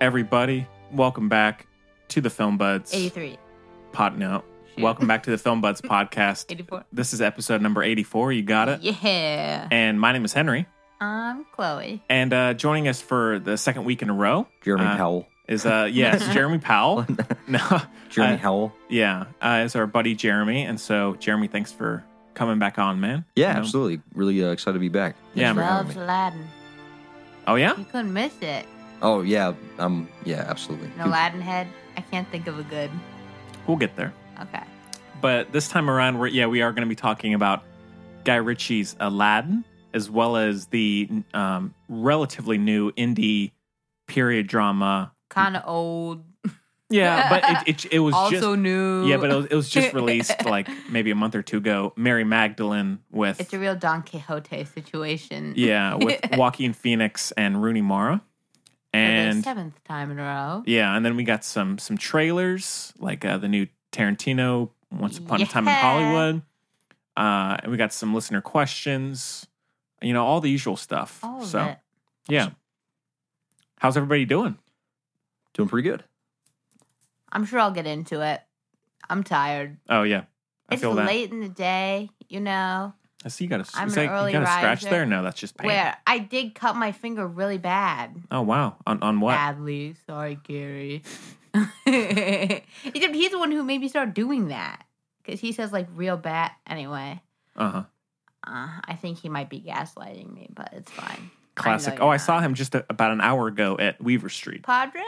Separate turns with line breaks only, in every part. everybody. Welcome back to the Film Buds
83,
pod. No, welcome back to the Film Buds podcast.
84.
This is episode number 84. You got it.
Yeah.
And my name is Henry.
I'm Chloe.
And uh, joining us for the second week in a row
Jeremy
Uh,
Powell.
is uh yes Jeremy Powell. No,
Jeremy
uh,
Howell.
yeah, uh, is our buddy Jeremy. And so Jeremy, thanks for coming back on, man.
Yeah,
You know?
absolutely. Really uh, excited to be back. Thanks
Yeah,
for
man.
having
Loves
me.
Aladdin.
Oh yeah,
You couldn't miss it.
Oh yeah, um, yeah, absolutely.
An Aladdin head. I can't think of a good.
we'll get there.
Okay.
But this time around, we're, yeah, we are going to be talking about Guy Ritchie's Aladdin, as well as the um, relatively new indie period drama.
Kind of old.
Yeah, but it, it, it was
Also new.
just yeah, but it was, it was just released like maybe a month or two ago. Mary Magdalene with
it's a real Don Quixote situation.
yeah with Joaquin Phoenix and Rooney Mara,
For the
and
seventh time in a row.
yeah, and then we got some some trailers like uh, the new Tarantino Once Upon a Time in
Yeah.
Hollywood, uh, and we got some listener questions. You know all the usual stuff.
All of
so
it.
yeah, how's everybody doing?
Doing pretty good.
I'm sure I'll get into it. I'm tired.
Oh yeah, I
it's
feel that.
late in the day, you know.
I see you got a
I'm
is
an
that-
early
you got a scratch
riser.
there. No, that's just pain.
Where I did cut my finger really bad.
Oh wow, on on what?
Badly. Sorry, Gary. Except he's the one who made me start doing that. Because he says, like, real bad. Anyway,
Uh huh.
uh, I think he might be gaslighting me, but it's fine.
Classic.
know
Oh,
you're
I saw
not.
him just a, about an hour ago at Weaver Street.
Padre?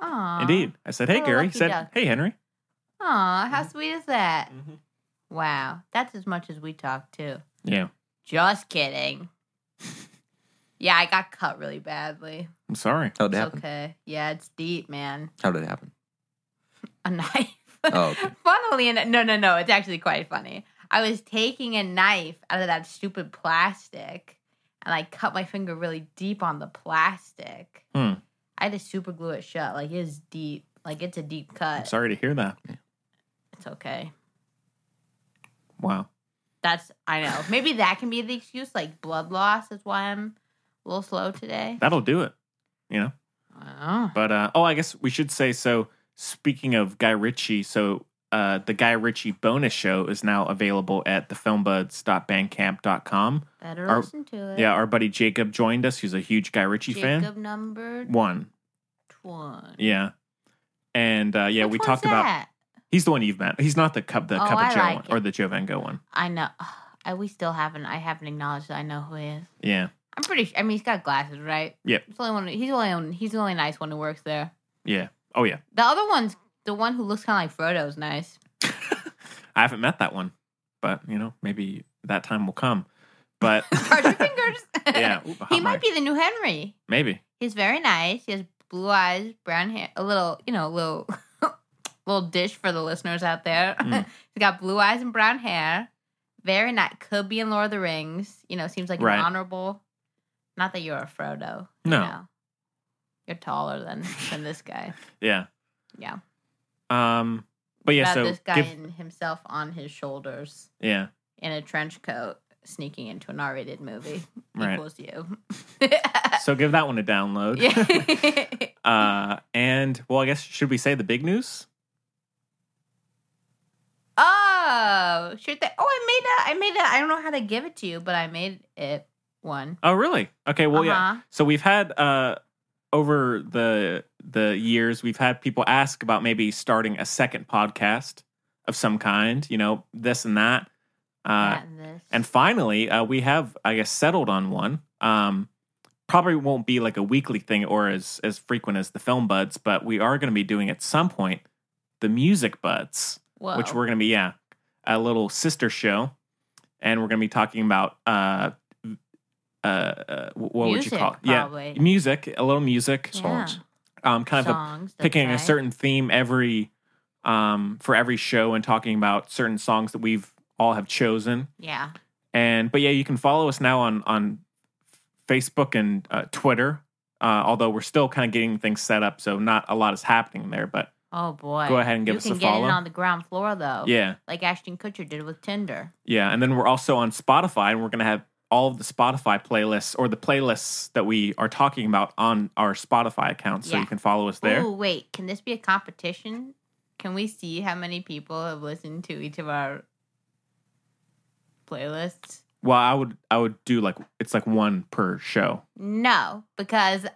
Aw.
Indeed, Mm-hmm. I said, "Hey
What a
Gary," he
lucky
said,
duck.
"Hey Henry."
Aw, how sweet is that?
Mm-hmm.
Wow. That's as much as we talk, too.
Yeah,
Just kidding. yeah, I got cut really badly.
I'm sorry.
How'd it
It's
happen?
okay. Yeah, it's deep, man.
How did it happen?
A knife.
Oh, okay.
Funnily enough, no, no, no. It's actually quite funny. I was taking a knife out of that stupid plastic, and I cut my finger really deep on the plastic.
Hmm.
I had to super glue it shut. Like it is deep. Like it's a deep
I'm
cut.
sorry to hear that.
It's okay.
Wow.
That's I know. Maybe that can be the excuse. Like blood loss is why I'm a little slow today.
That'll do it. You know?
I don't know.
But uh oh I guess we should say so speaking of Guy Ritchie, so uh the Guy Ritchie bonus show is now available at thefilmbuds.bandcamp.com.
Better
Our-
listen to it.
Yeah, our buddy Jacob joined us, who's a huge Guy Ritchie
Jacob
fan.
number
One.
one.
Yeah. And uh yeah,
Which
we
one's
talked about
that?
he's the one you've met. He's not the cup the
Oh,
cup
I
of Joe
like
one
it.
or the Joe Van Gogh one.
I know. I we still haven't. I haven't acknowledged. That I know who he is.
Yeah.
I'm pretty. su- I mean, he's got glasses, right?
Yep.
He's the only one. He's the only. One, he's the only nice one who works there.
Yeah. Oh yeah.
The other one's the one who looks kind of like Frodo's nice.
I haven't met that one. But you know, maybe that time will come. But
Cross your fingers.
yeah. Ooh,
he
hot
might
mic.
be the new Henry.
Maybe.
He's very nice. He has blue eyes, brown hair, a little, you know, a little, little dish for the listeners out there.
Mm.
He's got blue eyes and brown hair. Very nice. Could be in Lord of the Rings. You know, seems like
Right.
an honorable. Not that you're a Frodo. you
No.
know. You're taller than than this guy.
Yeah.
Yeah.
Um, but yeah,
Got
so
this guy
give-
and himself on his shoulders
yeah,
in a trench coat, sneaking into an R-rated movie.
right.
Equals you.
So give that one a download.
Uh, yeah.
uh, and well, I guess should we say the big news?
Oh, shoot that. Oh, I made a, I made a, I don't know how to give it to you, but I made it one.
Oh, really? Okay. Well, yeah.
Uh-huh.
So we've had uh, over the the years, we've had people ask about maybe starting a second podcast of some kind. You know, this and that. Uh,
and Uh-huh. this.
And finally, uh, we have, I guess, settled on one. Um, probably won't be like a weekly thing or as as frequent as the film buds, but we are going to be doing at some point the music buds,
Whoa.
which we're going to be yeah a little sister show, and we're going to be talking about uh uh, uh wh- what would you
Music,
call it?
probably.
yeah music a little music
Yeah.
Songs.
um kind of a
songs, that's
picking a
right.
certain theme every um for every show and talking about certain songs that we've all have chosen
Yeah.
and but yeah, you can follow us now on on Facebook and uh, Twitter. Uh, although we're still kind of getting things set up, so not a lot is happening there. But
Oh, boy.
go ahead and give
you
us
can
a
get
follow.
in on the ground floor, though.
yeah,
Like Ashton Kutcher did with Tinder.
yeah, and then we're also on Spotify, and we're gonna have all of the Spotify playlists or the playlists that we are talking about on our Spotify account, so
Yeah.
you can follow us there.
Oh wait, can this be a competition? Can we see how many people have listened to each of our playlists?
Well, I would I would do like it's like one per show.
No, because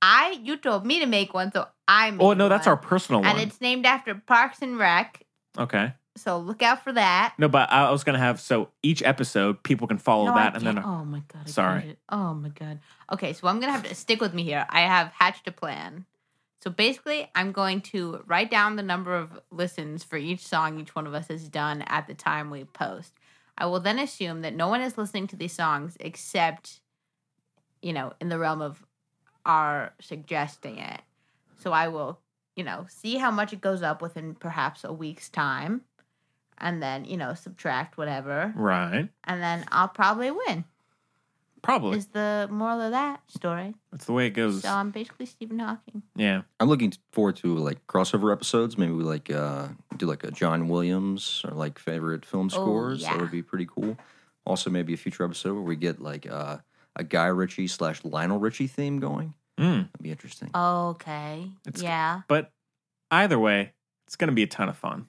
I you told me to make one, so I made.
Oh no, that's
one.
our personal
and
one.
it's named after Parks and Rec.
Okay.
So look out for that.
No, but I I was gonna have so each episode people can follow
No, I
that and then uh,
can't- oh my god! I
Sorry.
got it. Oh my god. Okay, so I'm gonna have to stick with me here. I have hatched a plan. So basically, I'm going to write down the number of listens for each song each one of us has done at the time we post. I will then assume that no one is listening to these songs except, you know, in the realm of our suggesting it. So I will, you know, see how much it goes up within perhaps a week's time, and then you know subtract whatever
right,
and then I'll probably win.
probably
Is the moral of that story?
that's the way it goes.
So I'm basically Stephen Hawking.
Yeah.
I'm looking forward to like crossover episodes. Maybe we like uh, do like a John Williams or like favorite film
Oh,
scores.
yeah.
That would be pretty cool. Also, maybe a future episode where we get like uh, a Guy Ritchie slash Lionel Richie theme going.
Mm.
That'd be interesting.
Okay.
It's-
yeah.
But either way, it's gonna be a ton of fun,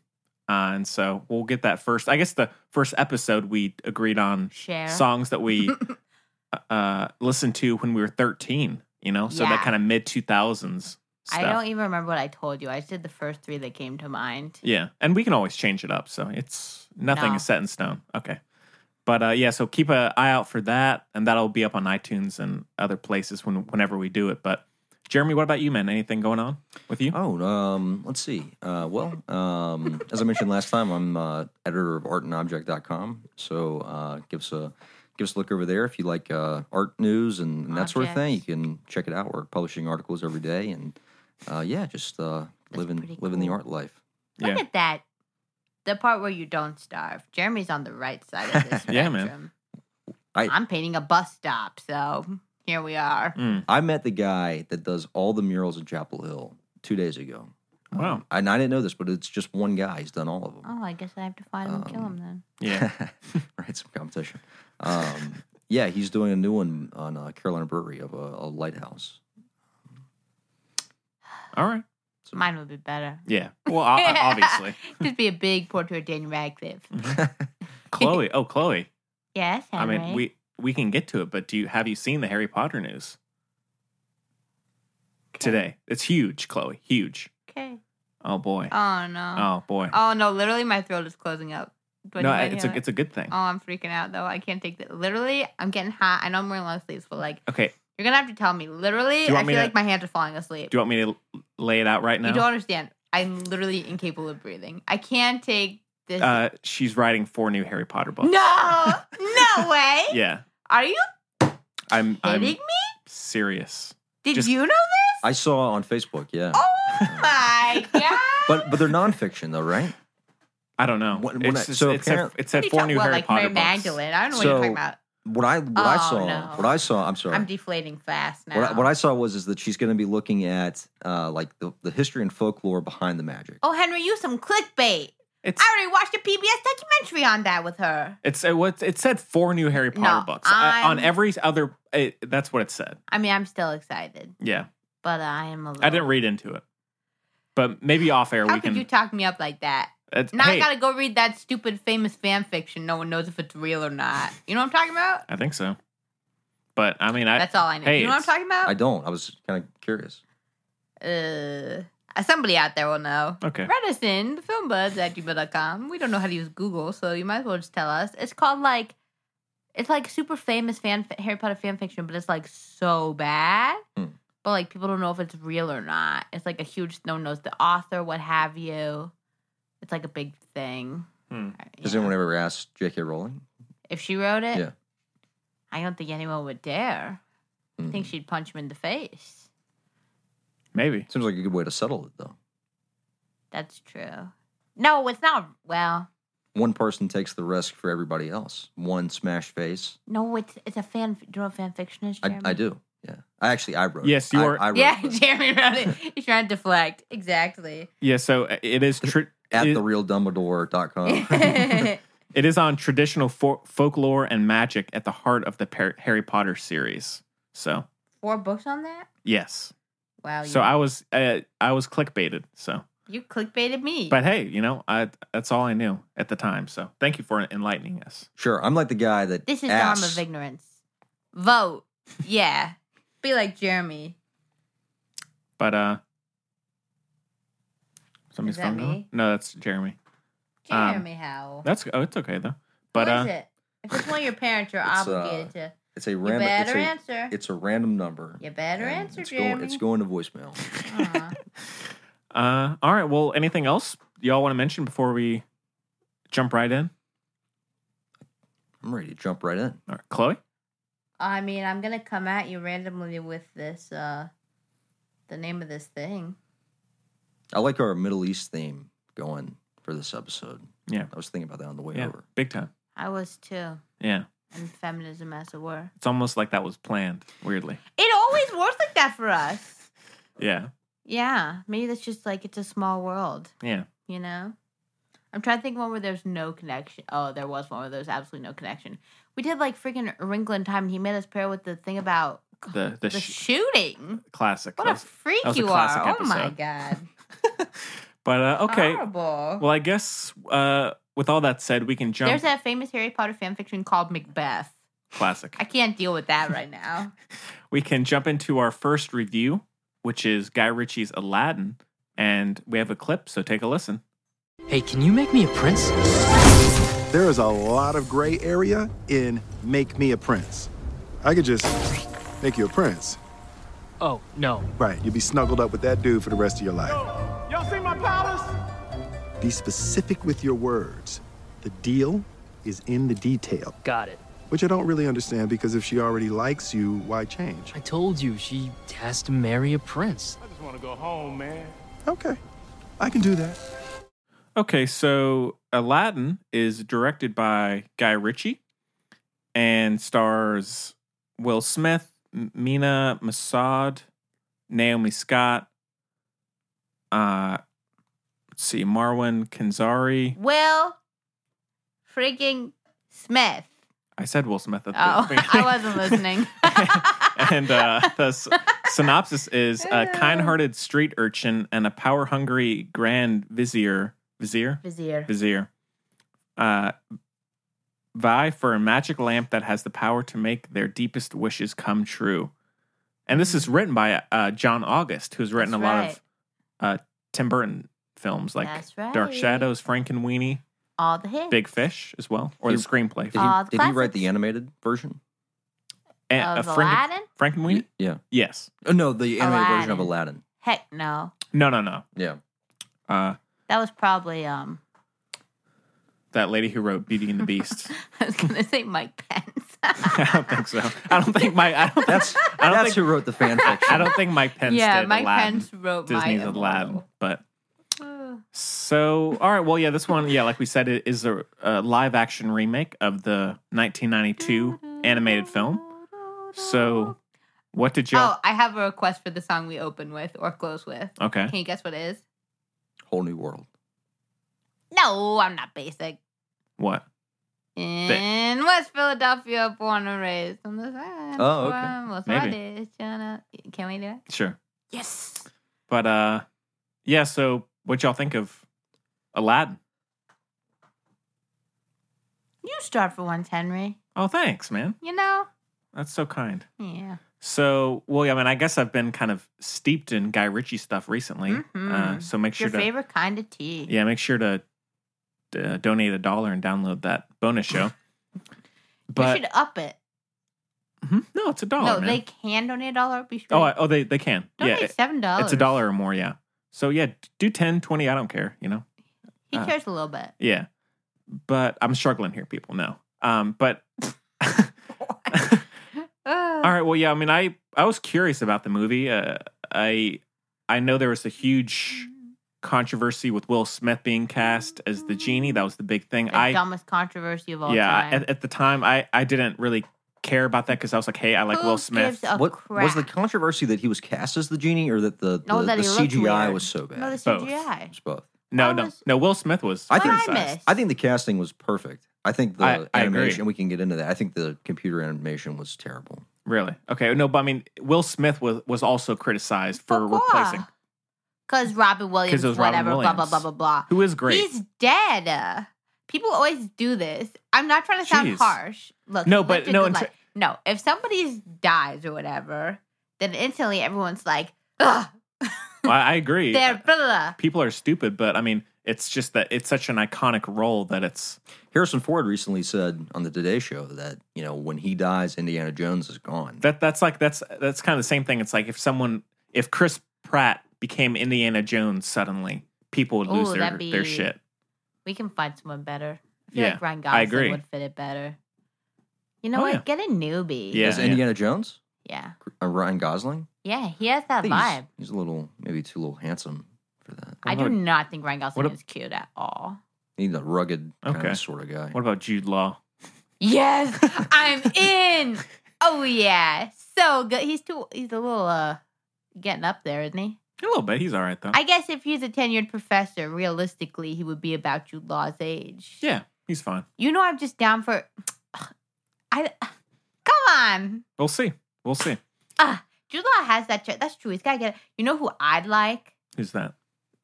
uh, and so we'll get that first. I guess the first episode we agreed on
Share.
songs that we uh, listened to when we were 13, you know? So that
Yeah.
kind of mid 2000s stuff.
I don't even remember what I told you. I just did the first three that came to mind.
yeah. And we can always change it up. So it's nothing
No.
is set in stone. Okay. But uh, yeah, so keep an eye out for that. And that'll be up on iTunes and other places when, whenever we do it. But Jeremy, what about you, man? Anything going on with you?
Oh, um, let's see. Uh, well, um, as I mentioned last time, I'm uh, editor of artandobject.com. So uh, give us a give us a look over there if you like uh, art news and, and that sort of thing. You
Objects.
can check it out. We're publishing articles every day, and uh, yeah, just uh,
That's
living
pretty
living the
cool.
art life.
Look
Yeah.
at that. The part where you don't starve. Jeremy's on the right side of this spectrum.
Yeah, man.
I-
I'm painting a bus stop, so here we are.
Mm.
I met the guy that does all the murals in Chapel Hill two days ago. Um,
Wow.
and I didn't know this, but it's just one guy. He's done all of them.
Oh, I guess I have to find him and kill
Um,
him then.
Yeah.
right, some competition. Um, yeah, he's doing a new one on uh, Carolina Brewery of a, a lighthouse.
All right.
So-
Mine would be better.
Yeah. Well, o- obviously.
Just be a big portrait of Daniel Radcliffe.
Chloe. Oh, Chloe.
Yes,
I mean,
Henry?
we, we can get to it, but do you have you seen the Harry Potter news today? It's huge, Chloe. Huge.
Okay.
Oh boy.
Oh no.
Oh boy.
Oh no, literally my throat is closing up. Do I
no,
need my
it's a
healer?
it's a good thing.
Oh, I'm freaking out though. I can't take that. Literally, I'm getting hot. I know I'm wearing long sleeves, but like
Okay.
you're gonna have to tell me. Literally,
Do you
I
want
feel
me to-
like my hands are falling asleep.
Do you want me to l- lay it out right
You don't
now?
understand. I'm literally incapable of breathing. I can't take this.
Uh, she's writing four new Harry Potter
no,
books.
no way.
Yeah,
Are you
I'm
kidding
I'm
me?
serious.
Did
just-
you know this?
I saw on Facebook, yeah.
Oh my god.
But but they're nonfiction though, right?
I don't know.
When- when I-
it's just,
so
it said,
apparent-
it
What
said
are you
four
talking
new
about?
Harry
like
Potter
Mary
books.
Magdalene. I don't know what you're
So-
talking about.
What I what
Oh,
I saw,
no.
what I saw, I'm
uh,
sorry.
I'm deflating fast now.
what, I, what I saw was is that she's going to be looking at uh, like the, the history and folklore behind the magic.
oh, Henry, you some clickbait.
It's
I already watched a PBS documentary on that with her.
it's it, was- it said four new Harry Potter
No,
books I- on
I'm-
every other. It, that's what it said.
I mean, I'm still excited,
Yeah,
but I am a little.
I didn't read into it, but maybe off air
How
we
could
can.
you talk me up like that?
it's-
Now
hey,
I gotta go read that stupid famous fan fiction. No one knows if it's real or not. You know what I'm talking about?
I think so. But I mean, I
That's all I know.
hey,
you know what I'm
it's-
talking about?
I don't. I was kind of curious.
uh, somebody out there will know.
okay.
Write us in the filmbuds at gmail.com. We don't know how to use Google, so you might as well just tell us. It's called like, it's like super famous fan Harry Potter fan fiction, but it's like so bad.
Hmm.
But like people don't know if it's real or not. It's like a huge no one knows the author, what have you. It's like a big thing.
Hmm.
You
Has
know.
anyone ever asked J.K. Rowling?
if she wrote it,
Yeah.
I don't think anyone would dare. I think
Mhm.
she'd punch him in the face.
Maybe.
Seems like a good way to settle it though.
That's true. No, it's not. Well,
One person takes the risk for everybody else. One smash face.
no, it's it's a fan. Do you know what fan fiction is?
I,
Jeremy?
I do. Yeah. I actually I wrote.
Yes,
it.
you
I-
are-
I wrote
Yeah,
it.
Jeremy wrote it. He's trying to deflect. Exactly.
Yeah. So eh, it is true.
at
it-
therealdumbledore.com.
Jeremy
It is on traditional fo- folklore and magic at the heart of the par- Harry Potter series. So
Four books on that?
yes,
Wow.
so
you,
I was uh, I was clickbaited. So,
you clickbaited me.
but hey, you know, I that's all I knew at the time. So thank you for enlightening us.
Sure, I'm like the guy that
this is the arm
asks,
of ignorance. Vote. Yeah. Be like Jeremy.
But uh, somebody's
that
phone. going?
me?
No, that's Jeremy. Um,
Jeremy Howell.
That's oh, it's okay though. But
Who
uh,
is it? If it's one of your parents, you're
It's, uh,
obligated to.
It's a
You
random. It's
better
a,
answer.
it's a random number.
You better
and
answer,
it's
Jeremy.
Going, it's going to voicemail.
Aw.
Uh, all right. Well, anything else y'all want to mention before we jump right in?
I'm ready to jump right in.
All right, Chloe.
I mean, I'm gonna come at you randomly with this. uh The name of this thing.
I like our Middle East theme going for this episode.
Yeah.
I was thinking about that on the way
Yeah,
over.
big time.
I was too,
Yeah,
and feminism as it were.
it's almost like that was planned. Weirdly.
It always works like that for us.
Yeah.
Yeah, maybe that's just like it's a small world,
Yeah.
you know. I'm trying to think of one where there's no connection. Oh, there was one where there was absolutely no connection. We did like freaking Ringland time, and he made us pair with the thing about
The the,
the
sh-
shooting.
classic.
What
That
a
was-
freak
was a
you
classic
are! Oh my
episode.
god.
but uh, okay.
Horrible.
Well, I guess uh, with all that said, we can jump.
There's a famous Harry Potter fanfiction called Macbeth.
classic.
I can't deal with that right now.
we can jump into our first review, which is Guy Ritchie's Aladdin, and we have a clip. So take a listen.
Hey, can you make me a princess?
There is a lot of gray area in Make Me a Prince. I could just make you a prince.
Oh, no.
Right, you'll be snuggled up with that dude for the rest of your life. y'all see my palace? Be specific with your words. The deal is in the detail,
Got it.
which I don't really understand because if she already likes you, why change?
I told you she has to marry a prince.
Okay, I can do that.
Okay, so Aladdin is directed by Guy Ritchie and stars Will Smith, M- Mina Masad, Naomi Scott, uh, let's see, Marwan Kenzari.
Will freaking Smith.
I said Will Smith at the
Oh,
beginning.
I wasn't listening.
and uh, the s- synopsis is a kind-hearted street urchin and a power-hungry grand vizier, vizier,
Vizier.
vizier uh, vie for a magic lamp that has the power to make their deepest wishes come true and this is written by uh, john august who's written
Mm. That's
a lot
right.
of uh, tim burton films like
That's right.
dark shadows frankenweenie
All the hits.
big fish as well or the
He-
screenplay
Did, he,
All the
did he write
classics.
the animated version?
And
Of
a Franken-
Uh, Aladdin?
frankenweenie
Yeah.
yes
Oh, no, the animated version of Aladdin.
Heck no.
no no no
Yeah.
uh,
That was probably um.
that lady who wrote beauty and the beast
I was gonna say Mike Pence.
i don't think so i don't think my i don't think
That's
I don't
that's
think
who wrote the fan fiction.
I don't think Mike Pence
yeah,
did
Mike
Aladdin.
Pence wrote
Disney's
my
Aladdin. But
Ugh.
so, all right. Well, yeah, this one, yeah, like we said, it is a, a live action remake of the 1992
Mm-hmm.
animated film. So, what did y'all?
Oh, I have a request for the song we open with or close with.
okay.
Can you guess what it is?
Whole new world.
No, I'm not basic.
What?
In West Philadelphia, born and raised on the side.
Oh, okay.
Maybe.
Can we do it?
Sure.
Yes.
But, uh, yeah, so what y'all think of Aladdin?
You start for once, Henry.
Oh, thanks, man.
You know?
That's so kind.
Yeah.
So, well, yeah, I mean, I guess I've been kind of steeped in Guy Ritchie stuff recently. Uh,
Mhm.
so make
It's
sure
Your
to.
favorite kind of tea.
Yeah, make sure to uh, donate a dollar and download that bonus show.
we
But
should up it.
Mhm. no, it's a dollar.
no,
man.
they can donate a dollar. We should
oh, I, oh, they they can.
donate
yeah, it-
seven dollars.
it's a dollar or more. Yeah. So yeah, d- do 10, 20, I don't care. You know.
He
Uh.
cares a little bit.
Yeah. But I'm struggling here, people. No. Um. But
Uh,
all right. Well, yeah. I mean, I I was curious about the movie. Uh, I I know there was a huge controversy with Will Smith being cast as the genie. That was the big thing.
the
I
dumbest controversy of all
yeah
time.
At, at the time i i didn't really care about that because i was like hey i like
Who
will smith
gives a
what
crap?
was the controversy that he was cast as the genie, or that the
No,
the,
that
the
he looked
CGI
weird.
was so bad?
no the
Both.
CGI?
It's both.
No,
That
no,
was-
no. Will Smith was.
I think-
criticized.
What I missed?
I think the casting was perfect. I think the
I- I agree.
animation. We can get into that. I think the computer animation was terrible.
Really? Okay. No, but I mean, Will Smith was was also criticized for replacing.
Because Robin Williams,
'Cause it was Robin
whatever, blah, blah,
Williams.
blah, blah, blah.
Who is great?
He's dead. Uh, People always do this. I'm not trying to sound
Jeez.
harsh. Look,
No,
he lived
but
a
no,
good
in ter-
life. no. If somebody dies or whatever, then instantly everyone's like, Ugh,
I, I agree.
they're blah, blah, blah."
People are stupid, but I mean, it's just that it's such an iconic role that it's.
Harrison Ford recently said on the Today Show that you know when he dies, Indiana Jones is gone.
That that's like that's that's kind of the same thing. It's like if someone if Chris Pratt became Indiana Jones suddenly, people would lose
Ooh,
their
that'd
their
be-
shit.
We can find someone better. I feel
Yeah,
like Ryan
I
Gosling
agree.
would fit it better. You know
Oh,
what?
yeah.
Get a newbie.
Yeah,
As
yeah.
Indiana Jones,
Yeah.
uh, Ryan Gosling.
Yeah, he has that
think he's-
vibe.
He's, a little maybe too little handsome for that.
I do
about-
not think Ryan Gosling
ab-
is cute at all.
He's a rugged kind
Okay.
of sort of guy.
What about Jude Law?
Yes, I'm in. Oh yeah, so good. He's too. He's a little uh getting up there, isn't he?
A little bit. He's all right though.
I guess if he's a tenured professor, realistically, he would be about Jude Law's age.
yeah, he's fine.
You know, I'm just down for. I come on.
We'll see. We'll see.
Jude Law has that. Ch- that's true. He's gotta get. You know who I'd like?
Who's that?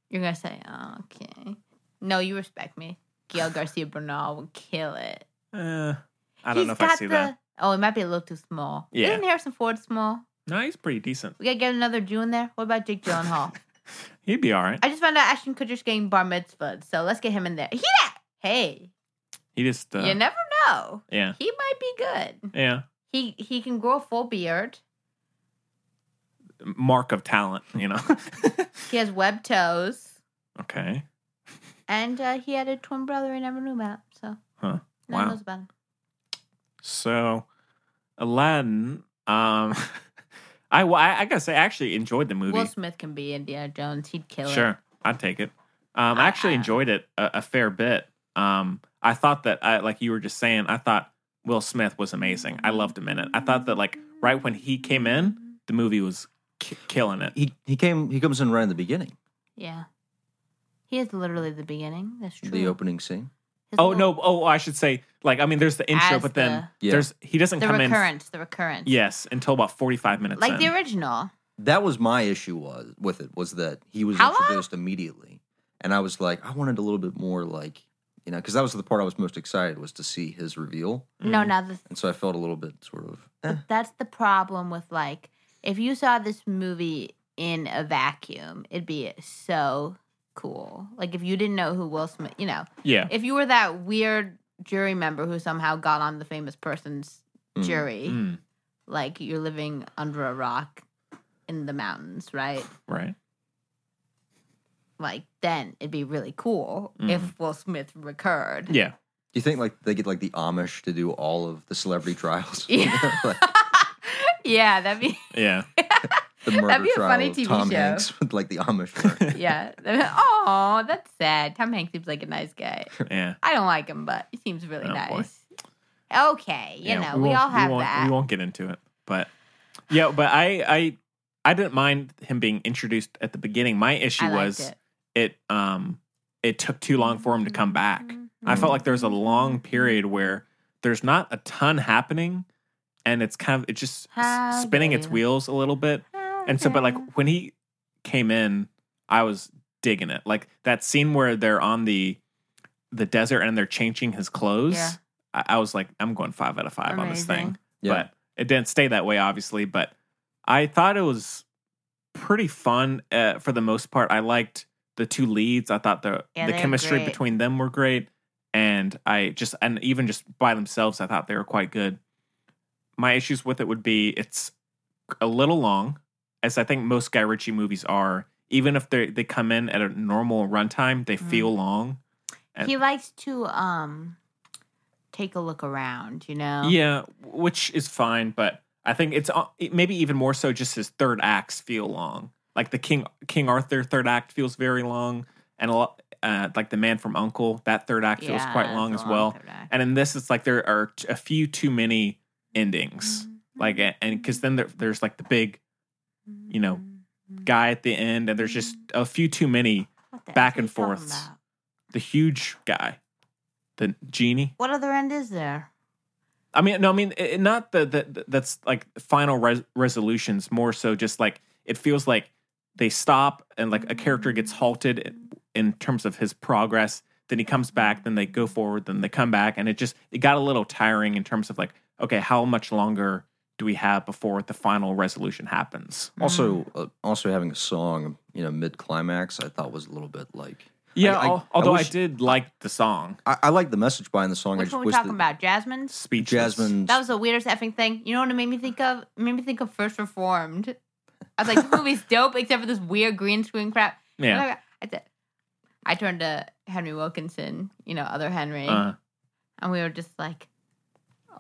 You're gonna say okay. No, you respect me. Gail Garcia Bernal would kill it.
Uh, I don't
He's
know if I
got
see
the,
that.
Oh, it might be a little too small.
Yeah.
Isn't Harrison Ford small?
No, he's pretty decent.
We gotta get another Jew in there. What about Jake Gyllenhaal?
He'd be all right.
I just found out Ashton Kutcher's getting bar mitzvahed, so let's get him in there. Yeah. Hey,
He just. Uh,
you never know.
yeah.
He might be good.
Yeah.
He he can grow a full beard.
Mark of talent. You know.
He has web toes,
okay.
and uh, he had a twin brother I never knew about. So
Huh.
no one
Wow.
knows about him.
So, Aladdin. Um, I well, I, I gotta say, I actually enjoyed the movie.
Will Smith can be Indiana Jones. He'd kill it. Ah.
Sure, I'd take it. Um, I
I-
actually
I-
enjoyed it a, a fair bit. Um, I thought that, I, like you were just saying, I thought Will Smith was amazing. I loved him in it. I thought that, like, right when he came in, the movie was ki- killing it.
He he came he comes in right in the beginning,
Yeah. He is literally the beginning. That's true.
the opening scene.
His
Oh
little-
no! Oh, I should say, like, I mean, there's the intro,
As
but then
the- Yeah.
there's he doesn't
The
come in.
recurrence. The recurrence.
Yes, until about forty-five minutes.
Like
in.
the original.
That was my issue was with it was that he was
How long?
introduced immediately, and I was like, I wanted a little bit more like you know because that was the part I was most excited was to see his reveal,
Mm.
No, now the
and so I felt a little bit sort of eh.
But that's the problem with like if you saw this movie in a vacuum, it'd be so cool. Like if you didn't know who Will Smith, you know,
yeah,
if you were that weird jury member who somehow got on the famous person's
Mm.
jury,
Mm,
like you're living under a rock in the mountains, right?
right.
Like then it'd be really cool if Will Smith recurred.
Mm-hmm. Yeah,
Do you think like they get like the Amish to do all of the celebrity trials?
Yeah.
Like,
yeah, that'd be
yeah.
the murder
That'd be a
trial
funny
of
TV
Tom
show.
Hanks with like the Amish. were.
yeah. Oh, that's sad. Tom Hanks seems like a nice guy.
Yeah.
I don't like him, but he seems really
Oh, boy.
nice. Okay, you
Yeah,
know, we,
won't-
all have
won't-
that.
We won't get into it, but yeah, but I I I didn't mind him being introduced at the beginning. My issue
I liked
was
it. Mm-hmm.
it. um it took too long for him to come back. I felt like there's a long period where there's not a ton happening, and it's kind of it's just s-
How
spinning
dare
its
you.
wheels a little bit.
Oh,
And so, but like when he came in, I was digging it. Like that scene where they're on the the desert and they're changing his clothes.
Yeah.
I, I was like, I'm going five out of five on this thing.
Amazing.
Yeah.
But it didn't stay that way, obviously. But I thought it was pretty fun uh, for the most part. I liked the two leads. I thought the
Yeah,
the
they were
chemistry
great.
between them were great, and I just and even just by themselves, I thought they were quite good. My issues with it would be it's a little long, as I think most Guy Ritchie movies are. Even if they they come in at a normal runtime, they
Mhm.
feel long. and-
he likes to um take a look around, you know.
Yeah, which is fine, but I think it's uh, it- maybe even more so just his third acts feel long. Like the King King Arthur third act feels very long, and a lot uh, like the Man from Uncle that third act feels
Yeah,
quite
that's
long
a
as well.
third act.
And in this, it's like there are t- a few too many endings.
Mm-hmm.
Like a- and because then there, there's like the big, you know, guy at the end, and there's just a few too many
Mm-hmm. What the
Back
heck are
and
you talking
forths.
about?
the huge guy, the genie.
What other end is there?
I mean, no, I mean it, not the, the that's like final res- resolutions. More so, just like it feels like they stop and like a character gets halted in terms of his progress. Then he comes back. Then they go forward. Then they come back, and it just it got a little tiring in terms of like, okay, how much longer do we have before the final resolution happens?
Also,
Mm.
uh, also having a song, you know, mid climax, I thought was a little bit like.
Yeah,
I- I-
al- although I,
wish-
did like the song
I, I like the message behind the song. I
Which
just
one we
wish
talking
that
about? Jasmine's?
speech.
Jasmine's.
That was the weirdest effing thing. You know what it made me think of? It made me think of First Reformed. I was like, this movie's dope, except for this weird green screen crap.
Yeah.
I, said- I turned to Henry Wilkinson, you know, other Henry,
Uh,
and we were just like,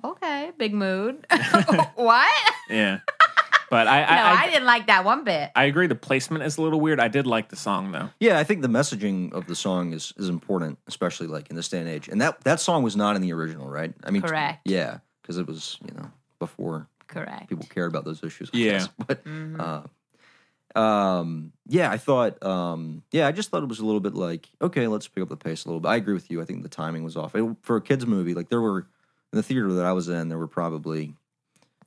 okay, big mood. what?
yeah. But I,
no, I,
I, I,
didn't like that one bit.
I agree. The placement is a little weird. I did like the song though.
yeah, I think the messaging of the song is is important, especially like in this day and age. And that that song was not in the original, right? I mean,
Correct.
Yeah, because it was you know before
Correct.
people cared about those issues. I
Yeah.
guess. but
Mhm.
uh, um, yeah, I thought, um, yeah, I just thought it was a little bit like, okay, let's pick up the pace a little bit. I agree with you. I think the timing was off It- for a kids movie. Like there were in the theater that I was in, there were probably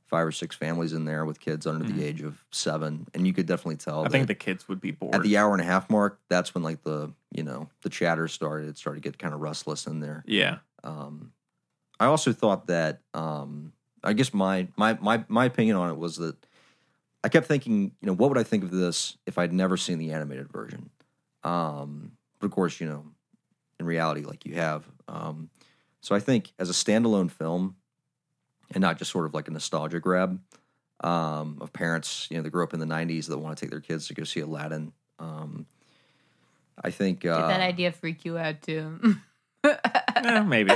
five or six families in there with kids under the age of seven, and you could definitely tell.
Mm-hmm. I think the
that
kids would be bored.
at the hour and a half mark, that's when like the you know the chatter started. It started to get kind of restless in there.
yeah.
Um, I also thought that um, I guess my, my my my opinion on it was that I kept thinking, you know, what would I think of this if I'd never seen the animated version? Um, but of course, you know, in reality, like you have. Um, so I think as a standalone film, and not just sort of like a nostalgia grab um, of parents, you know, that grew up in the '90s that want to take their kids to go see Aladdin. Um, I think uh,
Did that idea freak you out too? Mm-hmm. Uh,
Eh, maybe.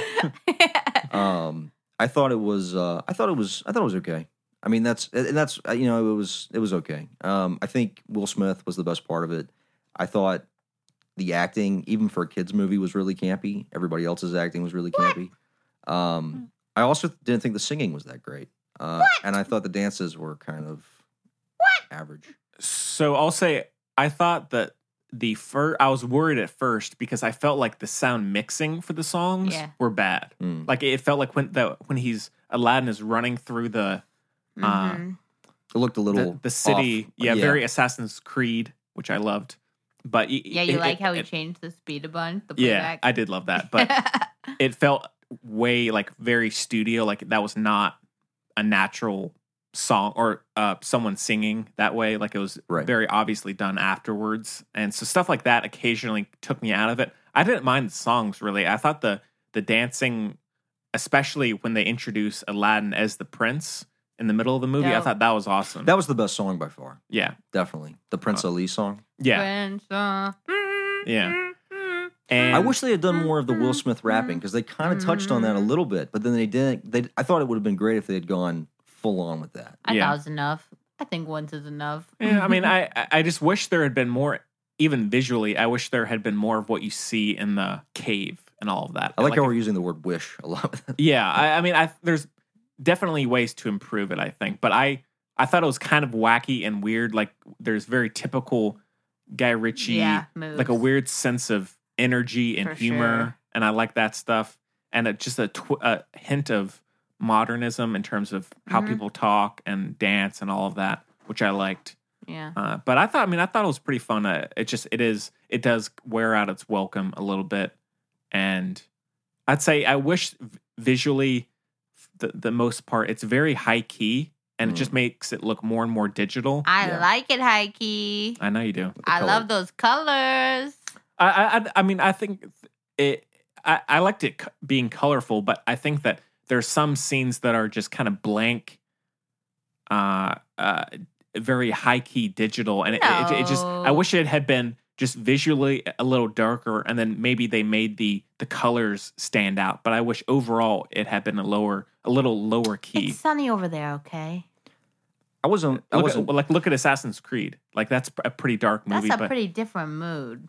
um, I thought it was. Uh, I thought it was. I thought it was okay. I mean, that's and that's uh, you know it was it was okay. Um, I think Will Smith was the best part of it. I thought the acting, even for a kids movie, was really campy. Everybody else's acting was really campy. Um, I also didn't think the singing was that great, uh, and I thought the dances were kind of what average.
so I'll say I thought that the fir- I was worried at first because I felt like the sound mixing for the songs
Yeah.
were bad.
Mm.
Like it felt like when the when he's Aladdin is running through the Uh,
Mhm.
It looked a little
the, the city,
off.
yeah, very Assassin's Creed, which I loved. But y-
yeah, you
it-
like
it-
how he
it-
changed the speed a bunch? The
yeah,
playback?
I did love that, but it felt way like very studio like that was not a natural song or uh someone singing that way like it was
Right.
very obviously done afterwards and so stuff like that occasionally took me out of it i didn't mind the songs really i thought the the dancing especially when they introduce aladdin as the prince in the middle of the movie i
Dope.
thought that was awesome
that was the best song by far,
yeah
definitely the
Uh,
Prince Ali song.
yeah
Friends, uh,
yeah and
I wish they had done more of the Will Smith rapping because they kind of touched on that a little bit, but then they didn't. They, I thought it would have been great if they had gone full on with that.
I
Yeah.
thought it was enough. I think once is enough.
Yeah, I mean, I I- I just wish there had been more, even visually. I wish there had been more of what you see in the cave and all of that.
I like, how
if-
we're using the word "wish" a lot. with that.
yeah, I, I mean, I there's definitely ways to improve it. I think, but I I thought it was kind of wacky and weird. Like there's very typical Guy Ritchie,
yeah, moves.
like a weird sense of energy and
For
humor,
sure.
and I like that stuff. And it, just a, tw- a hint of modernism in terms of how
Mhm.
people talk and dance and all of that, which I liked.
Yeah.
Uh, but I thought, I mean, I thought it was pretty fun. Uh, it just, it is, it does wear out its welcome a little bit, and I'd say I wish v- visually, f- the the most part, it's very high key, and it
Mm.
just makes it look more and more digital. I,
I
Yeah.
like it, Heike.
know you do.
I
color.
love those colors.
I, I, I- I mean, I think it. I, I liked it c- being colorful, but I think that there's some scenes that are just kind of blank, uh, uh, very high key digital, and it, it, it just. I
No.
wish it had been just visually a little darker, and then maybe they made the the colors stand out. But I wish overall it had been a lower, a little lower key.
It's sunny over there, okay?
I wasn't. I
Look at,
wasn't.
well, like look at Assassin's Creed. Like that's a pretty dark movie,
That's a
but
pretty different mood.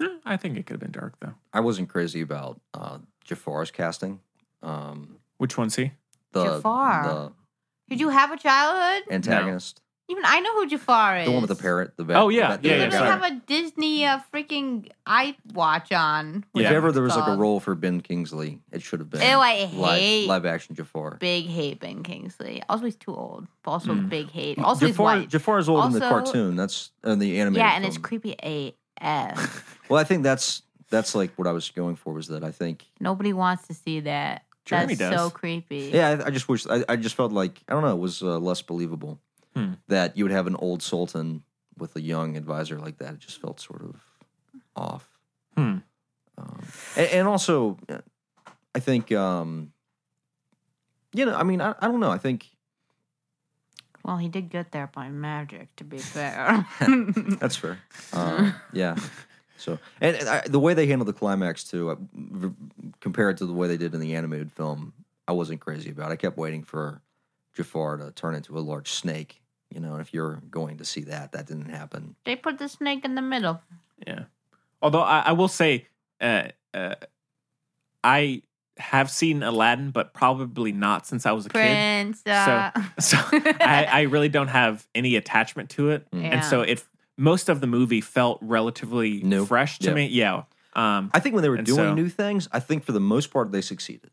Eh, I think it could have been dark though.
I wasn't crazy about uh, Jafar's casting. Um,
Which one's he?
the,
Jafar.
the
Mm.
Did you have a childhood?
antagonist.
Even I know who Jafar is.
The one with the parrot, the vet.
Oh, yeah,
the vet- the
yeah,
He
vet
yeah,
doesn't
guy.
sorry.
have a Disney uh, freaking eye watch on.
Yeah.
If ever there was like a
Dog.
role for Ben Kingsley, it should have been
Ew, I
live,
hate-
live action Jafar.
Big hate Ben Kingsley. Also, he's too old. But also,
Hmm.
big hate. Also, he's
Jafar,
white.
Jafar is old in the
Also-
cartoon. That's in the animated.
yeah, and it's
film.
creepy AF.
Well, I think that's that's like what I was going for was that I think
Nobody wants to see that.
Jeremy
That's
does.
so creepy.
yeah I, I just wish I, I just felt like I don't know it was uh, less believable
Hmm.
that you would have an old sultan with a young advisor like that. It just felt sort of off.
Hmm.
Um, and, and also, uh, I think um, you know I mean I, I don't know I think
Well, he did get there by magic, to be fair.
That's fair. Uh, yeah. So, and, and I, the way they handled the climax too, uh, v- compared to the way they did in the animated film, I wasn't crazy about. I kept waiting for Jafar to turn into a large snake. You know, and if you're going to see that, that didn't happen.
they put the snake in the middle.
Yeah. Although I, I will say, uh, uh, I have seen Aladdin, but probably not since I was a
Prince. Uh,
kid. So I, I really don't have any attachment to it,
yeah.
and so it most of the movie felt relatively
New.
fresh to
Yeah.
me. Yeah. Um,
I think when they were
And
doing
so-
new things, I think for the most part they succeeded.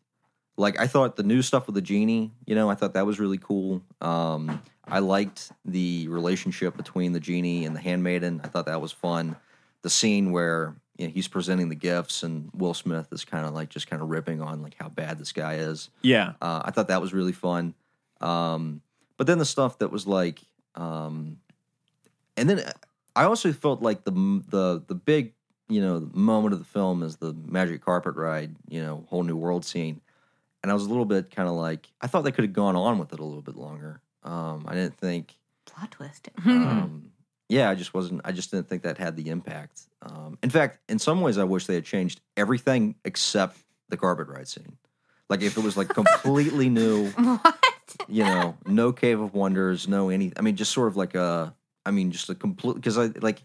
Like I thought the new stuff with the genie, you know, I thought that was really cool. Um, I liked the relationship between the genie and the handmaiden. I thought that was fun. The scene where you know, he's presenting the gifts and Will Smith is kind of like just kind of ripping on like how bad this guy is.
yeah.
Uh, I thought that was really fun. Um, but then the stuff that was like, um, and then uh, I also felt like the the the big you know moment of the film is the magic carpet ride, you know, whole new world scene. And I was a little bit kind of like, I thought they could have gone on with it a little bit longer. Um, I didn't think,
plot twist.
um, yeah, I just wasn't, I just didn't think that had the impact. Um, in fact, in some ways, I wish they had changed everything except the carpet ride scene. Like if it was like completely new,
what?
you know, no Cave of Wonders, no any. I mean, just sort of like a. I mean, just a complete because I like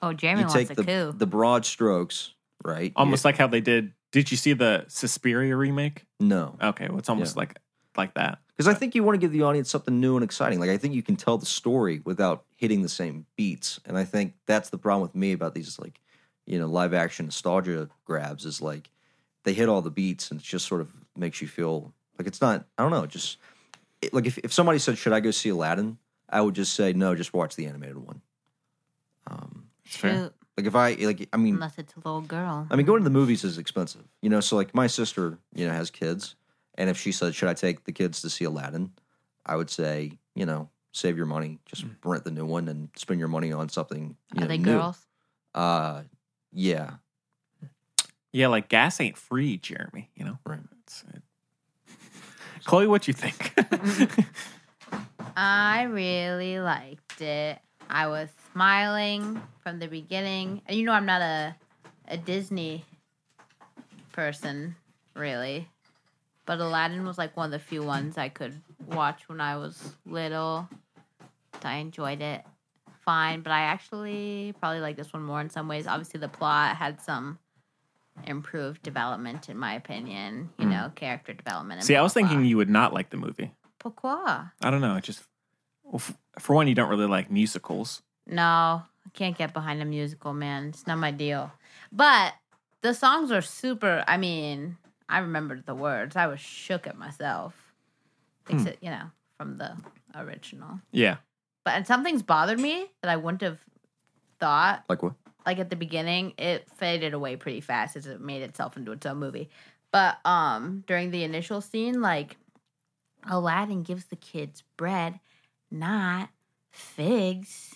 Oh, Jeremy
you
wants
take
a
the
coup.
the broad strokes, right?
Almost like how they did. Did you see the Suspiria remake?
You- no,
Okay, well, it's almost
Yeah.
like like that.
because I think you want to give the audience something new and exciting. Like I think you can tell the story without hitting the same beats, and I think that's the problem with me about these like, you know, live action nostalgia grabs is like they hit all the beats and it just sort of makes you feel like it's not. I don't know, just it, like if if somebody said, "Should I go see Aladdin?" I would just say, "No, just watch the animated one." Um,
fair.
Shoot,
Like if I like, I mean,
unless it's a little girl.
I mean, going to the movies is expensive, you know. So like, my sister, you know, has kids, and if she said, "Should I take the kids to see Aladdin?" I would say, you know, save your money, just
Mm.
rent the new one and spend your money on something. You
Are
know,
they
new.
girls?
Uh, yeah,
Yeah, like gas ain't free, Jeremy. You know.
Right.
It's- it- Chloe, what you think?
I really liked it. I was smiling from the beginning. And you know I'm not a a Disney person, really. But Aladdin was like one of the few ones I could watch when I was little. I enjoyed it fine, but I actually probably like this one more in some ways. Obviously the plot had some improved development in my opinion, you know, character development. and
Hmm. See, I
blah,
was
blah, blah.
thinking you would not like the movie.
Pourquoi?
I don't know. It just, well, f- for one, you don't really like musicals.
No, I can't get behind a musical, man. It's not my deal. But the songs are super. I mean, I remembered the words. I was shook at myself. Except, you know, from the original.
Yeah.
But and some things bothered me that I wouldn't have thought
like what?
like at the beginning, it faded away pretty fast as it made itself into its own movie. But um during the initial scene, like Aladdin gives the kids bread, not figs.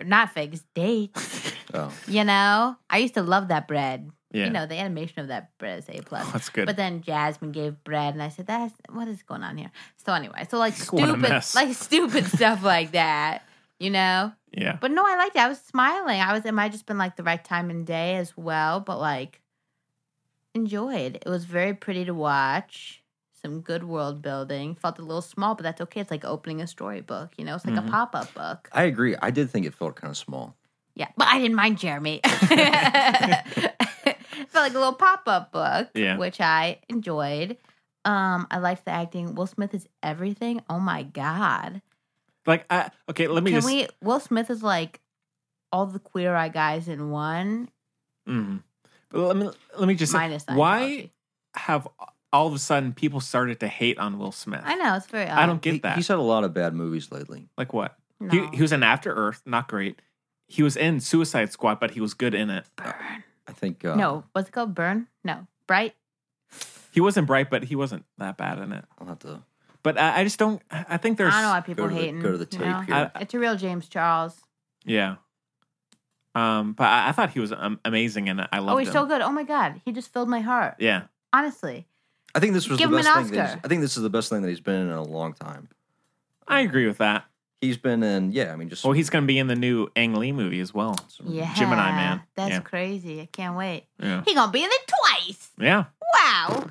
not figs, dates.
Oh,
You know? I used to love that bread.
Yeah.
You know, the animation of that bread is A plus.
That's good.
But then Jasmine gave bread, and I said, "That's what is going on here." So anyway, so like
What a
stupid,
mess.
like stupid stuff like that, you know.
yeah.
But no, I liked it. I was smiling. I was. It might have just been like the right time and day as well. But like, enjoyed. It was very pretty to watch. Some good world building. Felt a little small, but that's okay. It's like opening a storybook. You know, it's like
Mm-hmm.
a pop up book.
I agree. I did think it felt kind of small.
Yeah, but I didn't mind Jeremy. Felt like a little pop up book,
Yeah.
which I enjoyed. Um, I liked the acting. Will Smith is everything. Oh my god,
Like, I, okay, let me
Can
just.
we? Will Smith is like all the queer eye guys in one.
Mhm. But let me let me just. Say,
Minus Scientology.
why have all of a sudden people started to hate on Will Smith?
I know it's very. Odd.
I don't get
He-
that.
He's had a lot of bad movies lately.
like what?
No.
He, he was in After Earth, not great. He was in Suicide Squad, but he was good in it.
Burn.
I think. Uh,
no, what's it called? Burn? No, bright.
He wasn't bright, but he wasn't that bad in it.
I'll have to
But I, I just don't. I think there's.
I don't know why people
go to the-
hate him.
go to the
you
tape
know?
here.
It's a real James Charles.
Yeah. Um, but I, I thought he was um, amazing, and I loved
oh, he's
him.
so good. Oh my god, he just filled my heart.
Yeah,
Honestly,
I think this was
Give
the
him an
best thing. that he's-
Oscar.
I think this is the best thing that he's been in in a long time.
I agree with that.
He's been in, yeah. I mean, just
Well, he's going to be in the new Ang Lee movie as well.
yeah.
Gemini Man.
That's
Yeah.
crazy. I can't wait.
Yeah,
He gonna be in it twice.
yeah.
Wow.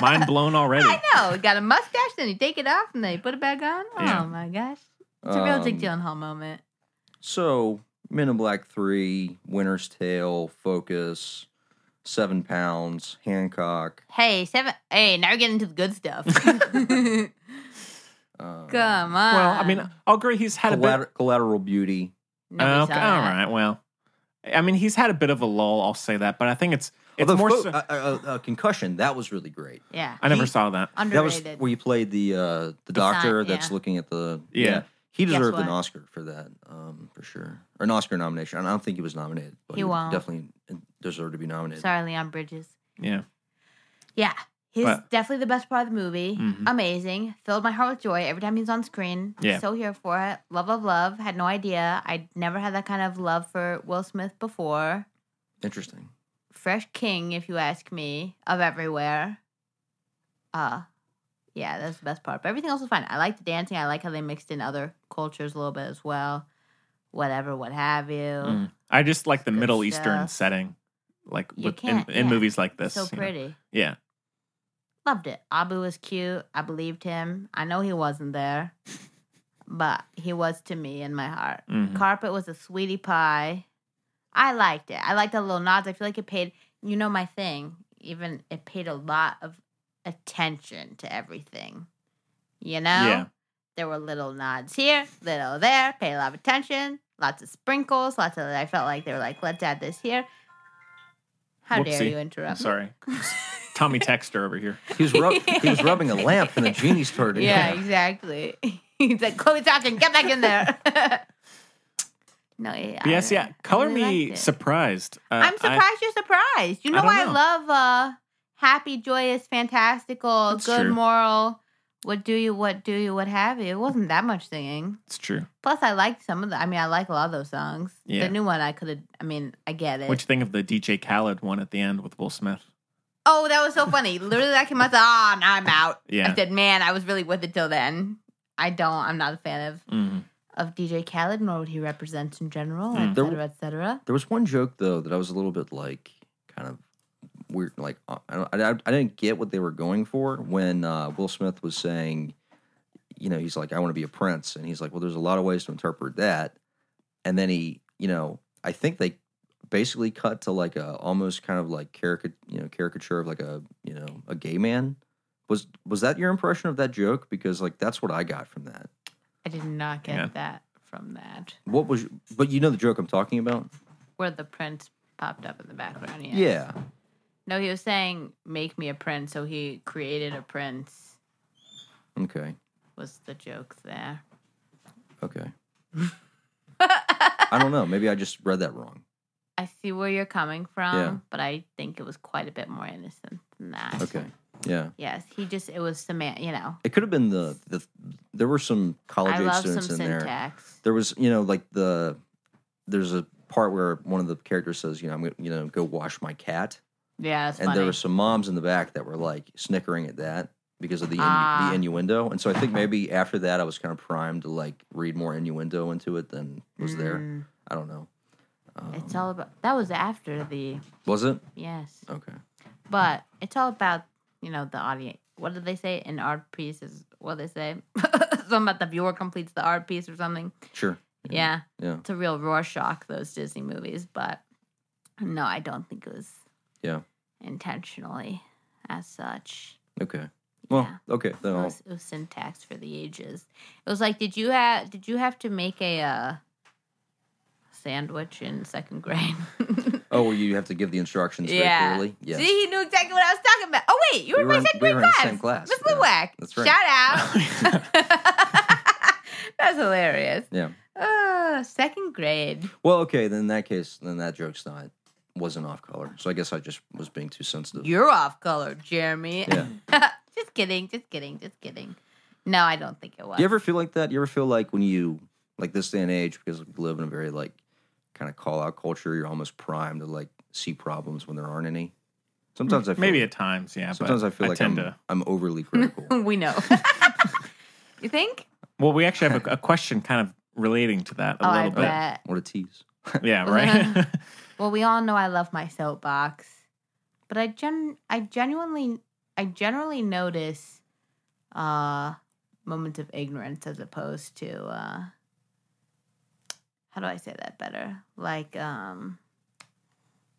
Mind blown already.
I know. He got a mustache, then he take it off, and they put it back on.
Yeah.
Oh my gosh, it's a real Jake
um,
Gyllenhaal moment.
So, Men in Black Three, Winter's Tale, Focus, Seven Pounds, Hancock.
Hey, seven. Hey, now we're getting into the good stuff.
Um,
Come on.
Well, I mean, I'll agree. He's had a bit.
Collater- Collateral Beauty.
Nobody
okay,
saw
all
that.
right. Well, I mean, he's had a bit of a lull. I'll say that, but I think it's it's
Although
more.
Fo-
so,
uh, uh, uh, concussion. That was really great.
Yeah,
I never
he-
saw that.
That
underrated.
was where you played the uh, the doctor
sign,
that's
yeah.
looking at the
Yeah.
He
Guess
deserved an
what?
Oscar for that, um, for sure, or an Oscar nomination. I don't think he was nominated, but
He won't.
definitely deserved to be nominated.
Sorry, Leon Bridges.
Yeah.
Yeah. He's
But-
definitely the best part of the movie.
Mhm.
Amazing. Filled my heart with joy every time he's on screen.
Yeah.
So here for it. Love, love, love. Had no idea. I'd never had that kind of love for Will Smith before.
Interesting.
Fresh king, if you ask me, of everywhere. Uh, yeah, that's the best part. But everything else was fine. I like the dancing. I like how they mixed in other cultures a little bit as well. Whatever, what have you.
Mm. I just like the
Good
Middle Eastern
stuff.
setting, like
You
with, in,
can't-
in
yeah.
movies like this.
so
you know?
pretty.
Yeah.
loved it. Abu was cute. I believed him. I know he wasn't there, but he was to me in my heart.
Mhm.
Carpet was a sweetie pie. I liked it. I liked the little nods. I feel like it paid, you know, my thing. Even it paid a lot of attention to everything. You know?
Yeah.
There were little nods here, little there, paid a lot of attention, lots of sprinkles, lots of, I felt like they were like, let's add this here. How dare
Whoopsie.
you interrupt? me?
Sorry, Tommy Texter over here.
He was rub- he was rubbing a lamp, and the genie started.
Yeah, exactly. He's like, Chloe Falcon, get back in there. no, yeah.
But yes,
I-
yeah.
I
Color
really
me
liked it.
surprised. Uh,
I'm
I-
surprised you're surprised. You
I
know
don't
why I
know.
love uh, happy, joyous, fantastical,
That's
good
true.
moral. What do you? What do you? What have you? It wasn't that much singing.
it's true.
Plus, I liked some of the. I mean, I like a lot of those songs.
Yeah.
The new one, I could have. I mean, I get it.
What you think of the DJ Khaled one at the end with Will Smith?
oh, that was so funny. Literally, that came out. I said, Ah, now I'm out.
Yeah.
I said, man, I was really with it till then. I don't. I'm not a fan of
Mm-hmm.
of DJ Khaled, nor what he represents in general,
Mm.
et
Hmm. There-
cetera, et cetera.
There was one joke though that I was a little bit like kind of weird. Like uh, I don't, I, I didn't get what they were going for when uh, Will Smith was saying, you know, he's like, I want to be a prince, and he's like, well, there's a lot of ways to interpret that, and then he, you know, I think they basically cut to like a almost kind of like caricature, you know, caricature of like a you know a gay man. Was was that your impression of that joke? Because like that's what I got from that.
I did not get
Yeah.
that from that.
What was? But you know the joke I'm talking about.
Where the prince popped up in the background. Yeah.
Yeah.
No, he was saying, make me a prince. So he created a prince,
Okay.
was the joke there.
Okay. I don't know. Maybe I just read that wrong.
I see where you're coming from,
Yeah.
but I think it was quite a bit more innocent than that.
Okay. Yeah.
Yes, he just, it was Samantha, you know.
It could have been the, the there were some college
I
age
love some
students in there.
syntax.
There was, you know, like the there's a part where one of the characters says, you know, I'm gonna, you know, go wash my cat.
Yeah, that's
And
funny.
there were some moms in the back that were like snickering at that because of the, innu-
Ah.
the innuendo. And so I think maybe after that I was kind of primed to like read more innuendo into it than was there.
Mm,
I don't know.
It's all about, that was after the,
Was it?
yes.
Okay.
But it's all about, you know, the audience. What did they say? An art piece is what they say. something about the viewer completes the art piece or something.
Sure.
Yeah.
Yeah.
It's a real Rorschach, those Disney movies. But no, I don't think it was
Yeah.
intentionally as such.
Okay. Well,
Yeah.
okay, then
It
I'll
was, it was syntax for the ages. It was like, did you have did you have to make a uh, sandwich in second grade?
Oh, well, you have to give the instructions very clearly. Yes.
See, he knew exactly what I was talking about. Oh wait, you were,
We
in
were
my
in-
second
we
grade
were in the
class.
same class,
Miss
yeah.
Lewak.
That's
Shout
right.
out. That's hilarious.
Yeah.
Uh, second grade.
Well, okay, then in that case, then that joke's not wasn't off color. So I guess I just was being too sensitive.
You're off color, Jeremy.
yeah.
just kidding. Just kidding. Just kidding. No, I don't think it was.
Do you ever feel like that? You ever feel like when you like this day and age, because we live in a very like kind of call out culture, you're almost primed to like see problems when there aren't any. Sometimes I feel
Maybe at times, yeah.
sometimes
but
I feel like
tend
I'm,
to.
I'm overly critical.
we know. you think?
Well, we actually have a, a question kind of relating to that a
oh, I
little bit.
bet.
what a tease.
Yeah, right.
Well, we all know I love my soapbox, but I gen I genuinely I generally notice uh moments of ignorance as opposed to uh how do I say that better? Like um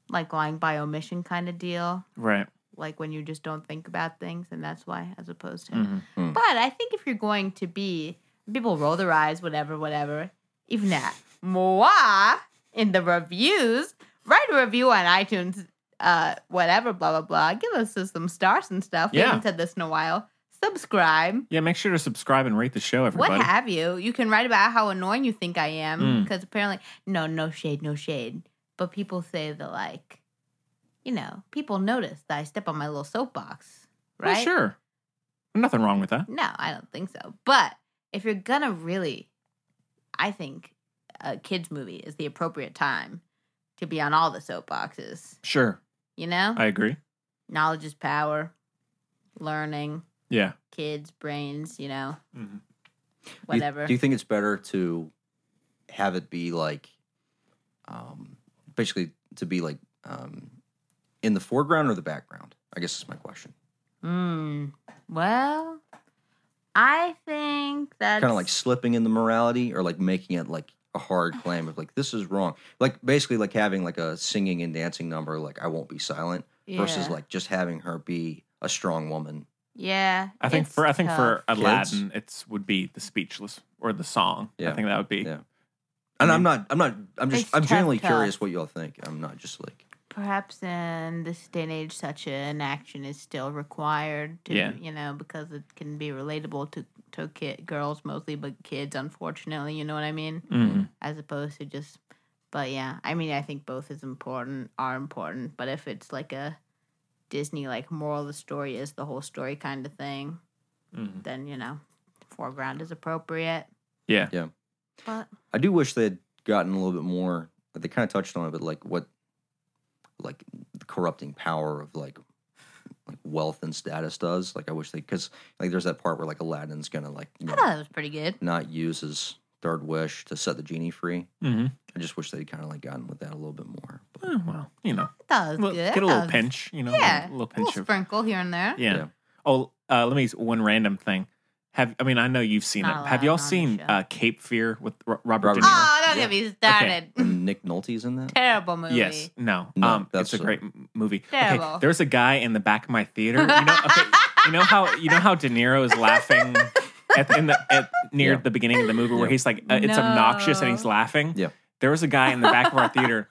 like lying by omission kind of deal,
right.
like when you just don't think about things and that's why as opposed to
Mhm.
But I think if you're going to be, people roll their eyes, whatever, whatever. If not, moi in the reviews, write a review on iTunes, uh, whatever, blah blah blah. Give us some stars and stuff. We
Yeah.
haven't said this in a while. Subscribe.
Yeah, make sure to subscribe and rate the show,
What
everybody. Mm.
have you? You can write about how annoying you think I am because apparently, no, no shade, no shade. But people say that, like, you know, people notice that I step on my little soapbox,
Well,
right?
Oh, sure. Nothing wrong with that.
No, I don't think so. But if you're gonna really, I think a kids movie is the appropriate time to be on all the soapboxes.
Sure.
You know,
I agree.
knowledge is power, learning,
Yeah.
kids' brains. You know,
Mhm.
Do you-
whatever.
Do you, think it's better to have it be like, um, basically to be like um, in the foreground or the background? I guess is my question.
Hmm. Well, I think that's
Kind of like slipping in the morality or like making it like a
Uh-huh.
hard claim of like this is wrong. Like basically like having like a singing and dancing number like I won't be silent versus
Yeah.
like just having her be a strong woman.
yeah.
I think
it's
for I think for uh,
tough.
Aladdin, it's would be the speechless or the song.
Yeah.
I think that would be.
Yeah. And I'm not. I'm not. I'm just.
It's
I'm
tough,
genuinely
tough.
curious what y'all think. I'm not just like.
perhaps in this day and age, such an action is still required to,
Yeah.
you know, because it can be relatable to to kid, girls mostly, but kids, unfortunately, you know what I mean,
Mhm.
as opposed to just. But yeah, I mean, I think both is important, are important, but if it's like a Disney like moral of the story is the whole story kind of thing,
Mhm.
then you know, foreground is appropriate.
Yeah.
But
I do wish they had gotten a little bit more. They kind of touched on it, but like what, like the corrupting power of like, like wealth and status does. Like I wish they because like there's that part where like Aladdin's gonna like you
I
know,
thought that was pretty good.
not use his third wish to set the genie free.
Mm-hmm.
I just wish they'd kind of like gotten with that a little bit more. But,
Oh, well, you know,
I thought it was
well,
good. I
get a
thought
little
it was-
pinch. You know,
Yeah,
a little pinch of
sprinkle here and there.
Yeah.
Yeah.
Oh, uh, let me s- one random thing. Have I mean I know you've seen
Not
it. Have
allowed on
y'all
the
seen
show.
uh, Cape Fear with R- Robert,
Robert
De
De
Niro?
Oh, don't get me started.
and Nick Nolte's in that.
Terrible movie.
Yes. No.
No,
um,
that's
it's a
a-
great m- movie.
Terrible.
Okay, there's a guy in the back of my theater. You know, okay, you know how you know how De Niro is laughing at the, in the at, near
Yeah.
the beginning of the movie where
Yeah.
he's like uh, it's obnoxious and he's
No.
laughing.
Yeah.
There was a guy in the back of our theater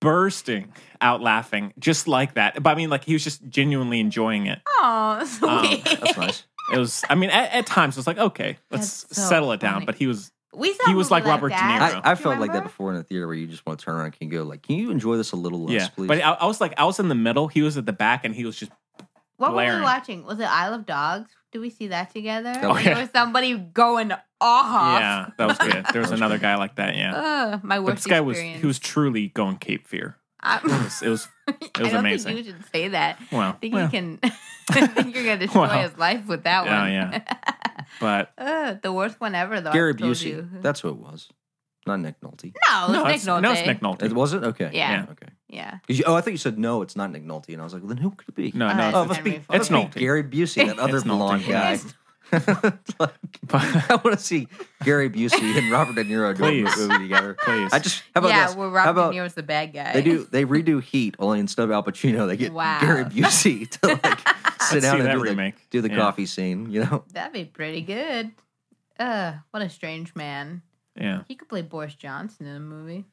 bursting out laughing just like that. But I mean, like he was just genuinely enjoying it. Um,
Oh, sweet.
That's nice.
It was. I mean, at, at times it was like, okay, let's
That's so
settle it down.
funny.
But he was.
we saw
He was
a
like
movie
Robert De
that.
Niro.
I, I
Do you
felt like that
remember?
before in a theater where you just want to turn around and go like, can you enjoy this a little less,
yeah.
please?
But I, I was like, I was in the middle. He was at the back, and he was just.
What were
Blaring.
we watching? Was it Isle of Dogs? Did we see that together?
Oh,
There
yeah.
was somebody going off.
Yeah, that was good. There was another guy like that. Yeah.
Ugh, my worst
but this guy was
experience.
he was truly going Cape Fear.
I'm-
It was it was, it
I
was
don't
amazing.
think you should say that.
Well,
I think
well,
you can. I think you're gonna destroy
Well. Oh,
his life with that
Yeah,
one.
yeah. but
Ugh, the worst one ever, though. I
Gary
told
Busey.
you.
That's who it was. Not Nick Nolte.
no, it was
no,
Nick
it's, no, it's
Nolte.
Nick Nolte.
It was it? Okay.
Yeah.
Okay.
Yeah.
'Cause you- oh, I thought you said no, it's not Nick Nolte, and I was like, well, then who could it be?
No,
All
no,
right,
oh,
it's,
it must
Henry
be, it
Ford.
must
It's
be
Nolte.
Gary Busey, that other
It's Nolte.
blonde guy.
Yes.
It's like, I want to see Gary Busey and Robert De Niro doing
Please.
a movie together.
Please.
I just how about
yeah,
this?
where
how
Robert
about
De Niro's the bad guy.
they do they redo Heat only instead of Al Pacino they get
Wow.
Gary Busey to like sit down
see
and
that
do the,
remake.
do the
Yeah.
coffee scene, you know?
That'd be pretty good. Uh, what a strange man.
Yeah.
He could play Boris Johnson in a movie.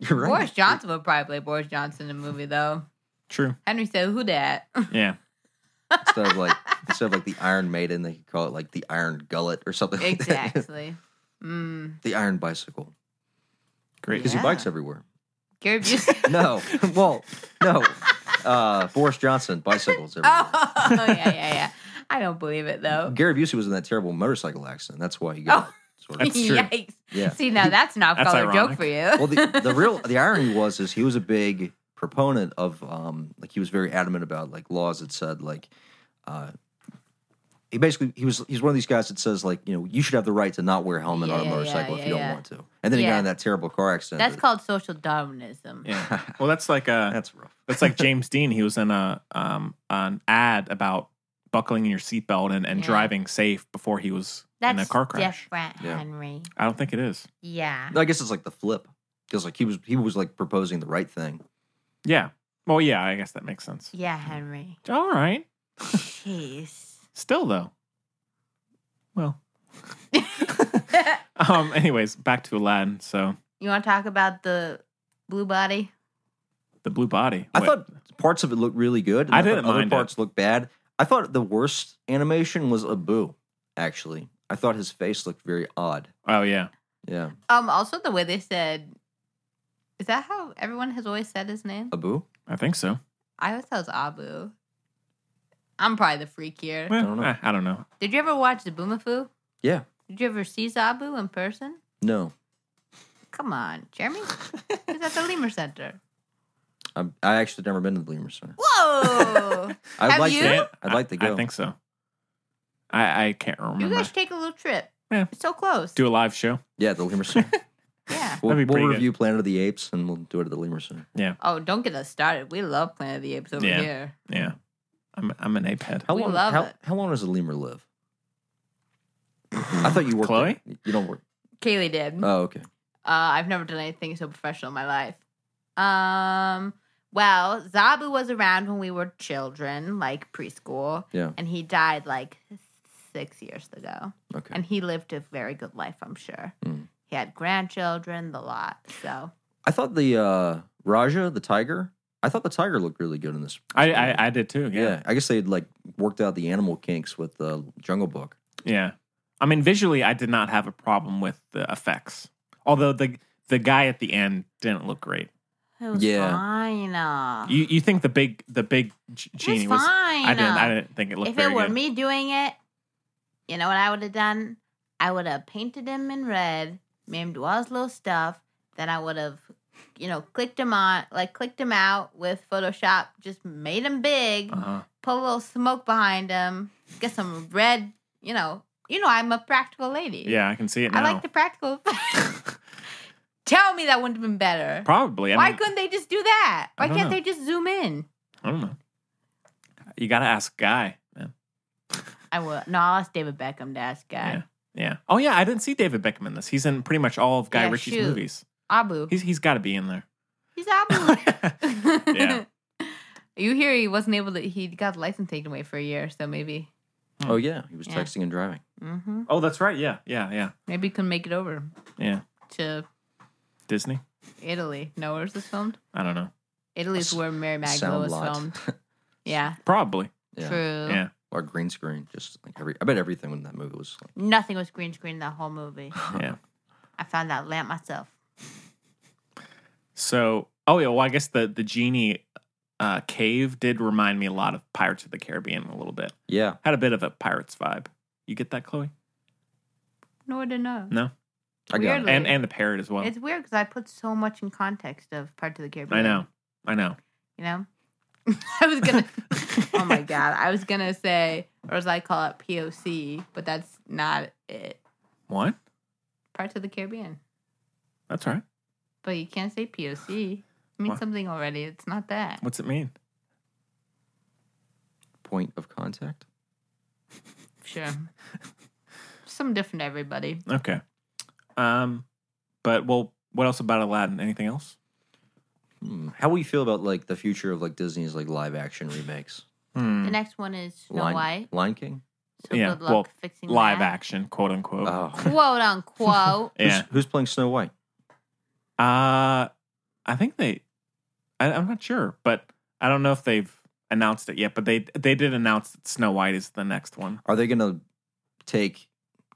You're right.
Boris Johnson would probably play Boris Johnson in a movie, though.
True.
Henry said, "Who that?"
Yeah.
Instead of like instead of like the Iron Maiden, they could call it like the Iron Gullet or something like that.
exactly. Mm.
the Iron Bicycle.
Great.
Because
Yeah.
he bikes everywhere.
Gary Busey.
No. well, no. Uh, Boris Johnson, bicycles everywhere.
oh, yeah, yeah, yeah. I don't believe it though.
Gary Busey was in that terrible motorcycle accident. That's why he
Oh.
got sort of.
That's true.
Yikes.
Yeah.
See, now that's an
That's
off-color joke
ironic.
for you.
well, the, the real the irony was is he was a big proponent of um like he was very adamant about like laws that said like uh he basically he was he's one of these guys that says like you know you should have the right to not wear a helmet
Yeah,
on a
yeah, yeah,
motorcycle if
yeah,
you don't
yeah.
want to and then he
Yeah.
got in that terrible car accident
That's
that-
called social Darwinism.
Yeah. Well, that's like uh
that's rough
that's like James Dean. He was in a um an ad about buckling your seatbelt and, and
Yeah.
driving safe before he was
That's
in a car crash.
different,
Yeah.
Henry.
I don't think it is.
Yeah.
No, I guess it's like the flip because like he was he was like proposing the right thing
Yeah. Well, yeah, I guess that makes sense.
Yeah, Henry.
All right.
Jeez.
Still though. Well, um anyways, back to Aladdin. So,
you want to talk about the blue body?
the blue body.
I
What-
thought parts of it looked really good. and
I
thought
didn't
other
mind it.
parts looked bad. I thought the worst animation was Abu. Actually, I thought his face looked very odd.
Oh, yeah.
Yeah,
Um. Also, the way they said. Is that how everyone has always said his name?
Abu.
I think so.
I always thought it was Abu. I'm probably the freak here.
Well, I
don't
don't
know.
know. I, don't know.
Did you ever watch the Boomafoo?
Yeah.
Did you ever see Zabu in person?
No,
Come on, Jeremy. Is at the Lemur Center.
I'm, I actually never been to the Lemur Center.
Whoa!
I'd
Have
like
you?
to.
Yeah,
I'd like to
I-
go.
I think so. I, I can't remember.
you guys should take a little trip.
Yeah.
It's so close.
Do a live show.
Yeah, the Lemur Center.
yeah.
We'll,
That'd be
we'll
pretty good.
review Planet of the Apes and we'll do it at the Lemur Center.
Oh, don't get us started. We love Planet of the Apes over
Yeah.
here.
Yeah. I'm I'm an ape head.
How
We
long?
love
how,
it.
how long does a lemur live? I thought you worked.
Chloe?
there. You don't work.
Kaylee did. Uh,
Oh, okay.
I've never done anything so professional in my life. Um. Well, Zabu was around when we were children, like preschool.
Yeah.
And he died like six years ago.
Okay.
And he lived a very good life, I'm sure.
Mm.
He had grandchildren, the lot. So
I thought the uh, Raja, the tiger. I thought the tiger looked really good in this.
I, I I did too.
Yeah.
Yeah.
I guess they would like worked out the animal kinks with uh, Jungle Book.
Yeah. I mean, visually, I did not have a problem with the effects. Although the the guy at the end didn't look great.
it was
Yeah.
fine. uh.
You you think the big the big g-
It
genie was?
fine.
I didn't
uh.
I didn't think it looked
if
very
it were
good.
me doing it, you know what I would have done? I would have painted him in red, made him do all his little stuff. Then I would have, you know, clicked him on, like clicked him out with Photoshop, just made him big,
uh-huh.
put a little smoke behind him, get some red, you know, you know, I'm a practical lady.
Yeah, I can see it now.
I like the practical. Tell me that wouldn't have been better.
Probably. I,
Why
mean,
couldn't they just do that?
I
Why
don't
can't
know.
they just zoom in?
I don't know. You got to ask Guy. Man.
I will. No, I'll ask David Beckham to ask uh, guy.
Yeah. Oh yeah, I didn't see David Beckham in this. He's in pretty much all of Guy
Yeah,
Ritchie's
shoot.
movies.
Abu.
He's he's got to be in there.
He's Abu.
Yeah.
You hear he wasn't able to, he got the license taken away for a year, so maybe,
Hmm.
Oh yeah, he was
Yeah.
texting and driving.
hmm
oh, that's right. Yeah, yeah, yeah,
maybe he couldn't make it over
yeah.
to
Disney.
Italy. No, where's this filmed?
I don't know.
Italy's
That's
where Mary
Sound
Magdalene was
lot.
filmed. Yeah,
Probably.
yeah.
true.
Yeah.
Or green screen, just like every. I bet everything in that movie was like.
Nothing was green screen that whole movie.
Yeah.
I found that lamp myself.
So, oh yeah. Well, I guess the the genie uh, cave did remind me a lot of Pirates of the Caribbean a little bit.
Yeah,
Had a bit of a pirates vibe. You get that, Chloe?
No, I didn't know.
No.
I got
Weirdly.
it.
And and the parrot as well.
Hmm. It's weird because I put so much in context of Parts of the Caribbean.
I know. I know.
You know? I was gonna Oh my god. I was gonna say or as I call it POC, but that's not it.
What?
Parts of the Caribbean.
That's all right.
But you can't say POC. It means
What?
something already. It's not that.
What's it mean?
Point of contact.
Sure. Something different to everybody.
Okay. Um, but well, what else about Aladdin? Anything else?
Hmm. How will you feel about like the future of like Disney's like live action remakes?
Hmm.
The next one is Snow
Lion,
White.
Lion King.
So
Yeah,
good luck
well,
fixing
Live
that.
action, quote unquote.
Oh,
Quote unquote.
yeah.
who's, who's playing Snow White?
Uh, I think they. I, I'm not sure, but I don't know if they've announced it yet. But they they did announce that Snow White is the next one.
Are they going to take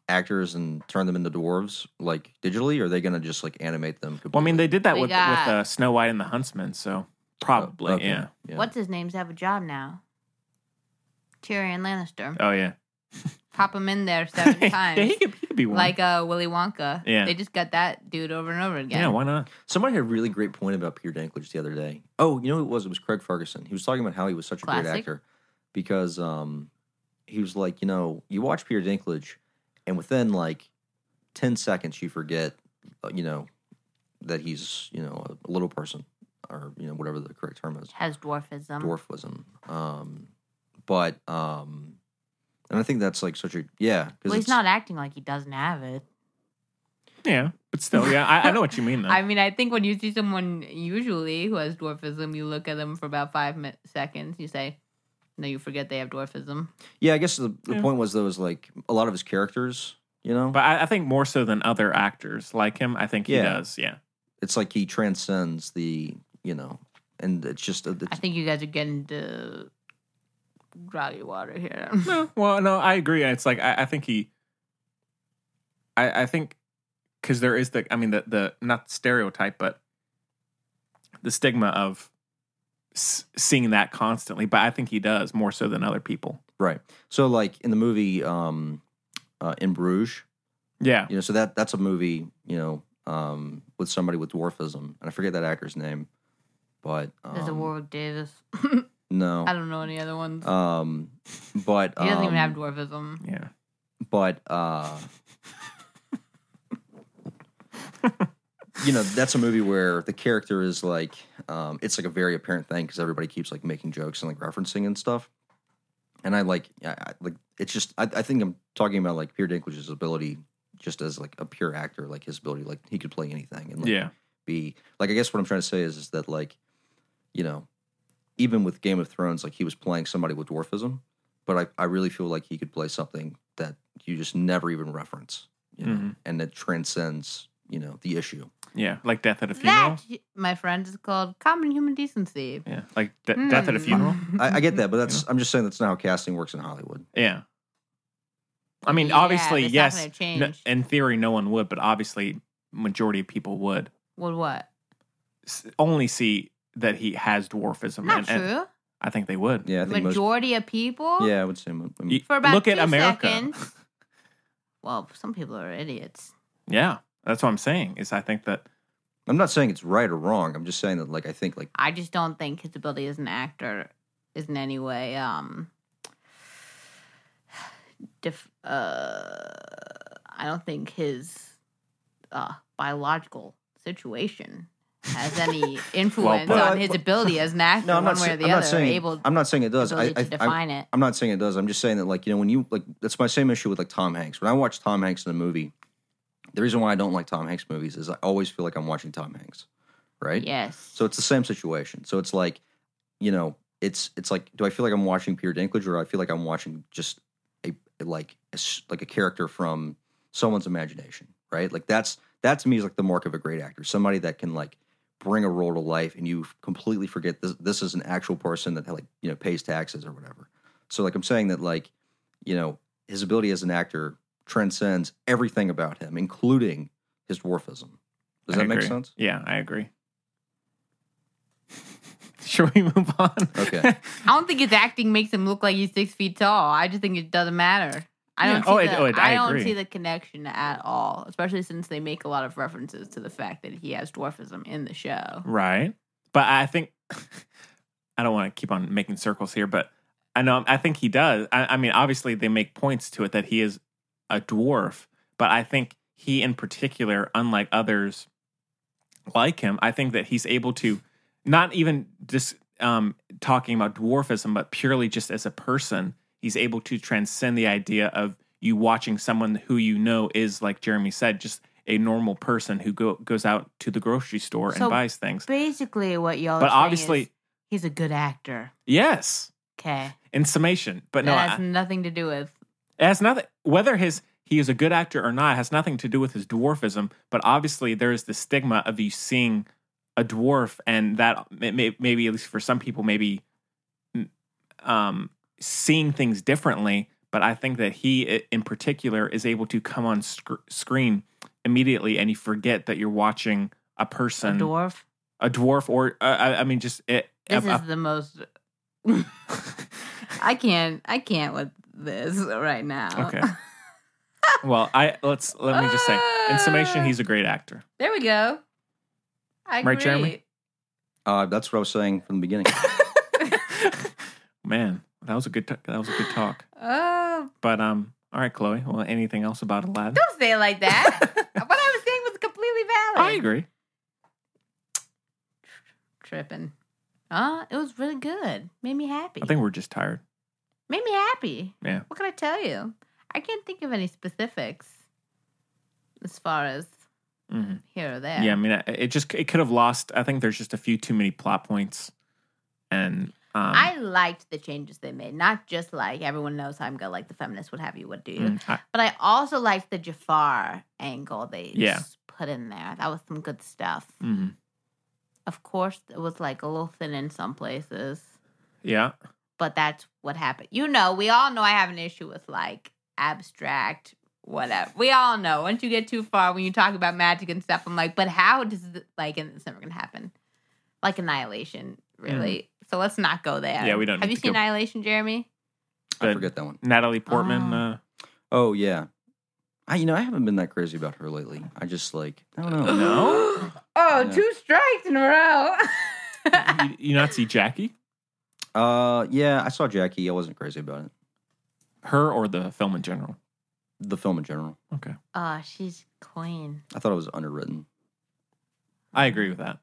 actors and turn them into dwarves like digitally? Or are they going to just like animate them? Completely?
Well, I mean, they did that
We
with
got-
with uh, Snow White and the Huntsman, so probably,
Oh, okay.
yeah.
What's his name's have a job now? Tyrion Lannister.
Oh yeah.
Pop him in there seven
yeah,
times.
he could, he could be one.
like uh, Willy Wonka.
Yeah.
They just got that dude over and over again.
yeah, why not?
Somebody had a really great point about Peter Dinklage the other day. Oh, you know who it was? It was Craig Ferguson. He was talking about how he was such a great
Classic.
actor because um, he was like, you know, you watch Peter Dinklage, and within like ten seconds, you forget, uh, you know, that he's you know a, a little person or you know whatever the correct term is,
Has dwarfism.
dwarfism. Um, but um, and I think that's like such a yeah. 'cause
Well, he's
it's-
not acting like he doesn't have it.
Yeah, but still, yeah, I, I know what you mean though.
I mean, I think when you see someone usually who has dwarfism, you look at them for about five mi- seconds. You say, "No, you forget they have dwarfism."
Yeah, I guess the, the
Yeah.
point was though is like a lot of his characters, you know,
but I, I think more so than other actors like him, I think he
Yeah.
does. Yeah.
it's like he transcends the you know and it's just uh, it's,
I think you guys are getting the groggy water here.
No, well, no, I agree. It's like I, I think he, I, I think, because there is the, I mean, the the not stereotype, but the stigma of s- seeing that constantly. But I think he does more so than other people.
right so like in the movie um uh, in bruges
Yeah,
you know so that that's a movie you know um with somebody with dwarfism and i forget that actor's name but um,
There's a Warwick Davis.
no
I don't know any other ones.
um but
he doesn't even
um,
have dwarfism.
yeah.
but uh you know that's a movie where the character is like um it's like a very apparent thing because everybody keeps like making jokes and like referencing and stuff and i like I, I like it's just I, I think i'm talking about like peter dinklage's ability just as like a pure actor like his ability like he could play anything and like,
Yeah,
be like I guess what I'm trying to say is is that like you know even with Game of Thrones like he was playing somebody with dwarfism but I, I really feel like he could play something that you just never even reference you know
Mhm.
and that transcends you know the issue
yeah, like death at a funeral.
That, my friend, is called common human decency.
yeah, like de- death at a
Mm.
funeral.
I, I get that but that's I'm just saying that's not how casting works in Hollywood
Yeah. I mean,
Yeah,
obviously,
that's not
yes.
gonna change.
no- in theory, no one would, but obviously, majority of people would
What? What?
S- only see that he has dwarfism.
Not
and- and
true.
I think they would.
yeah I think most
Majority of people.
yeah I would say mo- I mean,
You-
For about
look at
two
America.
seconds. Well, some people are idiots.
Yeah, that's what I'm saying. Is I think that
I'm not saying it's right or wrong I'm just saying that like I think like
I just don't think his ability as an actor is in any way um dif- uh I don't think his uh biological situation has any influence
but-
on his ability as an actor
no I'm
one
not,
way
sa-
or the
I'm
other
not saying
able
I'm not saying it does I,
ability
I,
to
I,
define it.
I'm not saying it does. I'm just saying that, like, you know, when you like, that's my same issue with like Tom Hanks. When I watch Tom Hanks in a movie, the reason why I don't like Tom Hanks movies is I always feel like I'm watching Tom Hanks, right?
Yes.
So it's the same situation. So it's like, you know, it's it's like, do I feel like I'm watching Peter Dinklage or do I feel like I'm watching just a like a, s- like a character from someone's imagination, right? Like that's that to me is like the mark of a great actor, somebody that can like bring a role to life and you completely forget this this is an actual person that like you know pays taxes or whatever. So like I'm saying that like you know his ability as an actor transcends everything about him, including his dwarfism. Does
I
that make
agree.
sense?
Yeah, I agree. Should we move on?
Okay.
I don't think his acting makes him look like he's six feet tall. I just think it doesn't matter. I
Yeah.
don't.
Oh,
See
it-
the,
oh, it-
I,
I
don't
agree.
see the connection at all, especially since they make a lot of references to the fact that he has dwarfism in the show.
right. But I think I don't want to keep on making circles here, but I know I think he does. I, I mean, obviously they make points to it that he is a dwarf, but I think he in particular, unlike others like him, I think that he's able to not even just um, talking about dwarfism, but purely just as a person, he's able to transcend the idea of you watching someone who you know is, like Jeremy said, just a normal person who go, goes out to the grocery store
So
and buys things.
Basically, what y'all.
But
are saying
obviously,
is he's a good actor.
yes,
Okay.
in summation. But no,
that has
I-
nothing to do with.
it has nothing. Whether his he is a good actor or not has nothing to do with his dwarfism. But obviously, there is the stigma of you seeing a dwarf, and that may, may- maybe at least for some people, maybe mm, um, seeing things differently. But I think that he, i- in particular, is able to come on sc- screen immediately, and you forget that you're watching a
A
person,
dwarf.
a dwarf, or uh, I, I mean, just it,
This
a- a-
is the most. I can't. I can't with this right now.
Okay. well, I let's let me just say, in summation, he's a great
Ah.
actor.
There we go. I agree.
Right, Jeremy?
Uh, that's what I was saying from the beginning.
Man, that was a good t- that was a good talk.
Oh,
But um, all right, Chloe. Well, anything else about Aladdin?
don't say it like that. what I was saying was completely valid.
I agree.
Tripping. Uh, it was really good. Made me happy.
I think we're just tired.
Made me happy.
Yeah.
What can I tell you? I can't think of any specifics as far as
hmm
here or there.
Yeah. I mean, I- it just it could have lost. I think there's just a few too many plot points, and um,
I liked the changes they made. Not just like everyone knows I'm gonna like the feminists would have you would do you.
mm, I-
But I also liked the Jafar angle they
Yeah.
s- put in there. That was some good stuff.
mhm.
Of course, it was like a little thin in some places,
yeah.
but that's what happened. You know, we all know I have an issue with like abstract, whatever. We all know. Once you get too far, when you talk about magic and stuff, I'm like, but how does it, like, and it's never gonna happen. Like Annihilation, really. So let's not go there.
Mm. Yeah, we don't
Have
need
you
to
seen
go-
Annihilation, Jeremy?
I
But-
forget that one.
Natalie Portman.
Oh.
Uh,
Oh yeah, I you know I haven't been that crazy about her lately. I just like I don't know.
No?
oh,
Yeah.
two strikes in a row.
uh, you, you not see Jackie?
Uh, yeah, I saw Jackie. I wasn't crazy about it.
Her or the film in general?
The film in general,
Okay,
oh, she's queen.
I thought it was underwritten.
I agree with that.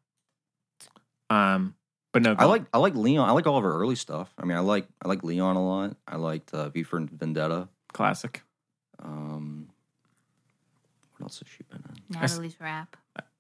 Um, but no,
I like I like Leon. I like all of her early stuff. I mean, I like I like Leon a lot. I liked uh, V for Vendetta.
classic.
Um, what else has she been in?
s-
Natalie's rap.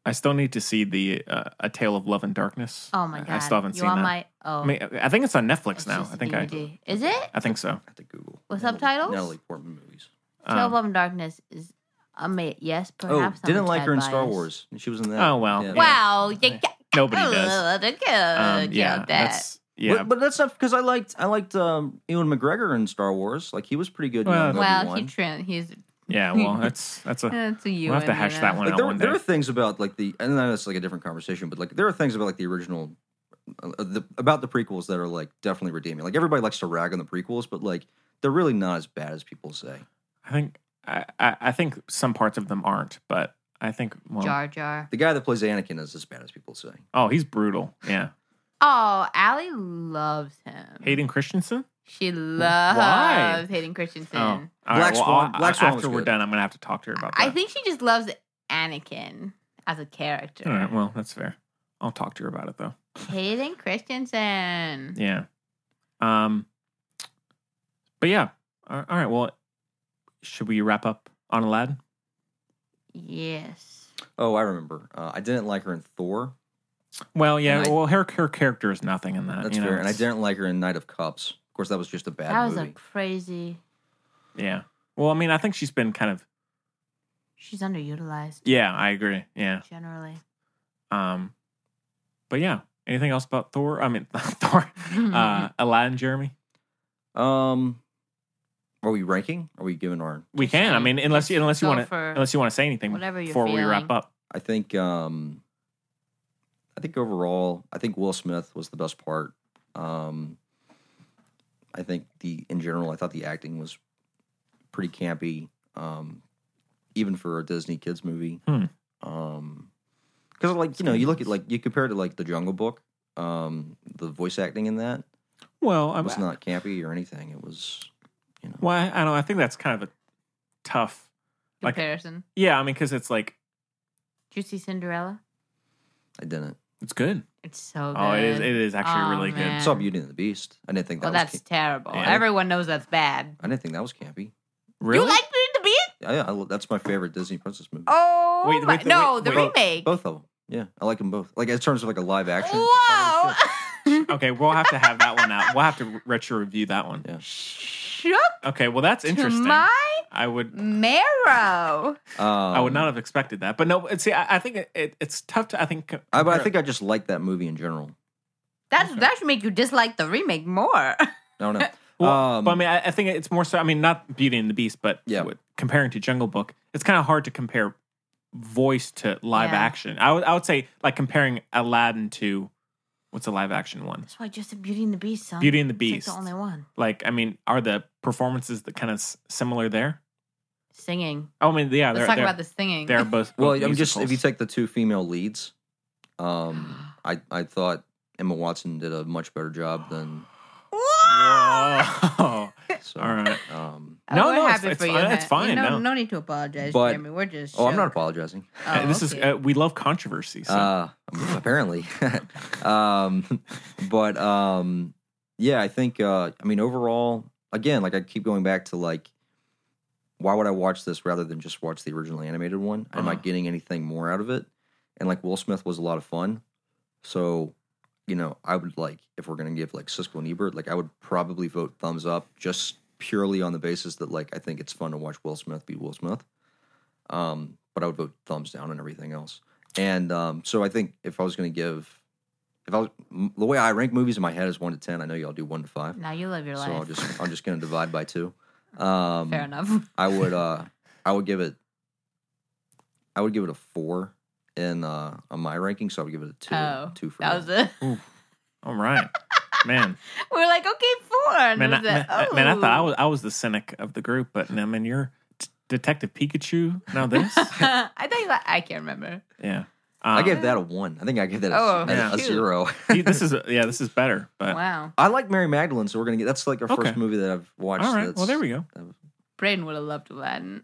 I still need to see the uh, A Tale of Love and Darkness.
Oh my god.
I still haven't
you
seen
on
that.
My, oh,
I mean, I think it's on Netflix
it's
now.
just
I
a
think I,
DVD. Is it?
I think so.
I have to Google
With
Natalie-
subtitles?
Natalie Portman movies.
Tale of
Um,
Love and Darkness is amazing. Yes, perhaps.
oh,
I'm
didn't
a
like
tad
her in Star
biased.
Wars. She was in that.
Oh, well.
Yeah.
Wow.
Wow. you
Yeah.
got oh,
nobody
a
does.
little to go,
Um, yeah,
girl, that.
that's yeah.
But, but that's not because I liked I liked um, Ewan McGregor in Star Wars. Like he was pretty good.
Well,
in
Well,
Obi-Wan.
he trim. He's
yeah, well, that's that's a
that's a you.
we'll have to
and
hash
an
that
us.
one
like
out
there,
one
there
day.
are things about like the and I know it's like a different conversation, but like there are things about like the original uh, the, about the prequels that are like definitely redeeming. Like everybody likes to rag on the prequels, but like they're really not as bad as people say.
I think I, I I think some parts of them aren't, but I think well,
Jar Jar.
The guy that plays Anakin is as bad as people say.
oh, he's brutal. Yeah,
Oh, Allie loves him.
Hayden Christensen.
She loves Hayden Christensen.
Oh,
Black Swan-
I-
Black Swan was
after we're
good.
done, I'm gonna have to talk to her about that.
I think she just loves Anakin as a character.
All right. Well, that's fair. I'll talk to her about it though.
Hayden Christensen.
Yeah. Um. But yeah. All all right. Well, should we wrap up on Aladdin?
Yes.
Oh, I remember. Uh, I didn't like her in Thor.
Well, yeah.
And I-
well, her her character is nothing in that.
That's
Uh, you know,
fair. And I
it's-
didn't like her in Knight of Cups. Of course, that was just a bad
that was
movie.
a crazy.
Yeah. Well, I mean, I think she's been kind of.
She's underutilized
Yeah, I agree. Yeah.
generally.
Um. But yeah. Anything else about Thor? I mean, Thor. Uh, Aladdin, Jeremy.
um, are we ranking? Are we giving our?
We can. I mean, unless you unless you
Go
want to
for
unless you want to say anything
whatever you're
before we wrap
feeling.
up.
I think. Um, I think overall, I think Will Smith was the best part. Um, I think the in general, I thought the acting was pretty campy, um, even for a Disney kids movie.
Hmm.
Um, because like you know, you look at like you compare it to like the Jungle Book. Um, the voice acting in that
Well,
Oh,
I
was not campy or anything. It was, you know,
Well, I, I don't. know. I think that's kind of a tough. Like-
Comparison.
Yeah, I mean, because it's like
Did you see Cinderella?
I didn't.
it's good.
It's so good.
Oh, it is. It is actually
Oh,
really
I
man.
saw Beauty and the Beast. I didn't think that
well,
was.
that's
ca-
terrible.
Yeah.
Everyone knows that's bad.
I didn't think that was campy.
good. Really?
You like Beauty and the Beast?
I, I, lo- that's my favorite Disney princess movie.
Oh,
Wait,
my.
wait,
no,
wait,
the
wait.
remake.
Both of them. Yeah, I like them both. Like in terms of like a live action.
Whoa.
Okay, we'll have to have that one out. We'll have to retro review that one.
Yeah.
Shook
Okay, well that's
to
interesting.
my
I would
marrow.
Um,
I would not have expected that. But no, see, I, I think it, it, it's tough to I think
I, but I think I just like that movie in general.
That's that should make you dislike the remake more.
I don't know.
Well,
um,
but I mean, I, I think it's more so. I mean, not Beauty and the Beast, but
Yeah.
with- comparing to Jungle Book, it's kind of hard to compare voice to live
Yeah.
action. I would I would say like comparing Aladdin to what's a live action one?
That's why just the Beauty and the Beast, son.
Beauty and the
It's
Beast.
like the only one
Like, I mean, are the performances that kind of s- similar there?
singing.
Oh, I mean, yeah,
Let's
they're,
talk
they're,
about the singing.
they're both.
well,
both
I'm just if you
musicals.
take the two female leads, um, I I thought Emma Watson did a much better job than.
Whoa.
So,
All right.
Um,
Oh,
No,
we're
no, it's-
happy
it's
for you,
fine- it's
huh?
fine,
You know,
no.
no need to apologize,
But-
Jeremy. We're just.
oh, I'm not
shook.
apologizing.
Uh,
Oh,
this
okay.
is uh, we love controversy. So.
Uh, apparently. um, but um, yeah, I think, uh, I mean, overall, again, like I keep going back to like, why would I watch this rather than just watch the original animated one? I'm
Uh-huh.
not getting anything more out of it. And like Will Smith was a lot of fun. So, you know, I would like, if we're going to give like Siskel and Ebert, like I would probably vote thumbs up just purely on the basis that like I think it's fun to watch Will Smith be Will Smith. Um, but I would vote thumbs down on everything else. And um, so I think if I was going to give, if I was, m- the way I rank movies in my head is one to ten. I know y'all do one to five.
Now you live your
So
life.
I'll just I'm just going to divide by two. Um,
Fair enough.
I would uh, I would give it. I would give it a four in uh, on my ranking. So I would give it a two.
oh,
two for
that
me.
was it.
All right, man.
We're like, okay, four. And
Man,
it
I,
was a,
man, I- man, I thought I
oh.
was I was the cynic of the group, but I mean, you're t- Detective Pikachu. Now this,
I thought you. Like, I can't remember.
yeah. Um,
I gave that a one. I think I gave that a,
Oh,
a- a
shoot.
zero.
this is yeah, this is better. But
Wow,
I like Mary Magdalene, so we're gonna get. That's like our
Okay.
first movie that I've watched.
all right,
that's,
well there we go.
Braden would have loved Aladdin.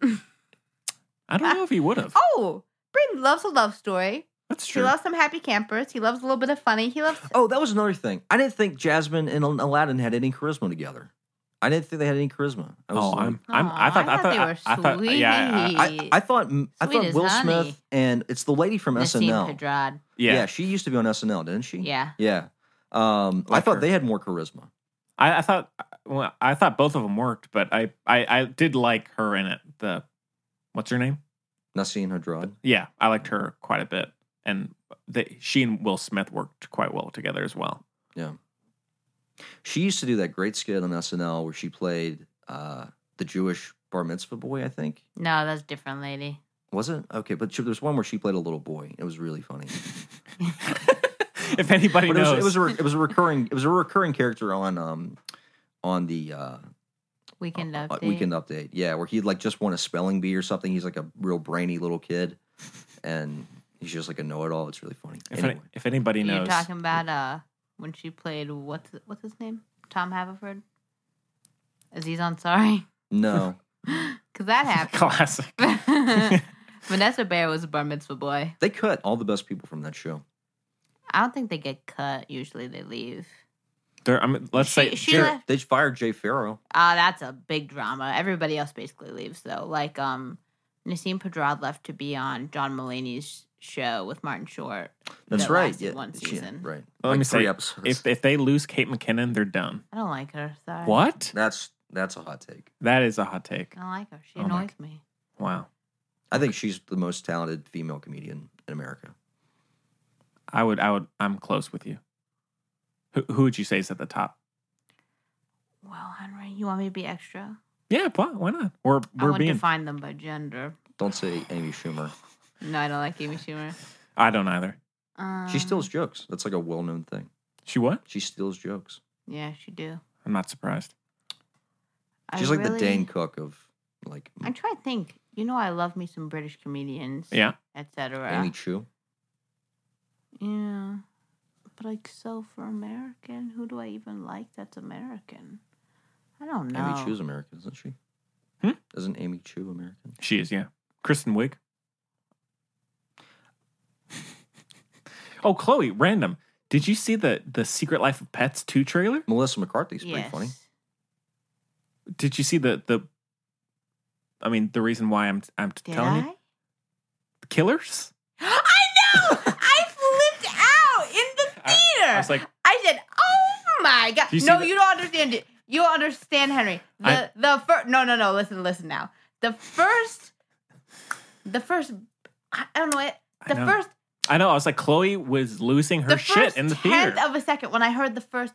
I don't know if he would have.
oh, Braden loves a love story.
That's
He
true.
loves some happy campers. He loves a little bit of funny. He loves.
Oh, that was another thing. I didn't think Jasmine and Al- Aladdin had any charisma together. I didn't think they had any charisma. I was
Oh,
like-
I'm, I'm, I
Aw,
thought, I thought,
they
I,
were
I thought,
sweet.
yeah, I- I-
I, I thought I
Sweet
thought
as
Will
honey.
Smith and it's the lady from
Nassim
SNL.
Pedrad.
yeah.
she used to be on SNL, didn't she?
Yeah.
yeah. Um, I
Like
thought
her.
they had more charisma.
I, I thought, well, I thought both of them worked, but I, I, I did like her in it. The, what's her name?
Nassim Hadrad.
Yeah, I liked her quite a bit, and they, she and Will Smith worked quite well together as well.
She used to do that great skit on SNL where she played uh, the Jewish bar mitzvah boy. I think
No, that's a different lady.
was it okay, but she, there's one where she played a little boy. It was really funny.
if anybody
But it
knows,
was, it was a re- it was a recurring it was a recurring character on um on the uh,
Weekend
uh,
update.
weekend update. Yeah, where he like just won a spelling bee or something. He's like a real brainy little kid, and he's just like a know-it-all. It's really funny.
if,
anyway,
any, if anybody
You're
knows,
talking about uh when she played what's what's his name? Tom Haverford. Aziz Ansari.
no,
Cause that happened.
classic.
Vanessa Bayer was a bar mitzvah boy.
they cut all the best people from that show.
I don't think they get cut. Usually they leave.
There, I mean, let's
She-
say
she
Jer-
left-
They fired Jay Farrow.
Ah, that's a big drama. Everybody else basically leaves though. Like um Nassim Pedrad left to be on John Mulaney's show with Martin Short.
That's
that
right.
lasted one
she-
season.
right.
Let
like
me
three
say,
episodes.
if if they lose Kate McKinnon, they're done.
I don't like her. Sorry.
What?
that's that's a hot take.
That is a hot take.
I don't like her. She
Oh my
annoys me.
Wow.
I think she's the most talented female comedian in America.
I would. I would. I'm close with you. Who, who would you say is at the top?
Well, Henry, you want me to be extra?
Yeah. Why, why not? We're
I
we're
want to
being.
define them by gender.
Don't say Amy Schumer.
No, I don't like Amy Schumer.
I don't either.
Um,
She steals jokes. That's like a well-known thing.
She what?
She steals jokes.
Yeah, she do.
I'm not surprised.
I
She's like the
really-
Dane Cook of like
I'm trying to think. You know, I love me some British comedians.
Yeah.
Amy
etc.
Chu.
Yeah, but like, so for American, who do I even like that's American? I don't know.
Amy Chu's American, isn't she?
Hmm?
Isn't Amy Chu American?
She is. Yeah. Kristen Wiig. oh, Chloe. Random. Did you see the the Secret Life of Pets two trailer?
Melissa McCarthy's pretty
Yes.
funny.
Did you see the the? I mean, the reason why I'm I'm
Did
telling
I?
you, killers.
I know. I flipped out in the
I-
theater.
I was It's like
I said, "Oh my god!"
Do you see
no,
the-
you don't understand it. You don't understand, Henry. The
I-
the first. No, no, no. Listen, listen now. The first. The first. I I don't know it.
I
The
know.
first.
I know. I was like, Chloe was losing her
the
shit
first
in the theater.
tenth of a second when I heard the first.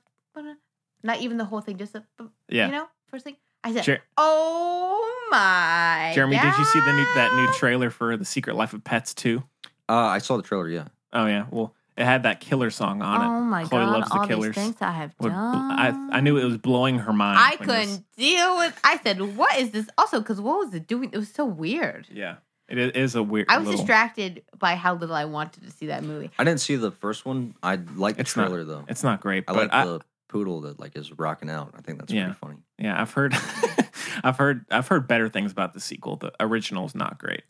Not even the whole thing. Just the.
yeah.
You know, first thing I said.
Jer-
oh my.
Jeremy, did you see the new that new
God."
trailer for The Secret Life of Pets 2?
Uh, I saw the trailer. Yeah,
Oh yeah. Well, it had that killer song on it.
Oh my
Chloe
god!
loves the
all
killers.
these things I have
Would-
done.
I I knew it was blowing her mind.
I
when this-
couldn't deal with. I said, "What is this?" Also, because what was it doing? It was so weird.
Yeah. It i- is a weird
I was
little-
distracted by how little I wanted to see that movie.
I didn't see the first one. I like the
It's not-
trailer though.
It's not great,
I
but
like
I,
the poodle that like is rocking out. I think that's
Yeah.
pretty funny.
yeah, I've heard I've heard I've heard better things about the sequel. The original's not great.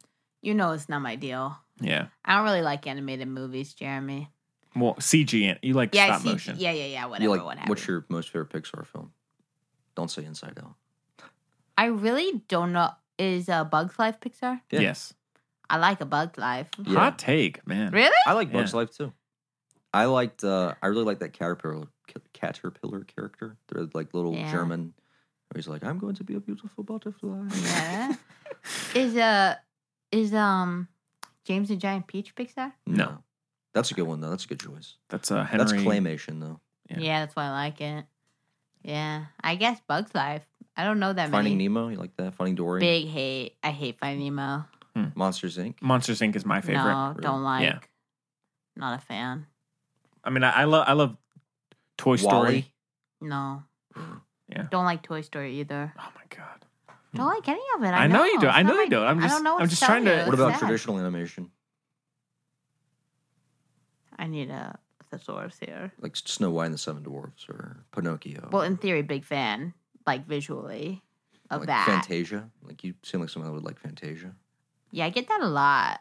You know, it's not my deal.
Yeah.
I don't really like animated movies, Jeremy.
Well, CG in you like
Yeah,
stop
see,
motion.
yeah, yeah, yeah.
You
Whatever.
like?
what have
what's
you.
your most favorite Pixar film? Don't say Inside Out.
I really don't know. Is uh, Bugs Life Pixar?
Yeah.
Yes.
I like a Bug's Life.
Yeah.
Hot take, man.
Really?
I like Bugs
Yeah.
Life too. I liked. Uh, I really liked that caterpillar ca- caterpillar character. They're like little
Yeah.
German. where He's like, I'm going to be a beautiful butterfly.
Yeah. is uh is um James the Giant Peach Pixar?
No.
that's a good one though. That's a good choice.
That's a Henry.
That's claymation though.
Yeah.
Yeah. that's why I like it. Yeah, I guess Bug's Life. I don't know that
Finding
many.
Nemo, you like that? Finding Dory,
Big hate. I hate Finding Nemo.
Monsters Inc.
Monsters Inc. is my favorite.
No, don't like.
Yeah.
Not a fan.
I mean, I, I love I love Toy Story.
Wall-E.
No.
Yeah.
Don't like Toy Story either.
Oh my god.
Don't like any of it.
I
I,
know you don't.
It's
I
not
know you
my-
don't. I'm
I
just-
don't know what
I'm
to
just
tell
trying to-
you.
What
What
It's
about
sad.
traditional animation
I need a thesaurus here.
like Snow White and the Seven Dwarfs or Pinocchio?
Well, in theory, big fan, like visually, of
like
that.
Fantasia. Like you seem like someone that would like Fantasia.
Yeah, I get that a lot.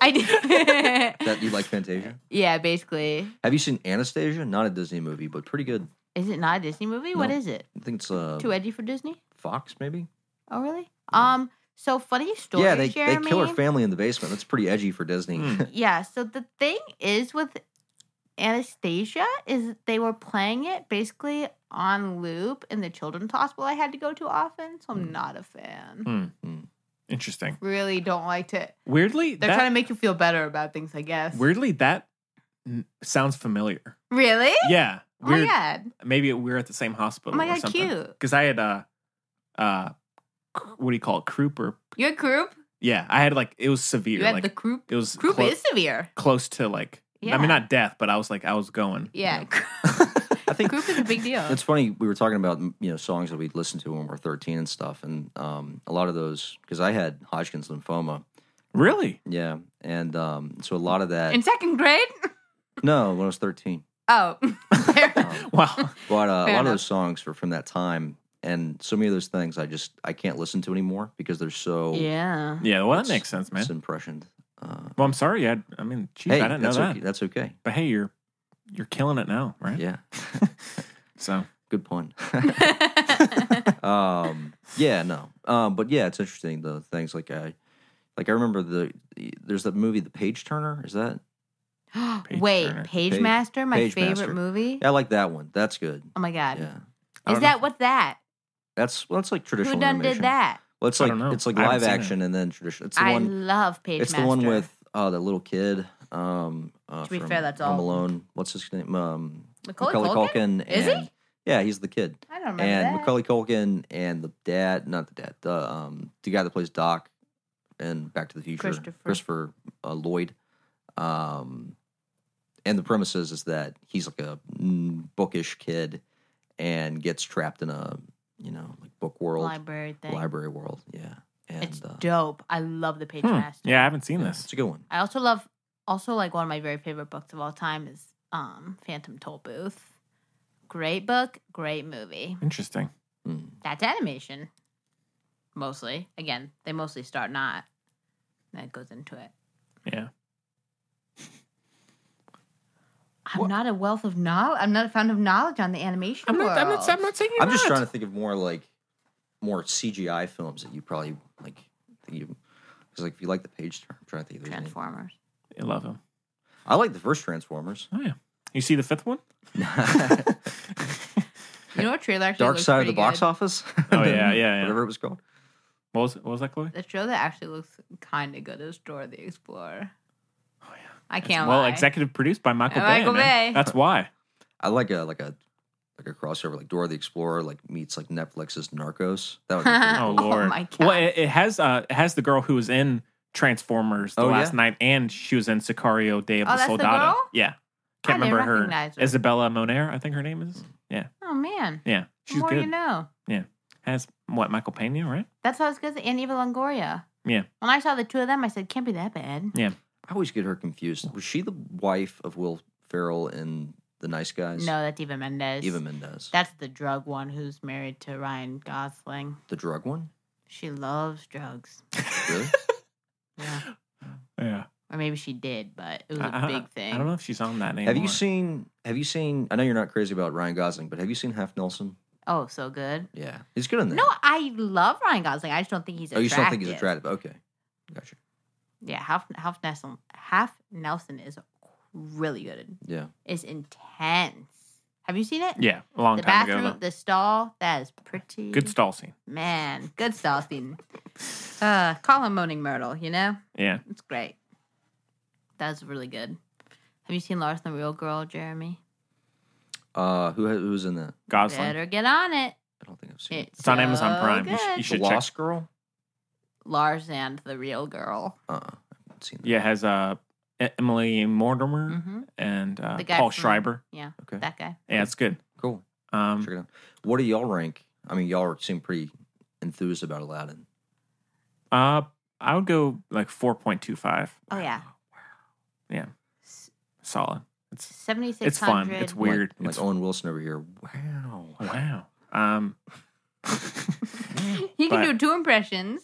I do.
That you like Fantasia?
yeah, basically.
Have you seen Anastasia? Not a Disney movie, but pretty good.
Is it not a Disney movie? What
No.
is it?
I think it's uh,
Too edgy for Disney?
Fox maybe.
Oh, really? Um. So funny story,
Yeah, they, they
Jeremy.
kill her family in the basement. That's pretty edgy for Disney.
Mm.
Yeah, so the thing is with Anastasia is they were playing it basically on loop in the children's hospital I had to go to often, so I'm not a fan.
Hmm.
Mm.
Interesting.
Really don't like to.
Weirdly,
They're
that,
trying to make you feel better about things, I guess.
weirdly that n- sounds familiar.
Really?
Yeah.
Oh my
Weird.
god.
Maybe we were at the same hospital.
Oh my
or
God,
something.
cute.
Because I had uh, uh, cr- what do you call it? Croup or
Your croup?
yeah? I had like it was severe.
You had
like
the croup?
it was
Croup
clo-
is severe.
close to like. I
Yeah.
mean, not death, but I was like, I was going.
Yeah.
I think
croup is a big deal.
It's funny we were talking about you know songs that we listened to when we were thirteen and stuff, and um, a lot of those because I had Hodgkin's lymphoma,
Really?
yeah, and um, so a lot of that.
In second grade?
no, when I was thirteen,
Oh. fair enough.
um,
Wow.
but uh, a lot
Fair
of
enough.
those songs were from that time, and so many of those things I just I can't listen to anymore because they're
Oh.
so
yeah.
yeah. Well, that makes sense, man.
it's impressioned. Uh,
Well, I'm sorry. I, I mean, geez,
hey,
I didn't know
that's
that.
okay. That's okay.
But hey, you're you're killing it now, right?
Yeah,
So
good point. um yeah no um but yeah it's interesting the things like i like i remember the there's that movie the page turner is that
Page
Wait,
Turner.
Page,
Page-
Master, my
Page
favorite
Master.
movie.
yeah i like that one that's good
Oh my god,
yeah I
is
don't know.
that what's that?
that's well it's like
Who
traditional
done
animation.
did that?
well it's
I
like
don't know.
it's like
I haven't
live
seen
action and then traditional it's the
I
one
love Page
it's
Master.
the one with uh the little kid um uh,
To be
from
fair, that's
Home
all-
alone what's his name um
Macaulay
Culkin,
Is he?
and yeah he's the kid
I don't remember
and
that.
Macaulay Culkin and the dad, not the dad, the um the guy that plays Doc and Back to the Future,
Christopher.
Christopher, uh, Lloyd. Um, and the premise is, is that he's like a mm, bookish kid and gets trapped in a you know like book world,
library thing.
library world, yeah. And
It's
uh,
dope. I love the Page
Hmm.
Master.
yeah, I haven't seen
yeah,
this.
it's a good one.
I also love, also like one of my very favorite books of all time is um Phantom Toll Booth. Great book, great movie.
Interesting.
Mm.
That's animation, mostly. Again, they mostly start not. That goes into it.
Yeah.
I'm not a wealth of knowledge. I'm not a fountain of knowledge on the animation
I'm not, I'm not.
world.
I'm not saying. You're
I'm just
not.
trying to think of more like more CGI films that you probably like. That you because like if you like the page turn, I'm trying to think. Of there's any.
Transformers.
I love him.
I like the first Transformers.
Oh yeah. You see the fifth one?
You know what trailer actually
Dark
looks
Side of the
pretty
Box
good?
Office.
Oh, yeah, yeah, yeah.
Whatever it was called.
What was what was that, Chloe?
The trailer that actually looks kind of good is Dora the Explorer. Oh yeah, I can't.
well,
lie.
executive produced by Michael Bay.
And Michael
man.
Bay.
That's why.
I like a like a like a crossover, like Dora the Explorer, like meets like Netflix's Narcos. That would be pretty
Oh
Oh,
lord.
my God.
Well, it, it has uh it has the girl who was in Transformers the
Oh,
last
yeah?
night, and she was in Sicario Day of
Oh,
the
that's the
Soldado.
girl?
Yeah, can't
I didn't
remember her.
recognize her.
Isabella Moner, I think her name is. Yeah,
Oh man,
yeah, she's
more
good.
you know.
Has what Michael Pena, right?
That's how it's good. And Eva Longoria.
Yeah.
When I saw the two of them, I said, "Can't be that bad."
I always get her confused. Was she the wife of Will Ferrell in The Nice Guys?
No, that's Eva Mendes.
Eva Mendes.
That's the drug one who's married to Ryan Gosling.
the drug one?
She loves drugs.
Really?
Yeah.
Yeah,
or maybe she did, but it was
I-
a
I-
big thing.
I don't know if she's on that name.
have you seen have you seen I know you're not crazy about Ryan Gosling, but have you seen Half Nelson?
Oh, so good.
Yeah. He's
Mm.
good in that.
No, I love Ryan Gosling. I just don't think he's
oh,
attractive.
you just don't think he's attractive. Okay. Gotcha.
Yeah, half half Nelson half Nelson is really good.
Yeah.
It's intense. Have you seen it?
Yeah, a long
The
time
bathroom,
ago. though.
the stall, that is pretty
Good stall scene.
Man, good stall scene. Uh, call him Moaning Myrtle. You know,
Yeah,
it's great. That's really good. Have you seen Lars and the Real Girl, Jeremy?
Uh who ha- who's in that?
Gosling.
Better get on it.
I don't think I've seen it.
It's,
It's on Amazon
so
Prime. You, sh-
good.
you should
the
check.
Lost Girl?
Lars and the Real Girl.
Uh uh I haven't seen that.
Yeah, it has uh E- Emily Mortimer
hmm
and uh,
The guy
Paul
from-
Schreiber.
Yeah,
Okay.
that guy.
Yeah, it's good.
Cool.
Um,
Check it out. What do y'all rank? I mean, y'all seem pretty enthused about Aladdin.
uh, I would go like four point two five.
Oh yeah,
Solid. It's
seventy
it's
six
fun.
hundred.
It's
I'm like-
weird.
I'm Like,
it's
Owen Wilson over here. Wow.
Wow. Um.
He can
But-
do two impressions.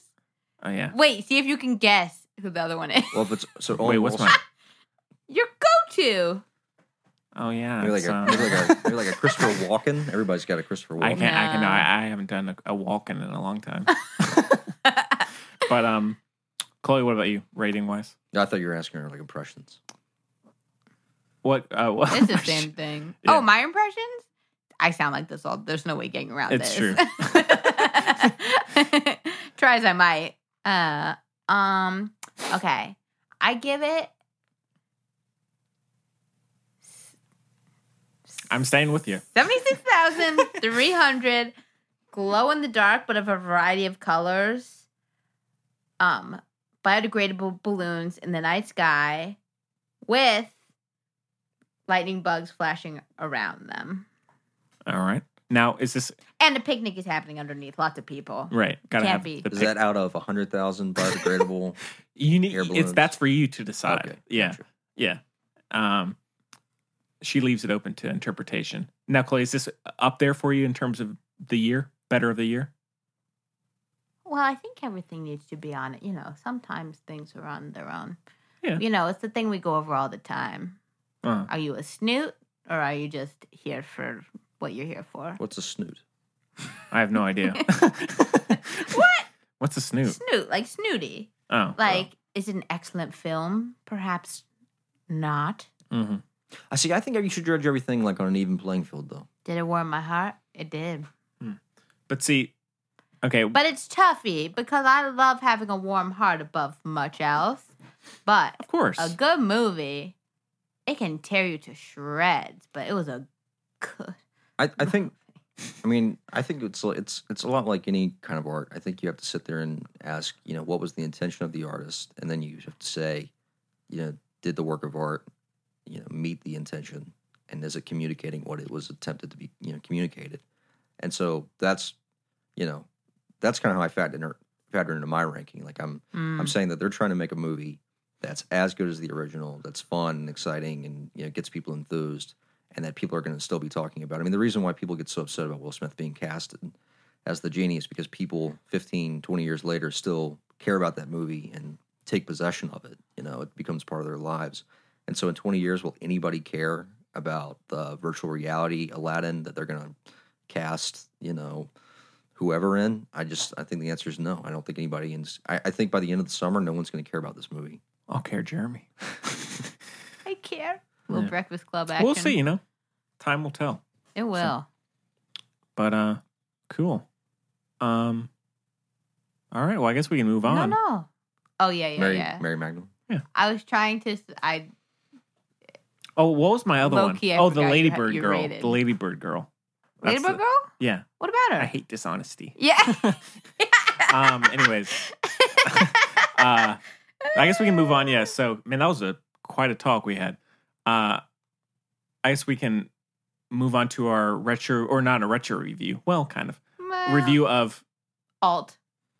Oh yeah.
Wait, see if you can guess who the other one is.
Well, if it's so Owen
Wait, what's
Wilson,
my?
Your go to.
Oh yeah.
Maybe like,
it's,
a,
um,
maybe, like a, maybe like a Christopher Walken. Everybody's got a Christopher
I
Walken.
can't. I can.
Nah.
I, I haven't done a, a walk in in a long time. but um, Chloe, what about you? Rating wise,
I thought you were asking her like impressions.
what? Uh, what
It's the same thing.
Yeah.
Oh, my impressions? I sound like this all. There's no way getting around
It's
this.
true.
Try as I might. Uh, um, okay. I give it.
I'm staying with you.
76,300 glow in the dark, but of a variety of colors. Um, biodegradable balloons in the night sky with lightning bugs flashing around them.
All right. Now is this
And a picnic is happening underneath. Lots of people.
right? Gotta
Can't
have
be.
the
Is
pic-
that out of hundred thousand biodegradable?
you need.
air
It's
balloons?
that's for you to decide. yeah.
gotcha.
Yeah. Um, she leaves it open to interpretation. Now, Chloe, is this up there for you in terms of the year? Better of the year?
Well, I think everything needs to be on it. You know, sometimes things are on their own.
Yeah.
You know, it's the thing we go over all the time.
Uh,
Are you a snoot or are you just here for what you're here for?
What's a snoot?
I have no idea.
What?
What's a snoot?
Snoot, like snooty.
Oh,
Like, is it an excellent film? Perhaps not.
hmm
I see. I think you should judge everything like on an even playing field, though.
Did it warm my heart? It did.
but see, okay,
But it's toughy because I love having a warm heart above much else. But
of course,
a good movie, it can tear you to shreds. But it was a good.
I, I think. I mean, I think it's it's it's a lot like any kind of art. I think you have to sit there and ask, you know, what was the intention of the artist, and then you have to say, you know, did the work of art, you know, meet the intention, and is it communicating what it was attempted to be, you know, communicated? And so that's, you know, that's kind of how I factor in, factor into my ranking. Like I'm
Mm.
I'm saying that they're trying to make a movie that's as good as the original, that's fun and exciting, and you know gets people enthused, and that people are going to still be talking about. I mean, the reason why people get so upset about Will Smith being casted as the genie is because people 15, 20 years later still care about that movie and take possession of it. You know, it becomes part of their lives. And so, in 20 years, will anybody care about the virtual reality Aladdin that they're going to cast? You know, whoever in. I just I think the answer is no. I don't think anybody in. I, I think by the end of the summer, no one's going to care about this movie.
I'll care, Jeremy.
I care. little
Yeah.
Breakfast Club action.
We'll see, you know. Time will tell.
It will.
But uh cool. Um All right, well I guess we can move on.
No, no. Oh yeah, yeah,
Mary,
yeah.
Mary Magdalene.
I was trying to. s- I
Oh, what was my other
Low
one?
key, I
oh, the
forgot you had-
ladybird
you
girl.
rated.
The ladybird girl. That's
Ladybird
the-
Girl.
Yeah.
What about her?
I hate dishonesty.
yeah.
um anyways uh i guess we can move on yeah so man that was a quite a talk we had uh i guess we can move on to our retro or not a retro review well kind of
Well,
review of
alt.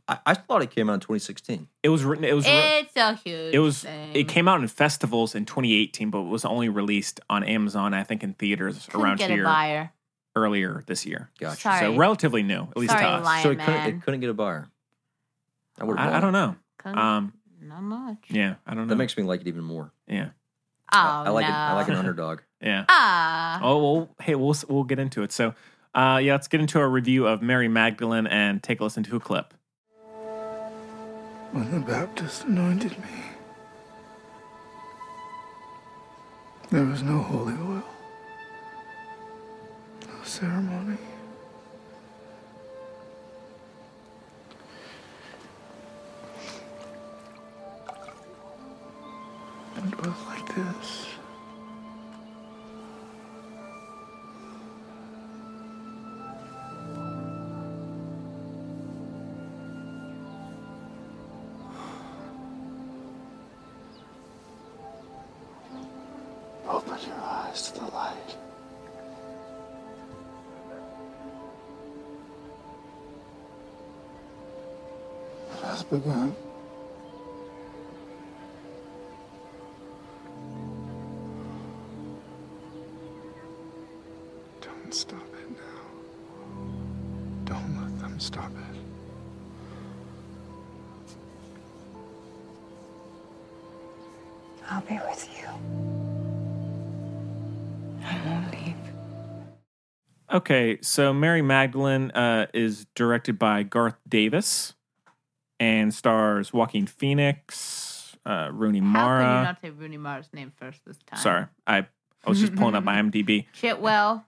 I, I thought it came out in 2016.
it was written it was re-
It's a huge.
it was
Thing.
it came out in festivals in 2018 but was only released on amazon i think in theaters
Couldn't
around
get a
here
buyer.
earlier this year
Gotcha.
Sorry.
so relatively new at least
Sorry,
to us
Lion
so it couldn't,
Man.
it couldn't get a buyer. I would
I, I don't know
Couldn't-
um
not much.
yeah i don't know
That makes me like it even more.
yeah
Oh
I, I like
no.
it. I like an underdog.
yeah
Ah.
Oh well, hey, we'll we'll get into it. So, uh, yeah, let's get into our review of Mary Magdalene and take a listen to a clip.
When the Baptist anointed me, there was no holy oil, no ceremony. It was like this. Open your eyes to the light. It has begun. Don't stop it now. Don't let them stop it.
I'll be with you. I won't leave.
Okay, so Mary Magdalene uh, is directed by Garth Davis and stars Joaquin Phoenix, uh, Rooney
How can you
Mara.
not say Rooney Mara's name first this time?
Sorry, I I was just pulling up my IMDb.
Chitwell.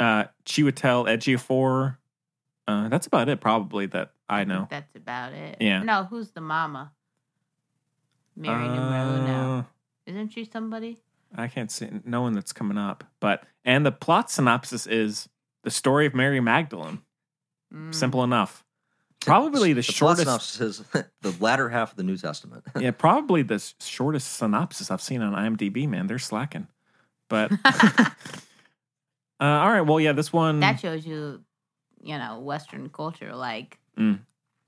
Uh, Chiwetel Ejiofor. Uh, that's about it, probably that I know.
That's about it.
Yeah.
No, who's the mama? Mary Monroe
Uh,
now. Isn't she somebody?
I can't see no one that's coming up. But and the plot synopsis is the story of Mary Magdalene.
Mm.
Simple enough. Probably the,
plot
shortest.
synopsis is the latter half of the New Testament.
yeah, probably the s- shortest synopsis I've seen on IMDb. Man, they're slacking. But uh, all right, well, yeah, this one.
That shows you, you know, Western culture. Like,
Mm.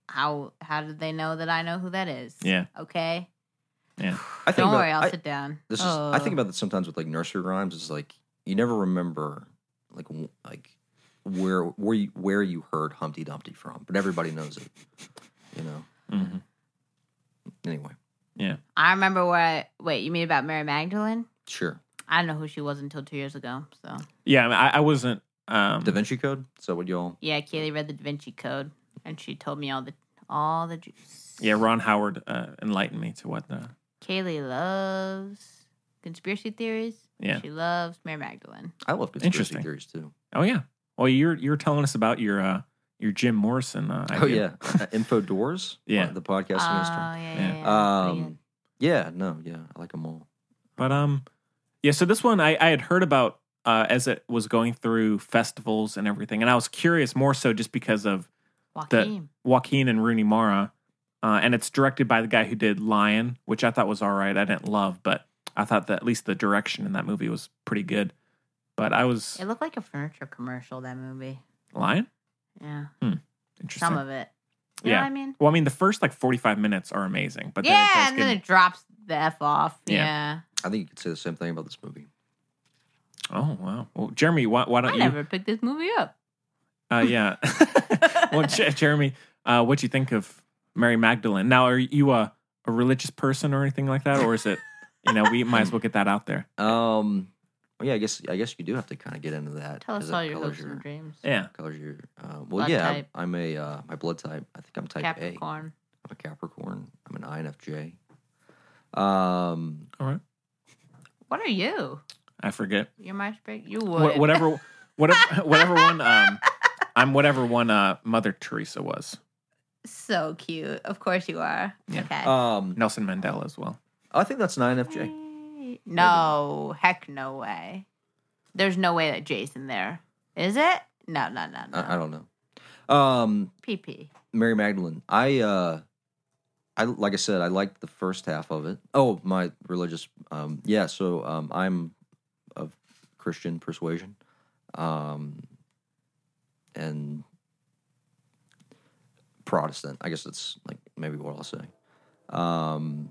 how how did they know that I know who that is?
Yeah.
Okay.
I think
Don't
about-
worry, I'll
I-
sit down.
This is I
Oh.
think about that sometimes with like nursery rhymes. It's like you never remember like w- like where where you, where you heard Humpty Dumpty from, but everybody knows it. You know.
Mhm.
Anyway,
I remember where. I, wait, you mean about Mary Magdalene?
sure.
I don't know who she was until two years ago. So
Yeah, I, mean, I, I wasn't. Um,
Da Vinci Code. Is that what y'all?
yeah, Kaylee read the Da Vinci Code, and she told me all the all the juice.
yeah, Ron Howard uh, enlightened me to what the.
Kaylee loves conspiracy theories.
Yeah.
She loves Mary Magdalene.
I love conspiracy
Interesting.
theories too.
Oh yeah. Well, you're you're telling us about your uh, your Jim Morrison. Uh,
oh
idea.
yeah, uh, Info Doors.
Yeah.
the podcast.
oh, yeah, yeah,
Uh,
Yeah.
yeah, that's pretty
um, yeah, no, yeah, I like them all.
But um, yeah. So this one I, I had heard about uh, as it was going through festivals and everything, and I was curious more so just because of
good.
the
Joaquin.
Joaquin and Rooney Mara, uh, and it's directed by the guy who did Lion, which I thought was all right. I didn't love, but I thought that at least the direction in that movie was pretty good. But I was
It looked like a furniture commercial. That movie.
Lion.
Yeah.
Interesting.
Some of it. You know
yeah.
what I mean?
Well, I mean, the first like forty-five minutes are amazing, but
yeah,
then it does
and then
get-
it drops the F off.
Yeah.
Yeah.
I think you could say the same thing about this movie.
oh wow. Well, Jeremy, why, why
I
don't you?
never picked this movie up.
Uh, yeah. well, Je- Jeremy, uh, what do you think of Mary Magdalene? Now, are you a, a religious person or anything like that, or is it? You know, we might as well get that out there.
Um, well, yeah, I guess I guess you do have to kind of get into that.
Tell
'cause
us
that
all your
colors
hopes and dreams.
Yeah.
colors your uh, well
Blood
yeah
type.
I'm, I'm a uh, my blood type i think i'm type a
Capricorn.
i'm a capricorn i'm an infj um
All right.
What are you?
I forget.
Your Myers Briggs? You would.
Wha- whatever, whatever, whatever one. Um, I'm whatever one. Uh, Mother Teresa was
So cute. Of course you are. Okay.
Uh,
Um,
Nelson Mandela as well.
I think that's an
Mm.
INFJ.
no, heck no way. There's no way that Jay's in there. Is it? No, no, no,
Uh,
no.
I, I don't know. Um,
PP.
Mary Magdalene. I uh I like I said, I liked the first half of it. Oh, my religious um yeah, so um I'm of Christian persuasion. Um and Protestant. I guess that's like maybe what I'll say. Um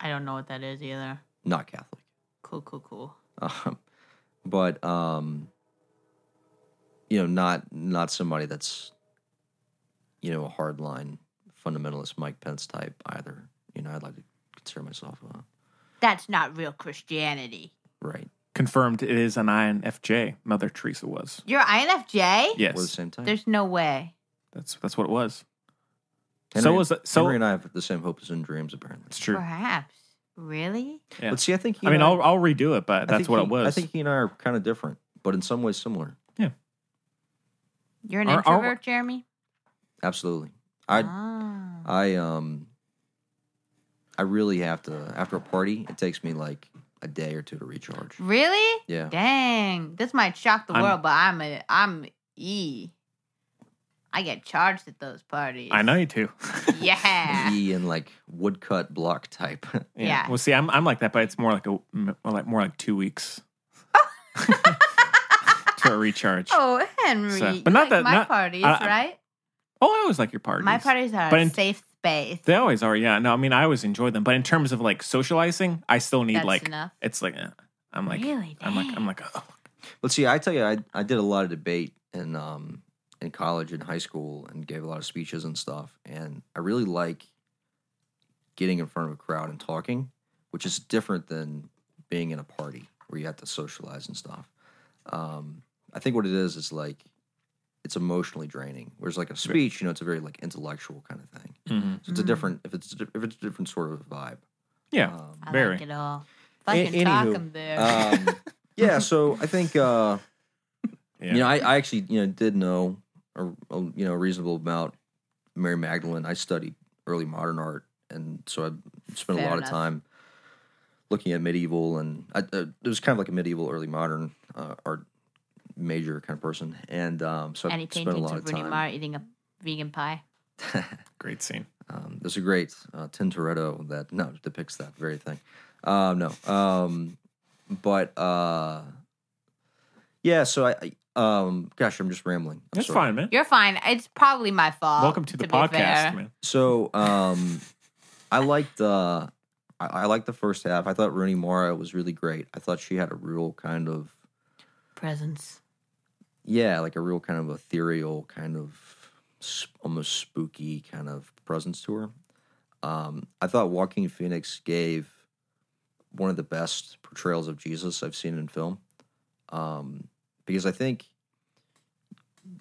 I don't know what that is either.
not Catholic.
Cool, cool, cool.
Um, but um you know, not not somebody that's you know, a hardline fundamentalist Mike Pence type either. You know, I'd like to consider myself uh,
That's not real Christianity.
right.
Confirmed, it is an INFJ. Mother Teresa was.
You're INFJ?
Yes,
We're the same type.
There's no way.
that's that's what it was. so
Henry-
was so.
Henry and I have the same hopes and dreams apparently.
it's true.
Perhaps. Really?
Yeah.
But see, I think he
I mean,
and
I'll I'll redo it, but
I think
that's what
he-
it was.
I think he and I are kind of different, but in some ways similar.
You're an
Are- are-
introvert, Jeremy?
Absolutely. I
Ah.
Uh,
I um I really have to after a party, it takes me like a day or two to recharge.
Mm. Really?
Yeah.
Dang. This might shock the
I'm-
world, but I'm a I'm E. I get charged at those parties.
I know you do.
Yeah.
He and like woodcut block type.
Yeah.
Well, see, I'm I'm like that, but it's more like a more like more like two weeks to a recharge. Oh,
oh, Henry.
So-
you
but not
like
that-
my
not-
parties,
I- I-
right?
Oh, I always like your parties.
My parties are
But
a
in-
safe space.
They always are. Yeah. No, I mean, I always enjoy them, but in terms of like socializing, I still need
That's
like
enough.
it's like eh. I'm like
Really?
I'm like
Dang.
I'm like oh.
But see, I tell you, I, I did a lot of debate in um in college and high school, and gave a lot of speeches and stuff. And I really like getting in front of a crowd and talking, which is different than being in a party where you have to socialize and stuff. Um, I think what it is is like it's emotionally draining. Whereas like a speech, you know, it's a very like intellectual kind of thing.
Mhm.
So it's a different if it's if it's a different sort of vibe.
yeah.
Um,
I
Very. uh,
like it all.
A-
Fucking talk
anywho,
'em there.
um, yeah, so I think uh,
yeah.
You know, I, I actually you know did know a, a you know a reasonable amount Mary Magdalene. I studied early modern art, and so I spent a
Fair
lot
enough.
of time looking at medieval, and I, uh, it was kind of like a medieval early modern uh, art major kind of person, and um, so
Any
I spent a
paintings
lot
of
of
Rooney
time.
Mara eating a vegan pie?
Great scene.
Um, there's a great uh, Tintoretto that no depicts that very thing. Uh, no, um, but uh, yeah. So I, I um, gosh, I'm just rambling. I'm
That's
sorry.
fine, man.
You're fine. It's probably my fault.
Welcome to the
be fair.
podcast, man.
So um, I liked uh, I, I liked the first half. I thought Rooney Mara was really great. I thought she had a real kind of
Presence.
yeah, like a real kind of ethereal kind of s- almost spooky kind of presence to her. Um, I thought Walking Phoenix gave one of the best portrayals of Jesus I've seen in film, um, because I think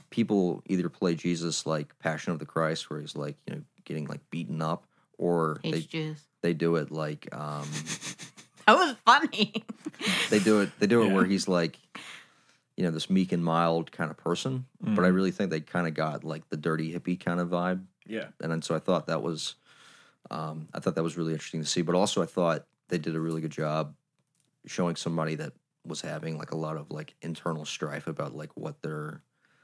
people either play Jesus like Passion of the Christ, where he's like you know getting like beaten up, or
Hates
they
Jews.
they do it like um,
That was funny.
they do it they do it
Yeah.
where he's like you know this meek and mild kind of person but i
Mhm.
really think they kind of got like the dirty hippie kind of vibe
Yeah.
and then so i thought that was um, i thought that was really interesting to see but also i thought they did a really good job showing somebody that was having like a lot of like internal strife about like what their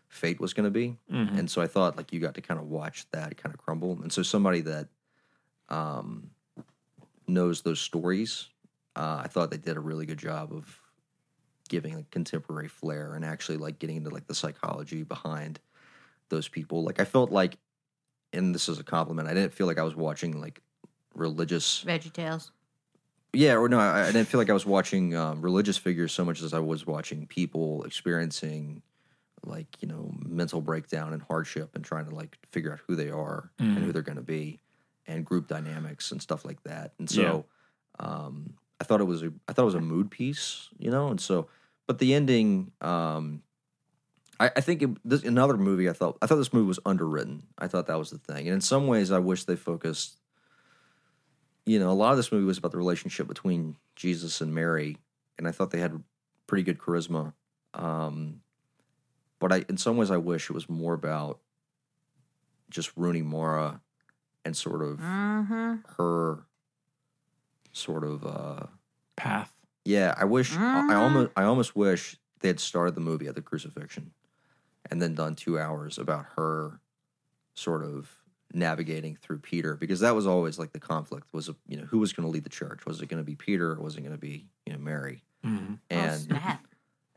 fate was going to be
Mhm.
and so I thought like you got to kind of watch that kind of crumble. And so somebody that um, knows those stories, uh, I thought they did a really good job of giving like contemporary flair and actually like getting into like the psychology behind those people. Like I felt like, and this is a compliment. I didn't feel like I was watching like religious
Veggie Tales.
yeah, or no, I, I didn't feel like I was watching um, religious figures so much as I was watching people experiencing, like you know, mental breakdown and hardship, and trying to like figure out who they are and who they're going to be, and group dynamics and stuff like that. And so, um, I thought it was a, I thought it was a mood piece, you know. And so, but the ending, um, I, I think it, this, another movie. I thought I thought this movie was underwritten. I thought that was the thing, and in some ways, I wish they focused you know, a lot of this movie was about the relationship between Jesus and Mary and I thought they had pretty good charisma. Um, but I, in some ways, I wish it was more about just Rooney Mara and sort of
Mm-hmm.
her sort of uh
Path.
yeah i wish I, I
Mm.
almost i almost wish they had started the movie at the crucifixion and then done two hours about her sort of navigating through peter because that was always like the conflict was you know who was going to lead the church was it going to be peter or was it going to be you know mary
Mhm.
oh,
and
snap.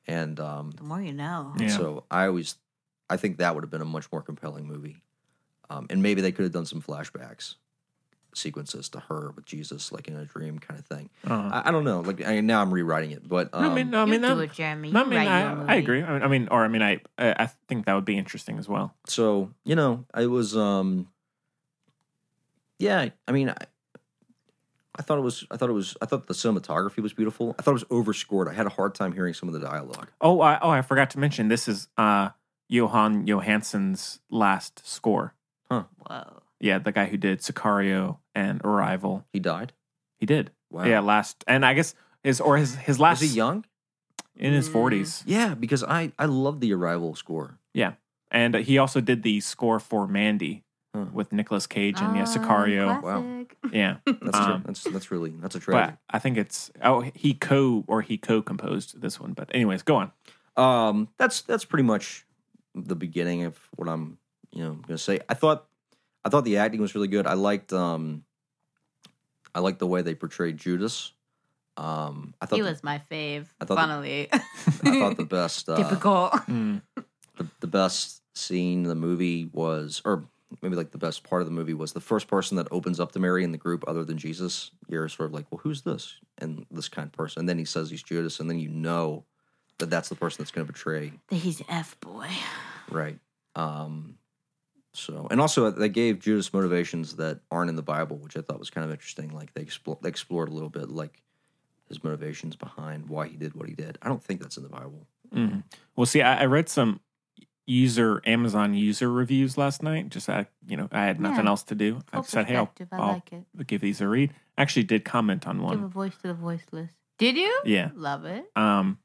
and um
The more you know.
Yeah.
so I always, I think that would have been a much more compelling movie, um, and maybe they could have done some flashbacks, sequences to her with Jesus, like in a dream kind of thing.
Uh-huh.
I, I don't know. Like I, now I'm rewriting it, but um,
I mean, I mean,
you
that,
do it, Jeremy.
I
You
mean,
write your
I, I
movie.
agree. I mean, I mean, or I mean, I, I I think that would be interesting as well.
so you know, it was, um, yeah. I mean, I, I thought it was, I thought it was, I thought the cinematography was beautiful. I thought it was overscored. I had a hard time hearing some of the dialogue.
Oh, I, oh, I forgot to mention this is uh, Johan Johansson's last score.
Whoa.
Yeah, the guy who did Sicario and Arrival.
He died.
He did.
Wow.
Yeah, last and I guess his or his his
Was
last
he young? Mm.
in his forties.
Yeah, because I I love the Arrival score.
Yeah, and he also did the score for Mandy
Huh.
with Nicolas Cage and yeah,
Oh,
Sicario.
classic.
Yeah,
That's
Um,
true. That's that's really that's a tragedy.
but I think it's oh he co or he co-composed this one. But anyways, go on.
um that's that's pretty much the beginning of what i'm you know gonna say i thought i thought the acting was really good i liked um i liked the way they portrayed judas um i thought
He
the-
was my fave.
I thought the-
Funnily.
i thought the best uh,
Typical.
the, the best scene in the movie was or maybe like the best part of the movie was the first person that opens up to mary in the group other than jesus you're sort of like well who's this and this kind of person and then he says he's judas and then you know that that's the person that's going to betray
He's an F boy.
Right. Um, so, and also they gave Judas motivations that aren't in the Bible, which I thought was kind of interesting. Like they explore, they explored a little bit, like his motivations behind why he did what he did. I don't think that's in the Bible.
Mhm. Well, see, I, I read some user Amazon user reviews last night. Just I, you know, I had nothing
Yeah.
else to do. I
Full
said, hey, I'll,
perspective. I
I'll
like it.
give these a read. Actually, did comment on
Give a
one.
voice to the voiceless. Did you?
Yeah.
Love it.
um,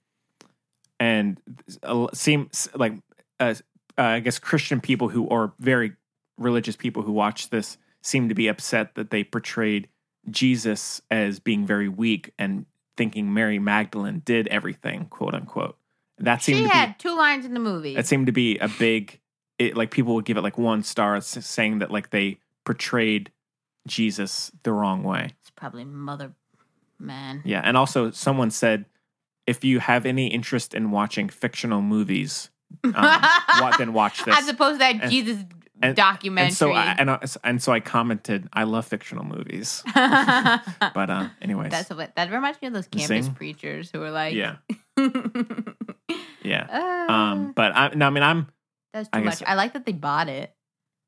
and uh, seem s- like uh, uh, I guess Christian people who or very religious people who watch this seem to be upset that they portrayed Jesus as being very weak and thinking Mary Magdalene did everything, quote unquote. That seemed
She
to
had two lines in the movie.
be that seemed to be a big it, like people would give it like one star, s- saying that like they portrayed Jesus the wrong way.
It's probably Mother Man.
Yeah, and also someone said, if you have any interest in watching fictional movies, um, wa- then watch this.
As opposed to that
And-
Jesus
and-
documentary.
and so I, and, I, and so I commented, I love fictional movies. But uh, anyways,
that's what that reminds me of those campus
Zing.
preachers who were like,
yeah, yeah.
um,
Um, but I, no, I mean, I'm.
that's too
I
much.
guess-
I like that they bought it.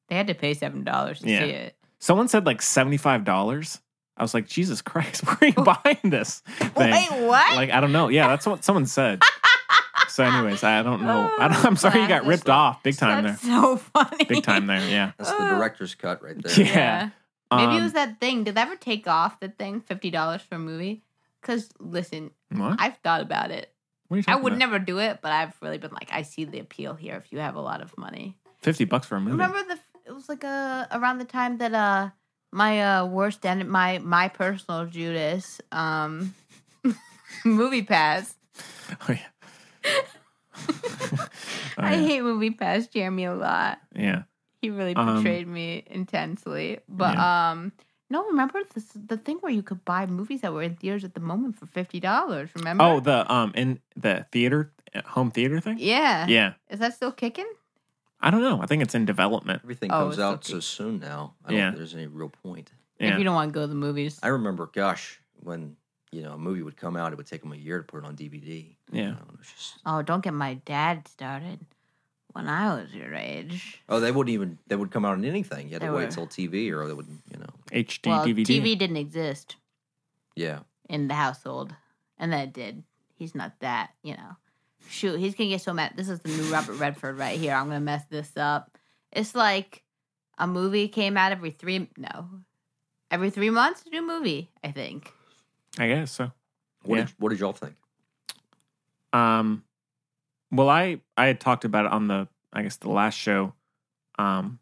They had to pay seven dollars to
Yeah.
see it.
Someone said like seventy five dollars. I was like, Jesus Christ, where are you
Oh.
buying this thing?
Wait, what?
Like, I don't know. Yeah, that's what someone said. so, anyways, I don't know.
Oh,
I don't, I'm sorry you got
Classic.
ripped off big time there.
that's so funny.
Big time there. Yeah.
That's the director's cut right there.
Yeah.
Maybe it
Um,
was that thing. Did they ever take off the thing fifty dollars for a movie? Because listen,
What?
I've thought about it.
What are you
I
talking
would
about?
never do it, but I've really been like, I see the appeal here. If you have a lot of money,
50 bucks for a movie.
remember the it was like uh around the time that uh my uh worst and my my personal Judas um movie pass.
Oh, yeah. Oh,
I
yeah.
hate movie pass Jeremy a lot.
yeah.
He really
Um,
portrayed me intensely, but um. No, remember this, the thing where you could buy movies that were in theaters at the moment for fifty dollars. Remember?
Oh, the um in the theater uh, home theater thing?
yeah.
Yeah.
Is that still kicking?
I don't know. I think it's in development.
Everything
Oh,
comes
it's
out
okay.
so soon now. I don't
Yeah.
think there's any real point.
If
Yeah.
you don't want to go to the movies,
I remember, gosh, when you know a movie would come out, it would take them a year to put it on DVD.
Yeah.
You know, it was just-
Oh, don't get my dad started. When I was your age,
oh, they wouldn't even. They would come out on anything. You had to
They
wait
were-
till TV, or they would, you know.
HD
well,
DVD.
TV didn't exist
Yeah.
in the household, and then it did. He's not that, you know. Shoot, he's gonna get so mad. This is the new Robert Redford right here. I'm gonna mess this up. It's like a movie came out every three no, every three months. A new movie, I think.
I guess so.
What
Yeah.
did, what did y'all think?
Um, well, I I had talked about it on the I guess the last show, um,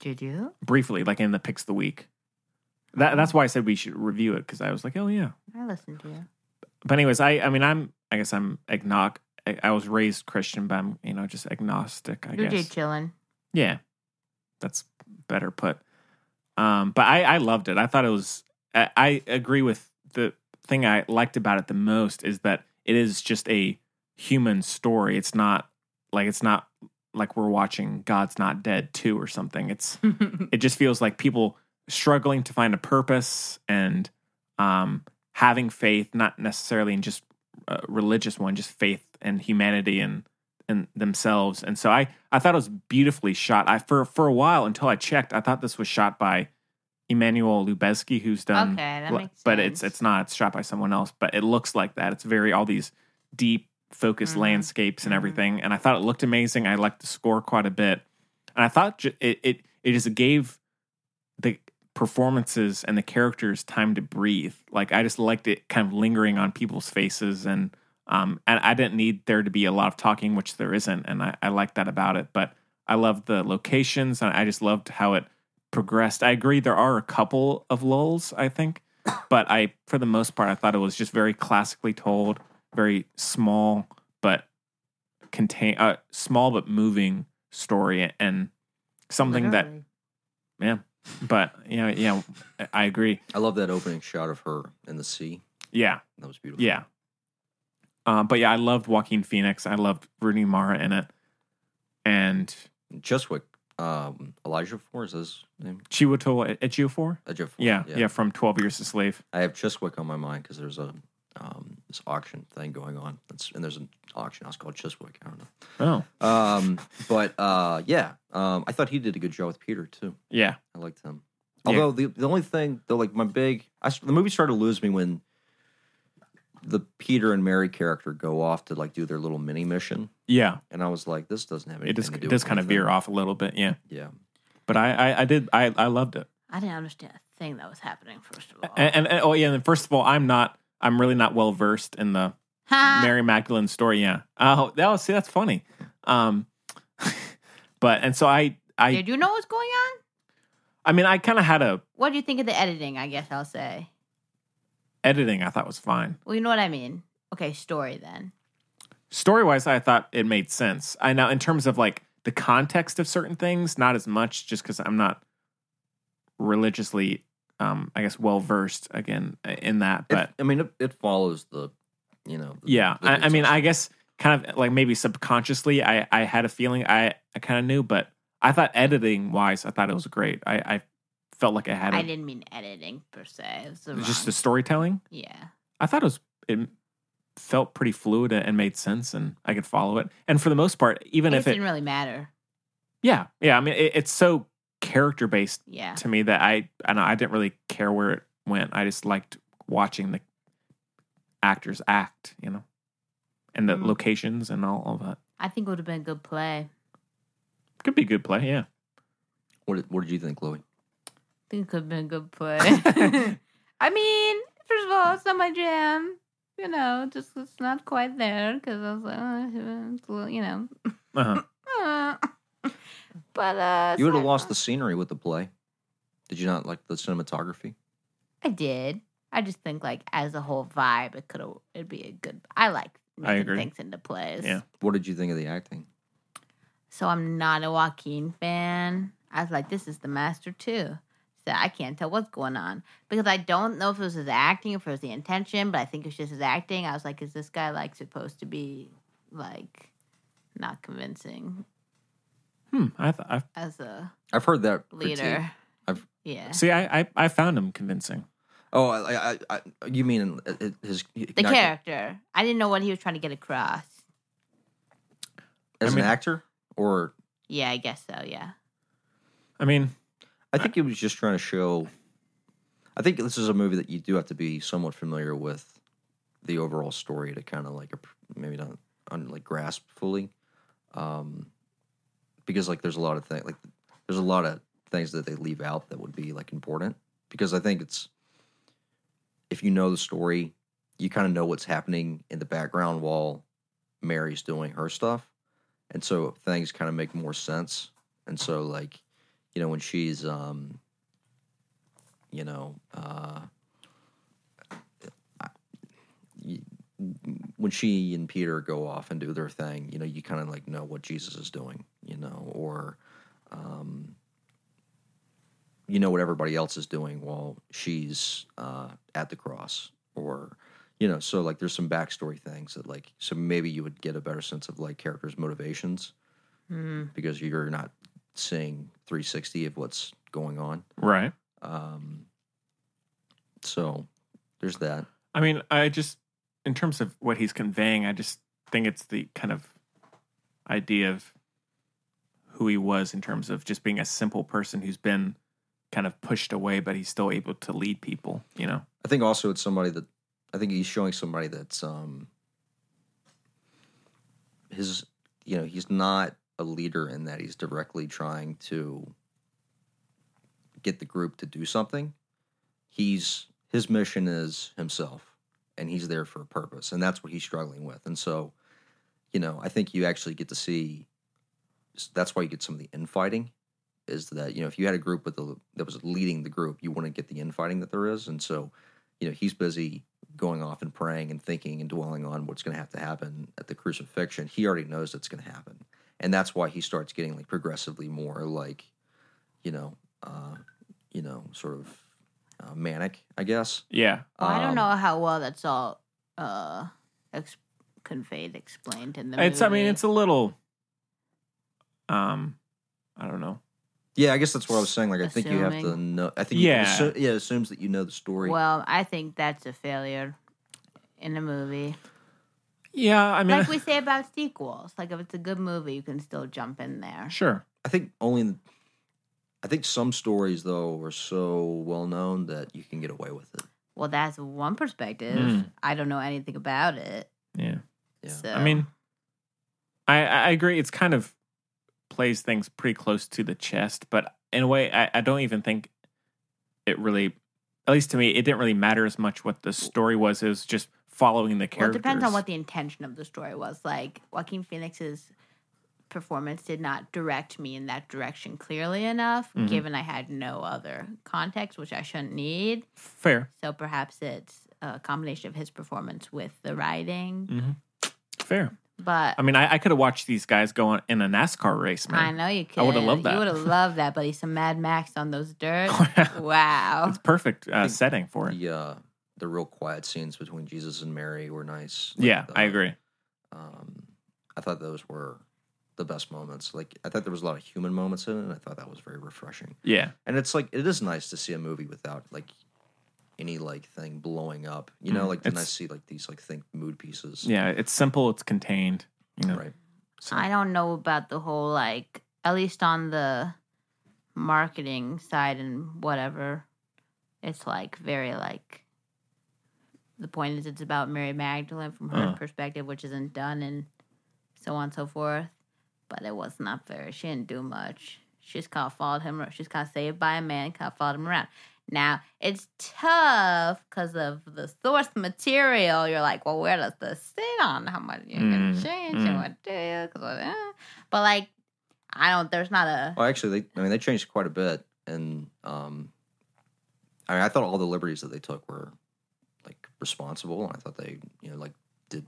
Did you?
briefly, like in the picks of the week. That that's why I said we should review it because I was like, oh yeah.
I listened to you.
But anyways, I I mean I'm I guess I'm agnostic. I was raised Christian, but I'm you know just agnostic. I
You're
guess
just chilling.
Yeah, that's better put. Um, but I, I loved it. I thought it was. I, I agree with the thing I liked about it the most is that it is just a human story. It's not like it's not like we're watching God's Not Dead two or something. It's it just feels like people struggling to find a purpose and um, having faith, not necessarily in just a religious one, just faith and humanity and and themselves. And so I I thought it was beautifully shot. I for for a while until I checked, I thought this was shot by Emmanuel Lubezki, who's done.
Okay, that
Gla-
makes
But it's
sense.
it's not. It's shot by someone else. But it looks like that. It's very all these deep focused
Mhm.
landscapes and
Mhm.
everything. And I thought it looked amazing. I liked the score quite a bit. And I thought ju- it it it just gave the performances and the characters time to breathe. Like I just liked it kind of lingering on people's faces and um and I didn't need there to be a lot of talking, which there isn't, and I, I like that about it. But I loved the locations and I just loved how it progressed. I agree there are a couple of lulls, I think, but I for the most part I thought it was just very classically told, very small but contain uh, small but moving story and something that
Literally.
yeah. But yeah, yeah, I agree.
I love that opening shot of her in the sea.
Yeah,
That was beautiful.
yeah. Uh, but yeah, I loved Joaquin Phoenix. I loved Rooney Mara in it, and
Cheswick, um, Elijah Four is his name.
Chiwetel E- Ejiofor.
Elijah Four.
Yeah, yeah, from Twelve Years a Slave.
I have Chiswick on my mind because there's a um, this auction thing going on. That's and there's an auction house called Chiswick. I don't know.
Oh,
Um, but uh, yeah, um, I thought he did a good job with Peter too.
yeah,
I liked him.
Yeah.
Although the the only thing though, like my big, I, s- the movie started to lose me when the Peter and Mary character go off to like do their little mini mission,
yeah.
and I was like, this doesn't have anything
It does.
to
It
do.
does
with
kind of
anything.
veer off a little bit. Yeah,
Yeah,
but I, I, I did. I, I loved it.
I didn't understand a thing that was happening, first of all.
And, and, and- oh yeah. And then first of all, I'm not. I'm really not well versed in the
Ha!
Mary Magdalene story. Yeah. Oh, that was, see, that's funny. Um, but and so I, I,
Did you know what's going on?
I mean, I kind of had a
What do you think of the editing? I guess I'll say.
editing I thought was fine.
Well, you know what I mean. Okay, story then.
Story wise, I thought it made sense. I now in terms of like the context of certain things, not as much, just because I'm not religiously, um, I guess, well versed again uh, in that.
It-
But
I mean, it, it follows the, you know. the-
yeah,
the
I, I mean,
big-
I guess kind of like maybe subconsciously, I I had a feeling I I kind of knew, but I thought editing wise, I thought it was great. I I felt like I had
I,
a-
didn't mean editing per se. It was the
just
wrong-
the storytelling.
yeah.
I thought it was it felt pretty fluid and made sense, and I could follow it. And for the most part, even
it
if it
didn't really matter.
Yeah, yeah. I mean, it, it's so character based
Yeah.
to me that I and I didn't really care where it went. I just liked watching the actors act, you know, and the
Mm.
locations and all of that.
I think it would have been a good play.
Could be a good play, yeah.
What did, what did you think, Chloe?
I think it could have been a good play. I mean, first of all, it's not my jam. You know, just it's not quite there because I was like, uh, it's a little, you know.
Uh-huh.
uh. but uh,
You would have
aside
lost
from-
the scenery with the play. Did you not like the cinematography?
I did. I just think like as a whole vibe, it could have. It'd be a good. I like.
I
making
agree.
Things into plays.
Yeah.
What did you think of the acting?
So I'm not a Joaquin fan. I was like, this is the master too. So I can't tell what's going on because I don't know if it was his acting, if it was the intention, but I think it was just his acting. I was like, is this guy like supposed to be like not convincing
Hmm. I th- I
as a
I've heard that critique.
leader?
I've-
yeah.
see. I, I I found him convincing.
Oh, I, I, I, you mean uh, uh, his
The character. I didn't know what he was trying to get across.
as
I
an
mean-
actor, or
Yeah, I guess so. Yeah.
I mean,
I think he was just trying to show. I think this is a movie that you do have to be somewhat familiar with the overall story to kind of like ap- maybe not un, like grasp fully, um, because like there's a lot of things like there's a lot of things that they leave out that would be like important because I think it's if you know the story, you kind of know what's happening in the background while Mary's doing her stuff, and so things kind of make more sense. And so like, you know, when she's um, you know, uh, y- when she and Peter go off and do their thing, you know, you kind of like know what Jesus is doing, you know, or um, you know what everybody else is doing while she's uh, at the cross or you know so like there's some backstory things that like so maybe you would get a better sense of like characters motivations
Hmm.
because you're not seeing 360 of what's going on Um,
Right.
so there's that
I mean, I just in terms of what he's conveying, I just think it's the kind of idea of who he was in terms of just being a simple person who's been kind of pushed away, but he's still able to lead people. You know,
i think also it's somebody that i think he's showing somebody that's um his you know he's not a leader in that he's directly trying to get the group to do something he's his mission is himself and he's there for a purpose and that's what he's struggling with and so you know i think you actually get to see that's why you get some of the infighting is that you know if you had a group with the that was leading the group you wouldn't get the infighting that there is and so you know he's busy going off and praying and thinking and dwelling on what's going to have to happen at the crucifixion he already knows that's going to happen and that's why he starts getting like progressively more like you know uh you know sort of uh, manic i guess Um,
yeah,
Well, I don't know how well that's all uh, ex- conveyed, explained in the
it's. I mean,
movie.
it's a little. Um, I don't know.
yeah i guess that's what i was saying like i think you have to
Assuming.
know i think you-
Yeah.
assu- yeah it assumes that you know the story
well, I think that's a failure in a movie.
Yeah, I mean,
Like we say about sequels, like if it's a good movie, you can still jump in there.
sure.
I think only. I think some stories though are so well known that you can get away with it.
Well, that's one perspective.
Mm.
I don't know anything about it.
Yeah.
Yeah.
So.
I mean, I, I agree. It's kind of plays things pretty close to the chest, but in a way, I, I don't even think it really, at least to me, it didn't really matter as much what the story was. It was just following the
well, it
characters.
depends on what the intention of the story was. Like Joaquin Phoenix's performance did not direct me in that direction clearly enough,
Mhm.
given I had no other context, which I shouldn't need.
fair,
So perhaps it's a combination of his performance with the writing.
fair. Mm.
But
I mean, I, I could have watched these guys go on in a NASCAR race,
I
man.
know you could.
I would've loved that.
You would have loved that, buddy. Some Mad Max on those dirt. wow.
It's perfect uh, setting for it.
The uh, the real quiet scenes between Jesus and Mary were nice. Like,
Yeah,
the-
I agree.
Um, I thought those were the best moments. Like I thought there was a lot of human moments in it, and I thought that was very refreshing.
Yeah,
And it's like it is nice to see a movie without like any like thing blowing up. You know, like then I
Mm, it's-
see like these like think mood pieces.
yeah. It's simple. It's contained. You know,
Right.
I don't know about the whole like at least on the marketing side and whatever. It's like very like the point is it's about Mary Magdalene from her
Uh.
perspective, which isn't done and so on and so forth. But it was not fair. She didn't do much. She just kind of followed him. ar- She's kind of saved by a man. Kind of followed him around. Now it's tough because of the source material. You're like, well, where does this sit on? How much you can
Mm,
change
mm.
and what do? Because but like, I don't. There's not a.
Well, actually, they, I mean, they changed quite a bit, and um, I mean, I thought all the liberties that they took were like responsible, and I thought they, you know, like did,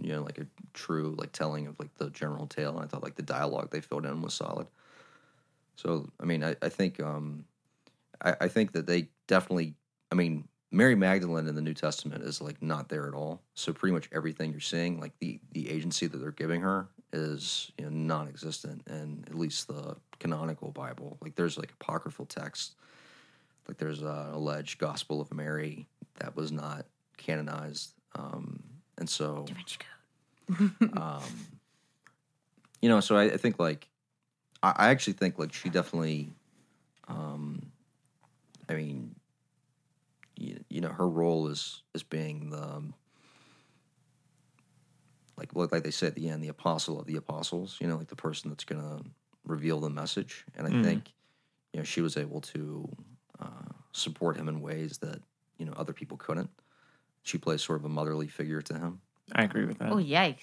you know, like a true like telling of like the general tale, and I thought like the dialogue they filled in was solid. So, I mean, I, I think, um, I, I think that they definitely, I mean, Mary Magdalene in the New Testament is like not there at all. So pretty much everything you're seeing, like the the agency that they're giving her, is you know non-existent in at least the canonical Bible. Like there's like apocryphal texts, like there's an alleged Gospel of Mary that was not canonized, um, and so um, you know, so I, I think like I, I actually think like she definitely, um, I mean, you, you know, her role is is being the um, like like like they say at the end, the apostle of the apostles. You know, like the person that's gonna reveal the message, and I
Mhm.
think you know she was able to uh, support him in ways that you know other people couldn't. She plays sort of a motherly figure to him
I agree with that.
Oh yikes!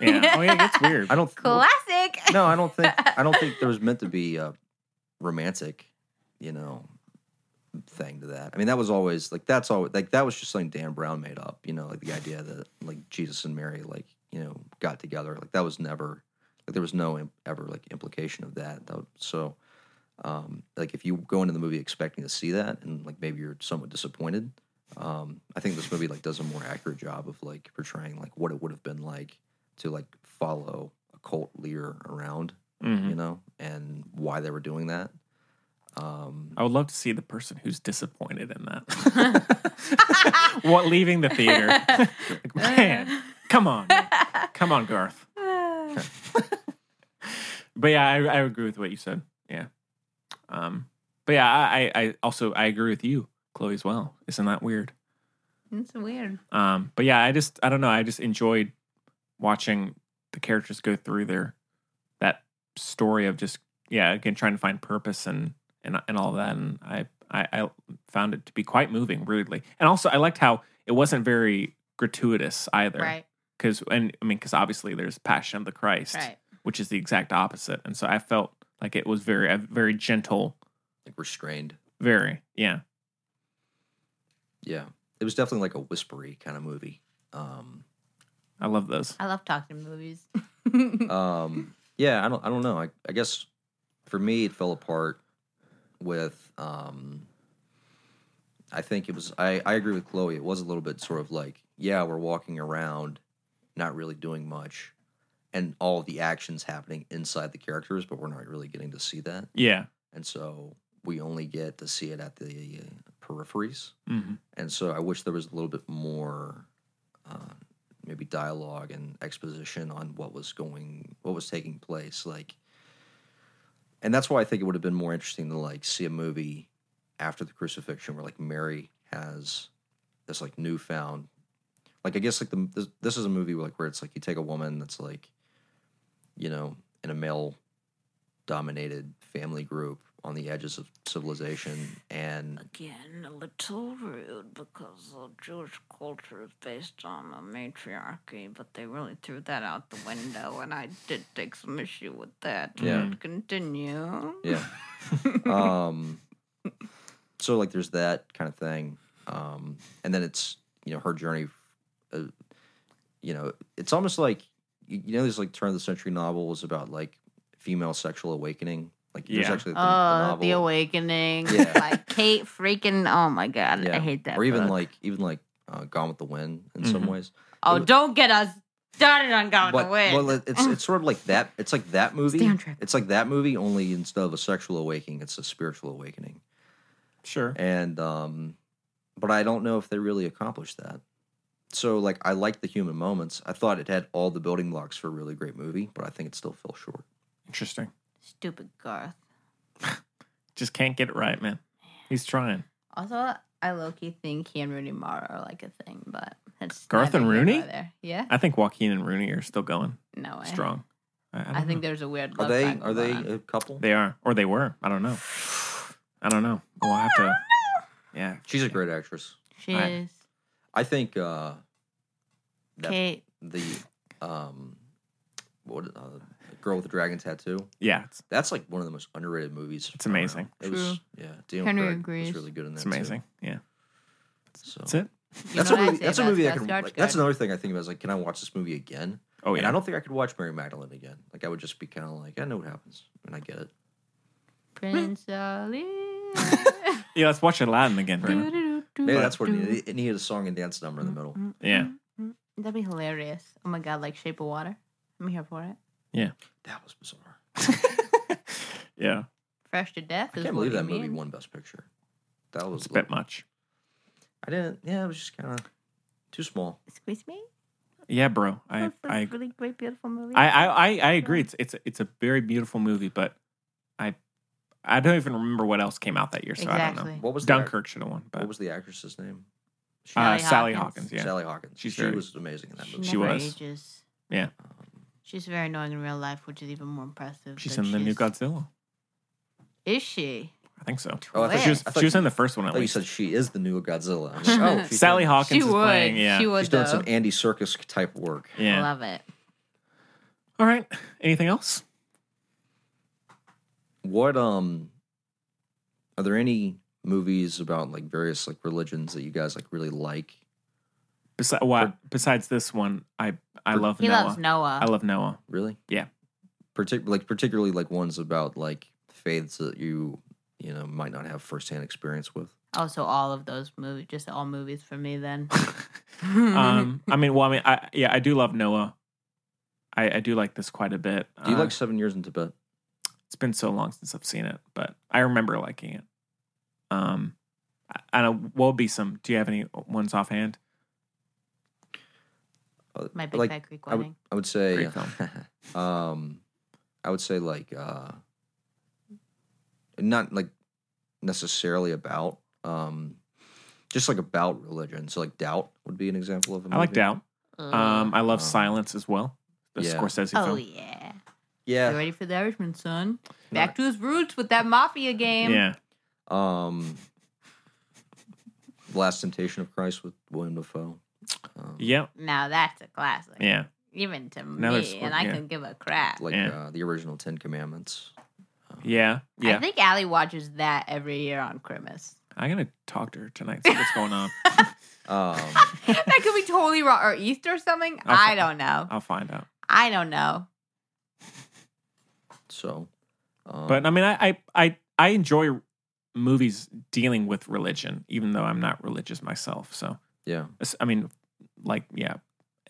yeah. Oh yeah, it gets weird.
I don't.
Classic.
No, I don't think. I don't think there was meant to be a romantic, you know, thing to that. I mean, that was always like that's always like that was just something Dan Brown made up. You know, like the idea that like Jesus and Mary like you know got together. Like that was never like there was no im- ever like implication of that. That would- so. Um, like if you go into the movie expecting to see that and like maybe you're somewhat disappointed, um, I think this movie like does a more accurate job of like portraying like what it would have been like to like follow a cult leader around,
Mhm.
you know, and why they were doing that. Um,
I would love to see the person who's disappointed in that. what leaving the theater? Like, man, come on, man. come on, Garth. but yeah, I, I agree with what you said. Yeah. Um. But yeah, I, I I also I agree with you, Chloe, as well. Isn't that weird?
It's weird.
Um. But yeah, I just I don't know. I just enjoyed watching the characters go through their that story of just yeah again trying to find purpose and and and all that and I, I I found it to be quite moving weirdly and also I liked how it wasn't very gratuitous either
Right.
because and I mean because obviously there's Passion of the Christ
Right.
which is the exact opposite and so I felt like it was very a very gentle
like restrained.
very yeah
Yeah. It was definitely like a whispery kind of movie. Um,
I love those
I love talking to movies.
um, yeah, I don't, I don't know. I, I guess for me, it fell apart with, um, I think it was, I, I agree with Chloe. It was a little bit sort of like, yeah, we're walking around, not really doing much. And all of the actions happening inside the characters, but we're not really getting to see that.
yeah
And so we only get to see it at the peripheries.
hmm
and so I wish there was a little bit more, uh, maybe dialogue and exposition on what was going, what was taking place, like. And that's why I think it would have been more interesting to like see a movie after the crucifixion where like Mary has this like newfound, like I guess like the this, this is a movie like where it's like you take a woman that's like, you know, in a male dominated family group on the edges of civilization and
Again, a little rude because the Jewish culture is based on a matriarchy, but they really threw that out the window, and I did take some issue with that.
Mm-hmm.
Yeah.
But Continue.
Yeah. um so like there's that kind of thing. Um and then it's you know her journey uh, you know it's almost like you you know these like turn of the century novels about like female sexual awakening like there's
Yeah.
actually the,
Oh, The
novel
Awakening.
Yeah.
Like Kate freaking. Oh my God. I
Yeah.
hate that.
or even
book.
like even like uh, Gone with the Wind in some
Mhm.
ways
Oh,
it-
don't get us started on Gone with
but
the Wind.
well, it- it's it's sort of like that. It's like that movie.
Stay on track.
It's like that movie only instead of a sexual awakening, it's a spiritual awakening.
sure
and um but i don't know if they really accomplished that so like i liked the human moments i thought it had all the building blocks for a really great movie but i think it still fell short
interesting
Stupid Garth.
just can't get it right man he's trying
Also, I low key think he and Rooney Mara are like a thing, but that's
Garth
neither
and
here
Rooney?
nor there. Yeah,
I think Joaquin and Rooney are still going
no way.
strong Mm-hmm. I,
I,
don't
think
know.
there's a weird.
are
Love
they
triangle
are they uh,
going on.
a couple
they are or they were I don't know I don't know well I have to yeah
she's a great actress
She
I-
is
i think uh that
Kate.
the um what uh, girl with the dragon tattoo
yeah it's,
that's like one of the most underrated movies
It's amazing.
around. it was yeah Daniel
Henry
Craig
agrees.
was really good in that
it's
too.
amazing yeah
so
that's it
You
that's
know
a
what I
movie
say
that's a
about
movie i
Scott
could
Starch
like, that's
Good.
another thing i think about is like can i watch this movie again
oh
And
yeah
I don't think I could watch Mary Magdalene again. Like I would just be kind of like, I know what happens, and I get it.
Mm. Prince Ali.
yeah let's watch Aladdin again right
Maybe that's what it
Mm.
needed. It needed a song and dance number in the
Mm-hmm.
middle.
yeah
That'd be hilarious. Oh my god, like Shape of Water. I'm here for it.
That was bizarre.
yeah
Fresh to death.
I
is
can't
what
believe
you
that movie
mean.
won Best Picture. That was
it's a
little-
bit much
I didn't. Yeah, it was just kind of too small.
Excuse me.
yeah bro I
That's a
I
really great, beautiful movie.
I I I, I agree it's it's it's a very beautiful movie but I I don't even remember what else came out that year so I don't know
exactly.
What was the ac-
Dunkirk should have won but
What was the actress's name? She,
uh,
Sally
Sally
Hawkins.
Hawkins yeah
Sally Hawkins.
She's
she
very-
was amazing in that
She,
movie.
She
never
was.
Ages.
yeah
She's very annoying in real life, which is even more impressive.
she's
that
in the new
she's-
Godzilla
Is
I
she?
I think so.
Oh, I thought
She was,
I thought
she was
you-
in the first one
I
at
thought you
least.
said she is the new Godzilla. I'm like, oh, she's
Sally
doing-
Hawkins
she
is
would.
playing. Yeah.
She would
She's doing
though.
some Andy Circus type work.
yeah.
I love it.
All right. Anything else?
What um are there any movies about like various like religions that you guys like really like?
Besi- why, besides this one, I I love
He
Noah.
loves Noah.
I love Noah.
Really?
Yeah.
Partic- like particularly like ones about like faiths that you you know might not have firsthand experience with.
also, all of those movies, just all movies for me. Then
Um, I mean, well, I mean, I yeah, I do love Noah. I, I do like this quite a bit.
Do you
Uh,
like Seven Years in Tibet?
It's been so long since I've seen it, but I remember liking it. Um, I, I know what would be some. Do you have any ones offhand?
Uh,
my Big
like,
Bad Creek
I would-
Wedding.
I would say,
Great film.
um, I would say like uh, not like necessarily about, um, just like about religion. So like doubt would be an example of. A
I like
movie.
Doubt. Um, I love
um,
Silence as well. The
yeah.
Scorsese
oh
film.
yeah, you
Yeah.
ready for the Irishman, son? Back to his roots with that mafia game.
Yeah.
Um, Last Temptation of Christ with William Dafoe. Um,
Yep.
Now that's a classic.
Yeah.
Even to
Another
me,
squ-
and I
yeah.
can give a crap.
Like
Yeah.
uh, the original Ten Commandments.
Yeah.
I
Yeah.
think Allie watches that every year on Christmas.
I'm gonna talk to her tonight. See what's going on.
Um,
that could be totally wrong, or Easter or something.
I'll
I
fi-
don't know.
I'll find out.
I don't know.
so, um,
But I mean, I I I, I enjoy movies dealing with religion, even though I'm not religious myself. So
yeah,
it's- I mean, like yeah.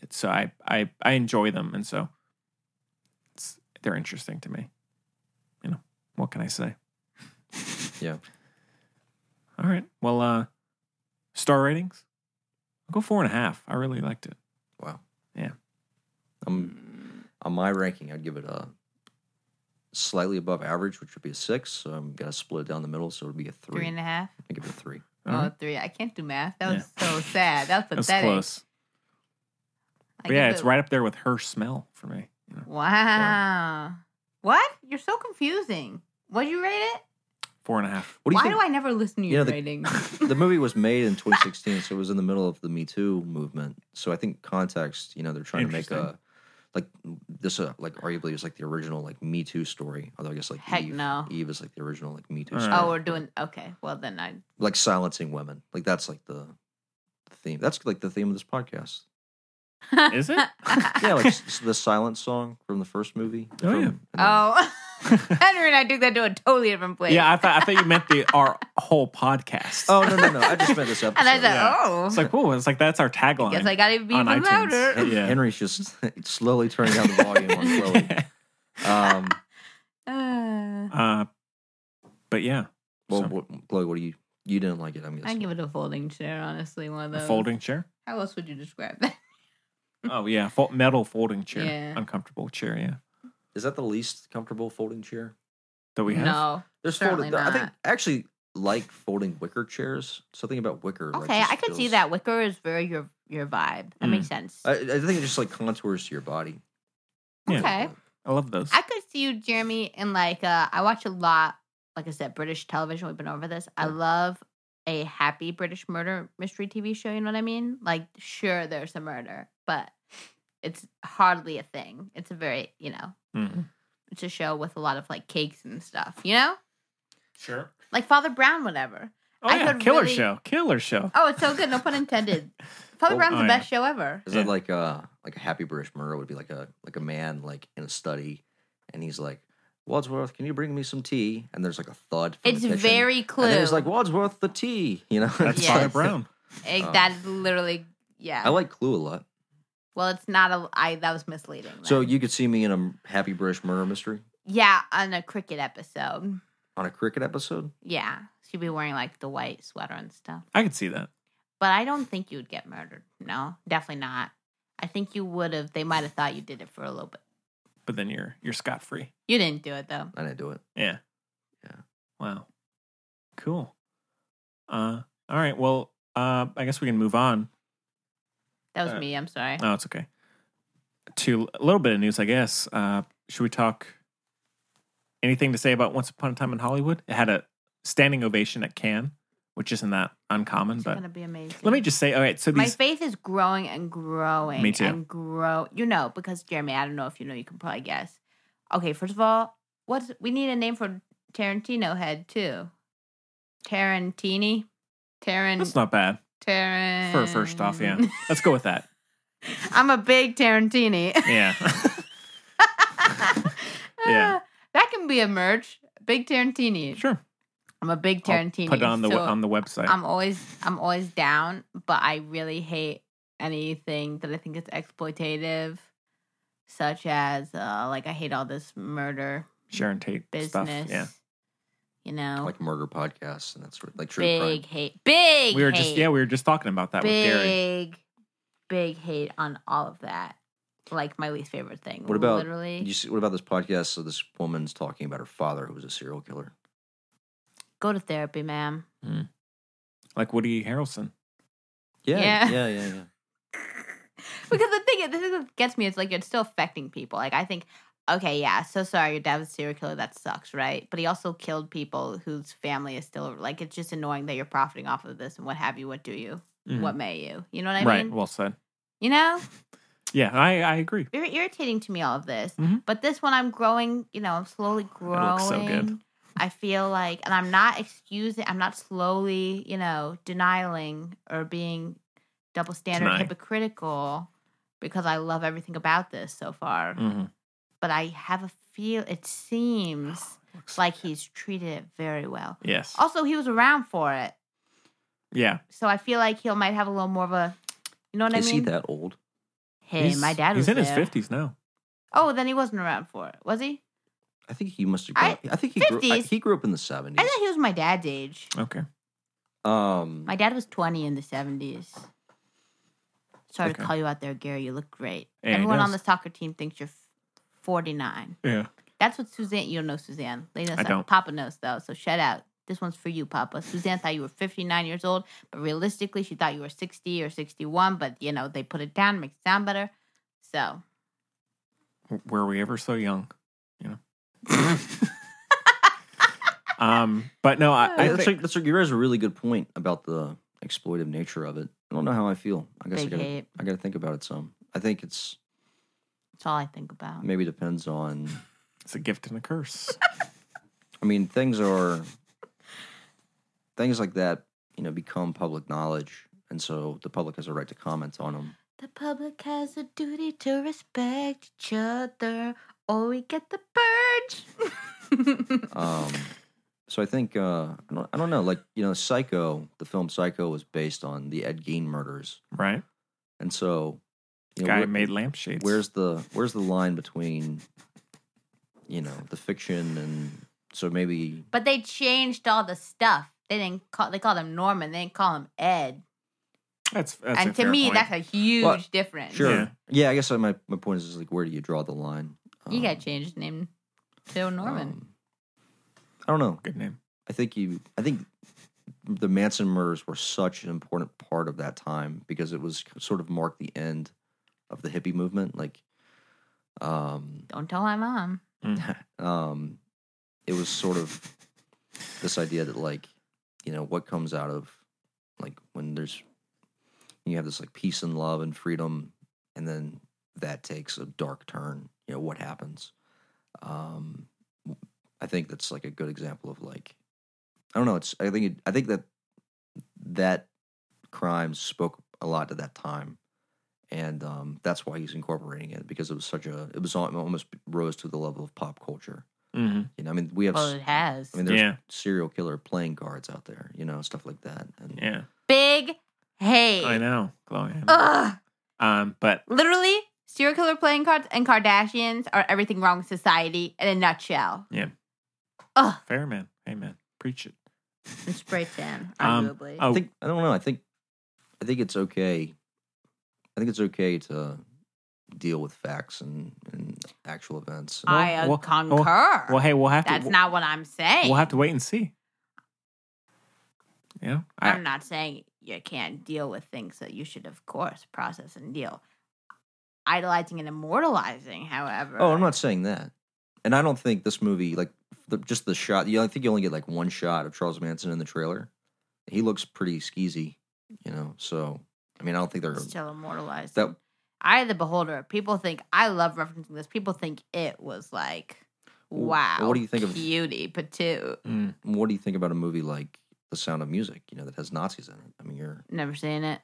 It's- So I I I enjoy them, and so it's, they're interesting to me. You know what can I say?
yeah.
All right. Well, uh star ratings. I'll go four and a half. I really liked it.
Wow.
Yeah.
Um, on my ranking, I'd give it a slightly above average, which would be a six. So I'm gonna split it down the middle, so it'd be a three.
Three and a half.
I give it a three.
All
Oh,
right.
three. I can't do math. That was
Uh-huh. Yeah.
so sad. That
That's
was pathetic.
close.
I
But yeah,
give
it's
it-
right up there with her smell for me. you know.
Wow. What? You're so confusing. What'd you rate it?
Four and a half.
What do you
Why
think?
do I never listen to your Oh,
know, the-
ratings?
the movie was made in 2016, so it was in the middle of the Me Too movement. So I think context, you know, they're trying to make a
Interesting.
like this, uh, like arguably is like the original like Me Too story. Although I guess like
Heck
Eve,
no.
Eve is like the original like Me Too
All
story.
right.
oh, we're doing okay. Well, then I.
like silencing women. Like that's like the theme. That's like the theme of this podcast.
Is it?
Yeah, like s- the silence song from the first movie.
Oh,
from-
yeah.
and then-
Oh, Henry and I took that to a totally different place.
Yeah, I thought I thought you meant the our whole podcast.
Oh no no no! I just meant this episode.
and I said,
Yeah.
oh,
It's like, whoa, it's like that's our tagline.
guess I gotta be
on
even
iTunes.
louder.
Hen-
yeah.
Henry's just slowly turning down the volume on Chloe. Um,
Uh,
Uh, but yeah,
well,
So-
what, Chloe, what do you? You didn't like it, I'm
I
guessing.
give it a folding chair, honestly. One of
a
those.
folding chair.
How else would you describe that?
Oh yeah, fol- metal folding chair.
Yeah.
Uncomfortable chair. Yeah,
Is that the least comfortable folding chair?
that we have.
No.
There's
Certainly
folding. I think
not.
I actually like folding wicker chairs. Something about wicker. like,
Okay,
just
I could see
feels-
that. Wicker is very your your vibe. That makes
Mm.
sense.
I, I think it just like contours to your body.
Yeah.
Okay.
I love those.
I could see you, Jeremy, in like uh I watch a lot, like I said, British television. We've been over this. I love a happy British murder mystery TV show, you know what I mean? Like sure there's a murder, but it's hardly a thing. It's a very, you know,
Mhm.
it's a show with a lot of like cakes and stuff, you know?
Sure.
Like Father Brown, whatever.
Oh
I
yeah,
could
killer
really-
show. Killer show.
Oh, it's so good, no pun intended. Father
Well,
Brown's
oh,
the
yeah.
best show ever.
Is
Yeah.
that like uh like a happy British murder would be like a like a man like in a study and he's like, Wadsworth, can you bring me some tea? And there's like a thud. From
It's
the kitchen.
very
And
clue.
then he's like, Wadsworth, the tea. You know,
That's
Yes.
Father Brown.
It-
Oh.
that is literally yeah.
I like Clue a lot.
well, it's not a. I that was misleading.
So
then.
you could see me in a happy British murder mystery
yeah, on a cricket episode,
on a cricket episode.
yeah, she'd be wearing like the white sweater and stuff.
I could see that.
But I don't think you would get murdered. No, definitely not. I think you would have. They might have thought you did it for a little bit.
But then you're you're scot free.
You didn't do it though.
I didn't do it.
Yeah.
Yeah.
Wow. Cool. Uh. All right. Well. Uh. I guess we can move on.
That was
Uh,
me. I'm sorry.
Oh, it's okay. To a little bit of news, I guess. Uh, should we talk anything to say about Once Upon a Time in Hollywood? It had a standing ovation at Cannes, which isn't that uncommon.
It's
But
gonna be amazing.
let me just say, all right, so
My
these
faith is growing and growing.
Me too.
And grow. You know, because Jeremy, I don't know if you know, you can probably guess. Okay, first of all, what's we need a name for Tarantino head too. Tarantini.
that's
Taran.
not bad
Taran.
for a first off. Yeah, let's go with that.
I'm a big Tarantini.
Yeah, Yeah.
Ah, That can be a merch. Big Tarantini.
sure.
I'm a big
I'll
Tarantini.
Put it on the
so
on the website.
I'm always I'm always down, but I really hate anything that I think is exploitative, such as uh, like I hate all this murder
Sharon Tate stuff.
business.
Yeah,
You know,
like murder podcasts and that sort of like true crime.
Oh. big hate, big.
we were
hate,
just yeah we were just talking about that with Gary.
big, big hate on all of that. Like my least favorite thing.
What about
literally?
You see, what about this podcast? So this woman's talking about her father, who was a serial killer.
Go to therapy, ma'am.
Like Woody Harrelson.
Yeah.
yeah, yeah, yeah.
Because the thing, is- the thing that gets me is like it's still affecting people. Like I think, okay, yeah, so sorry, your dad was a serial killer. That sucks, right? But he also killed people whose family is still like. It's just annoying that you're profiting off of this and what have you. What do you?
Mm-hmm.
Mhm.
What may you? You know what I
right.
mean?
Well said.
You know,
Yeah, I I agree.
very irritating to me all of this.
Mhm.
But this one, I'm growing. You know, I'm slowly growing.
looks so good.
I feel like, and I'm not excusing. I'm not slowly, you know, denying or being double standard,
Denying.
hypocritical, because I love everything about this so far.
Mhm.
But I have a feel. It seems like he's treated it very well.
Yes.
Also, he was around for it,
Yeah.
so I feel like he'll might have a little more of a. You know what
Is
I
he
mean?
that old?
Hey,
He's-
my dad
He's
was
in his
there.
fifties now.
Oh, then he wasn't around for it, was he?
I think he must have.
I-
Grown, I, think he grew, I,
50s.
he grew up in the seventies.
I thought he was my dad's age.
Okay.
Um,
My dad was 20 in the 70s. Sorry
Okay.
to call you out there, Gary. You look great.
Yeah, he
Everyone on the
does.
soccer team thinks you're 49.
Yeah.
That's what Suzanne, you don't know Suzanne. Lady on the
I
side.
don't.
Papa knows, though, so shout out. This one's for you, Papa. Suzanne thought you were 59 years old, but realistically, she thought you were 60 or 61, but you know, they put it down, makes it sound better. So,
were we ever so young? You know. um, but no, I,
I,
I
that's
think,
like, that's like, you raise a really good point about the exploitive nature of it. I don't know how I feel. I guess I
Big
gotta,
hate.
I gotta think about it some. I think it's
that's all I think about.
maybe depends on.
it's a gift and a curse.
I mean, things are things like that. You know, become public knowledge, and so the public has a right to comment on them.
The public has a duty to respect each other, or we get the purge.
Um, so I think uh, I, don't, I don't know. Like you know, Psycho, the film Psycho was based on the Ed Gein murders,
right?
and so you know,
Guy
where-
made lampshades.
where's the where's the line between you know the fiction and so maybe
But they changed all the stuff. They didn't call. They called him Norman. They didn't call him Ed.
that's that's a
and to
fair
me,
point.
that's a huge
Well,
difference.
sure yeah,
Yeah.
I guess my my point is, is like where do you draw the line?
You
Um,
got to change his name to Norman.
Oh.
um, I don't know.
good name.
I think you. I think the Manson murders were such an important part of that time because it was sort of marked the end of the hippie movement. Like, um,
Don't tell my mom.
um, it was sort of this idea that like, you know, what comes out of like when there's you have this like peace and love and freedom, and then that takes a dark turn. You know what happens? Um, I think that's like a good example of like I don't know. It's I think it, I think that that crime spoke a lot to that time, and um, that's why he's incorporating it because it was such a it was al- it almost rose to the level of pop culture.
hmm
You know, I mean, we have
Well,
s-
it has
I mean, there's
Yeah.
serial killer playing cards out there. You know, stuff like that. And
Yeah,
big hate.
I know, Chloe. I know.
Ugh.
Um, but
Literally, serial killer playing cards and Kardashians are everything wrong with society in a nutshell.
Yeah.
Ugh.
fair man, hey man, preach it.
And spray tan,
Um,
arguably.
oh,
I think I don't know. I think I think it's okay. I think it's okay to deal with facts and, and actual events.
I uh,
well, well,
concur.
well, hey, we'll have to.
That's not what I'm saying.
We'll have to wait and see. Yeah, I-
I'm not saying you can't deal with things that you should, of course, process and deal. Idolizing and immortalizing, however.
Oh, I'm not saying that. And I don't think this movie, like the, just the shot. You know, I think you only get like one shot of Charles Manson in the trailer. He looks pretty skeezy, you know. So I mean, I don't think they're
Still immortalized.
that.
Eye of the Beholder. People think I love referencing this. People think it was like,
Well,
wow,
what do you think of-
beauty, but two.
Mm,
What do you think about a movie like The Sound of Music? You know, that has Nazis in it. I mean, you're.
Never seen it.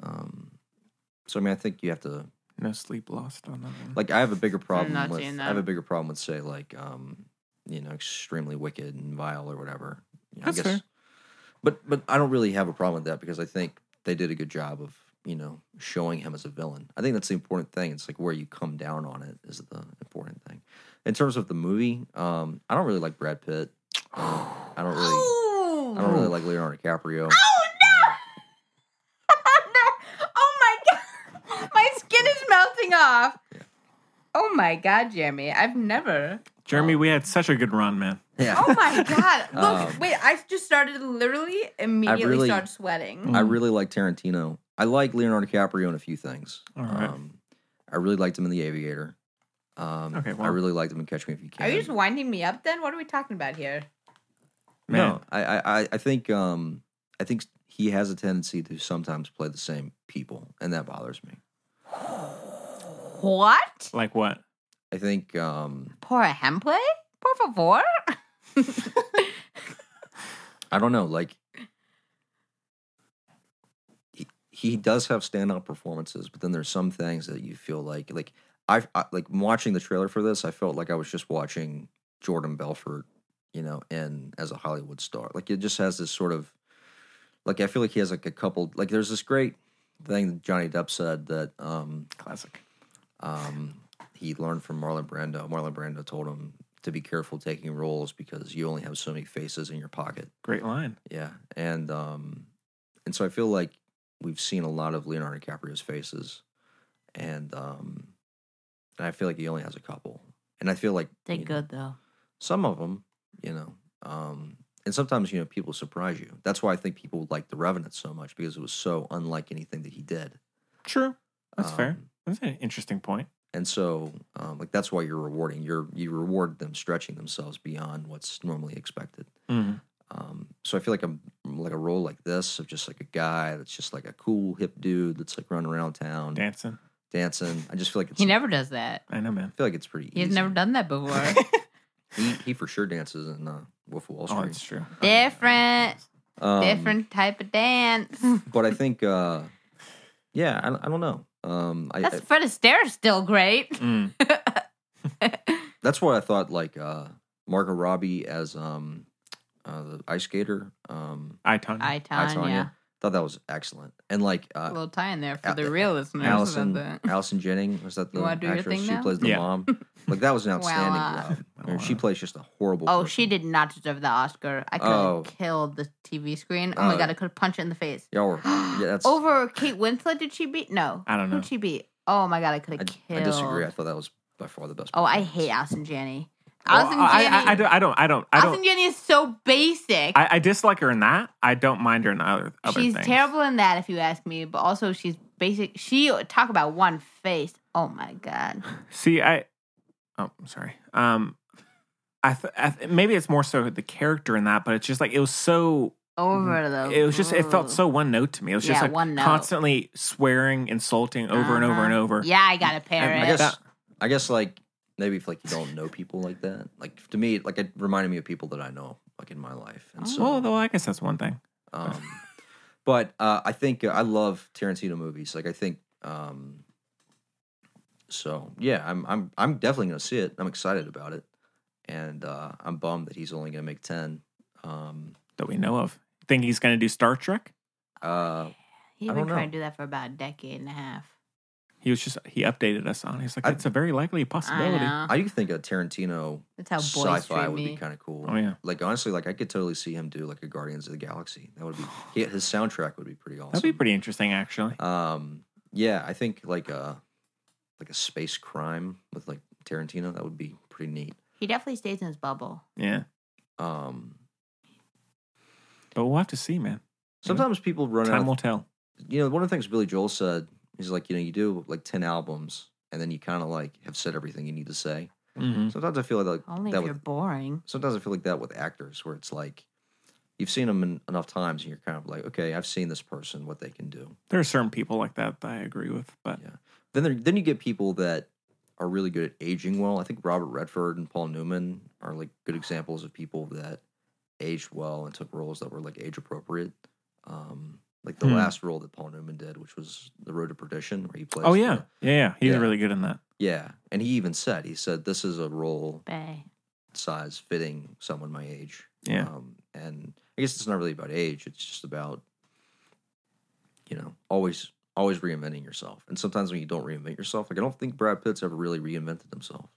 Um, so I mean, I think you have to
No sleep lost on that one.
like I have a bigger problem
not
with
seeing
I have a
that.
bigger problem with say like um you know extremely wicked and vile or whatever. You know,
That's
I guess,
fair.
But but I don't really have a problem with that because I think they did a good job of you know showing him as a villain. I think that's the important thing. It's like where you come down on it is the important thing. In terms of the movie, um, I don't really like Brad Pitt. Um, I don't really
Oh,
I don't really like Leonardo
oh no!
DiCaprio.
No. Oh my god, my skin is melting off. Oh my god, Jeremy, I've never.
Jeremy,
um,
we had such a good run, man.
Yeah.
Oh my god! Look, wait, I just started literally immediately
Um, really- Mm,
started sweating.
I
Mm.
really like Tarantino. I like Leonardo DiCaprio in a few things.
All right.
Um, I really liked him in The Aviator. Um,
Okay,
I
well-
really liked him in Catch Me If You Can.
Are you just winding me up? Then what are we talking about here?
Man.
no, I, I, I- I think, um, I think he has a tendency to sometimes play the same people, and that bothers me.
What?
Like what?
I think, um,
Por ejemplo, por favor.
I don't know, like he, he does have standout performances, but then there's some things that you feel like, like I've, I like watching the trailer for this, I felt like I was just watching Jordan Belfort, you know, and as a Hollywood star, like it just has this sort of, like I feel like he has like a couple, like there's this great thing that Johnny Depp said that um,
Classic.
um, he learned from Marlon Brando. Marlon Brando told him to be careful taking roles because you only have so many faces in your pocket.
Great line.
Yeah, and um, and so I feel like we've seen a lot of Leonardo DiCaprio's faces, and um, and I feel like he only has a couple, and I feel like
They're
you know,
good though.
some of them, you know, um, and sometimes you know people surprise you. That's why I think people like The Revenant so much because it was so unlike anything that he did.
True. That's fair.
Um,
That's an interesting point.
And so, um, like that's why you're rewarding. You're you reward them stretching themselves beyond what's normally expected.
Mhm.
Um, so I feel like I'm like a role like this of just like a guy that's just like a cool hip dude that's like running around town
Dancing.
dancing. I just feel like it's
He never does that.
I know, man.
I feel like it's pretty.
He's
easy.
never done that before.
He, he for sure dances in uh, Wolf of Wall
Oh,
Street.
it's true.
different,
Um,
different type of dance.
but I think uh, yeah, I, don't- I don't know. Um, I,
That's
I-
Fred Astaire's still great.
Mm.
that's what I thought. Like uh, Margot Robbie as um, uh, the ice skater. Um,
I Tanya.
I
I,
Tanya.
Tonya. Thought that was excellent. And like
A
uh,
little tie in there for
Al-
the real listeners.
Allison
about that.
Allison Jennings was that
You
the
wanna do your
actress?
thing
she
now?
plays the
Yeah.
mom. Like that was an outstanding
Wow.
job. I mean, she plays just a horrible.
Oh,
person.
she did not deserve the Oscar. I could have
Oh.
killed the TV screen. Oh my
Oh.
god, I could have punched it in the face.
Y'all were yeah. That's
Over Kate Winslet, did she beat? No,
I don't know.
Who'd she beat? Oh my god, I could
I,
have
I
killed.
disagree. I thought that was by far the best.
Oh, I
performance.
hate Allison Janney.
Well,
Allison
I,
Janney.
I, I don't. I don't. I don't. I
Allison
don't.
Janney is so basic.
I, I dislike her in that. I don't mind her in other. other
she's
things.
terrible in that, if you ask me. But also, she's basic. She talk about one face. Oh my god.
See, I. Oh, I'm sorry. Um, I, th- I th- maybe it's more so the character in that, but it's just like it was so.
Over the.
Mm-hmm. It was just. It
Ooh.
felt so one note to me. It was just
Oh. Yeah,
like
one note.
constantly swearing, insulting over and over and
Uh-huh.
over.
Yeah, I gotta pair
I
it.
I guess.
That-
I guess like maybe if like you don't know people like that. Like to me, like it reminded me of people that I know like in my life.
Oh.
And so,
Well, though I guess that's one thing.
Um, but uh, I think uh, I love Tarantino movies. Like I think. Um, so yeah, I'm I'm I'm definitely gonna see it. I'm excited about it, and uh, I'm bummed that he's only gonna make ten. Um,
that we know of. Think he's going to do Star Trek?
uh,
He's
I
been
don't know.
trying to do that for about a decade and a half.
He was just he updated us on. it. He's like,
I-
it's a very likely
I
possibility.
know.
I do think a Tarantino
That's how boys
sci-fi
treat
would
me.
be kind of cool.
Oh, yeah.
Like honestly, like I could totally see him do like a Guardians of the Galaxy. That would be he- his soundtrack would be pretty awesome.
That'd be pretty interesting, actually.
Um, yeah, I think like a like a space crime with like Tarantino that would be pretty neat.
he definitely stays in his bubble.
Yeah,
Um,
but we'll have to see, man.
sometimes people run
Time
out.
will tell.
you know, one of the things Billy Joel said, he's like, you know, you do like ten albums, and then you kind of like have said everything you need to say.
Mm-hmm.
Sometimes I feel like
Only
that
if
with
you're boring.
sometimes I feel like that with actors, where it's like you've seen them en- enough times, and you're kind of like, okay, I've seen this person, what they can do.
There are certain people like that that I agree with, but
Yeah. Then there, then you get people that are really good at aging well. I think Robert Redford and Paul Newman are like good examples of people that aged well and took roles that were like age appropriate. Um, like the
Hmm.
last role that Paul Newman did, which was The Road to Perdition, where he plays.
oh
the-
yeah, yeah, yeah. He's
Yeah.
really good in that.
yeah. And he even said he said this is a role
Bay.
size fitting someone my age.
Yeah.
Um, and I guess it's not really about age. It's just about, you know, always always reinventing yourself. And sometimes when you don't reinvent yourself, like I don't think Brad Pitt's ever really reinvented himself.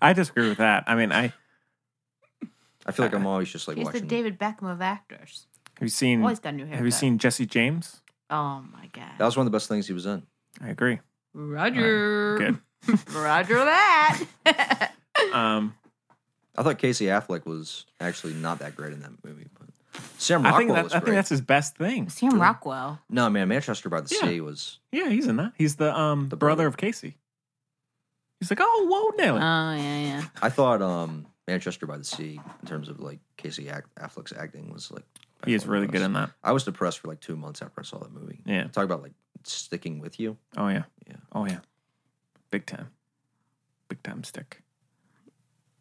I disagree with that. I mean, I have
I feel like
Uh,
I'm always just like
He's the
watching.
David Beckham of actors.
you seen
Always got a new haircut.
Mm. have you seen Jesse James?
Oh my god.
that was one of the best things he was in.
I agree.
Roger.
Good.
Roger that.
Um,
I thought Casey Affleck was actually not that great in that movie, but Sam
I
Rockwell
think
was
that, I
Hmm. great.
think that's his best thing.
Sam Rockwell.
no man, Manchester by the
Yeah.
Sea was
Yeah, he's in that. He's the um
The
brother
brother.
of Casey. He's like, oh, whoa,
Oh
nail it.
yeah, yeah.
I thought um, Manchester by the Sea, in terms of like Casey Ack- Affleck's acting, was like
he is really good
that.
in that.
I was depressed for like two months after I saw that movie.
Yeah.
Talk about like sticking with you.
Oh yeah.
Yeah.
Oh yeah. Big time. Big time stick.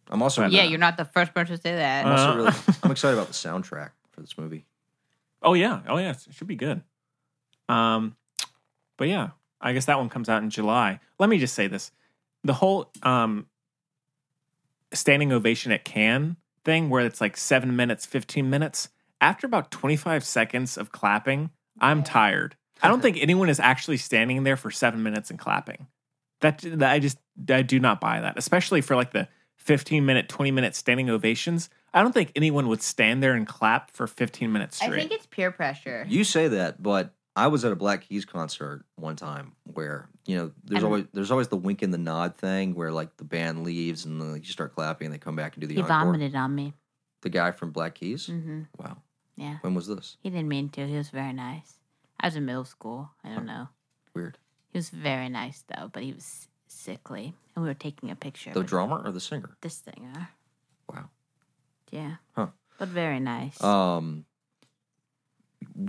I'm also
Right.
Yeah, Uh-huh. you're not the first person to say that.
I'm also
Uh.
really I'm excited about the soundtrack for this movie.
Oh yeah. Oh yeah. It should be good. Um, but yeah, I guess that one comes out in July. Let me just say this: the whole um standing ovation at Cannes thing, where it's like seven minutes, fifteen minutes. After about twenty-five seconds of clapping, I'm tired. I don't think anyone is actually standing there for seven minutes and clapping. That, that I just I do not buy that, especially for like the fifteen minute, twenty minute standing ovations. I don't think anyone would stand there and clap for fifteen minutes
I
straight.
think it's peer pressure.
You say that, but I was at a Black Keys concert one time where, you know, there's
And-
always there's always the wink and the nod thing where like the band leaves and then like, you start clapping and they come back and do the
he
encore.
vomited on me.
The guy from Black Keys?
hmm
Wow.
Yeah.
When was this?
He didn't mean to. He was very nice. I was in middle school. I don't know.
Weird.
He was very nice though, but he was sickly, and we were taking a picture.
The
with
drummer or the singer?
this singer.
Wow.
Yeah.
Huh.
But very nice.
Um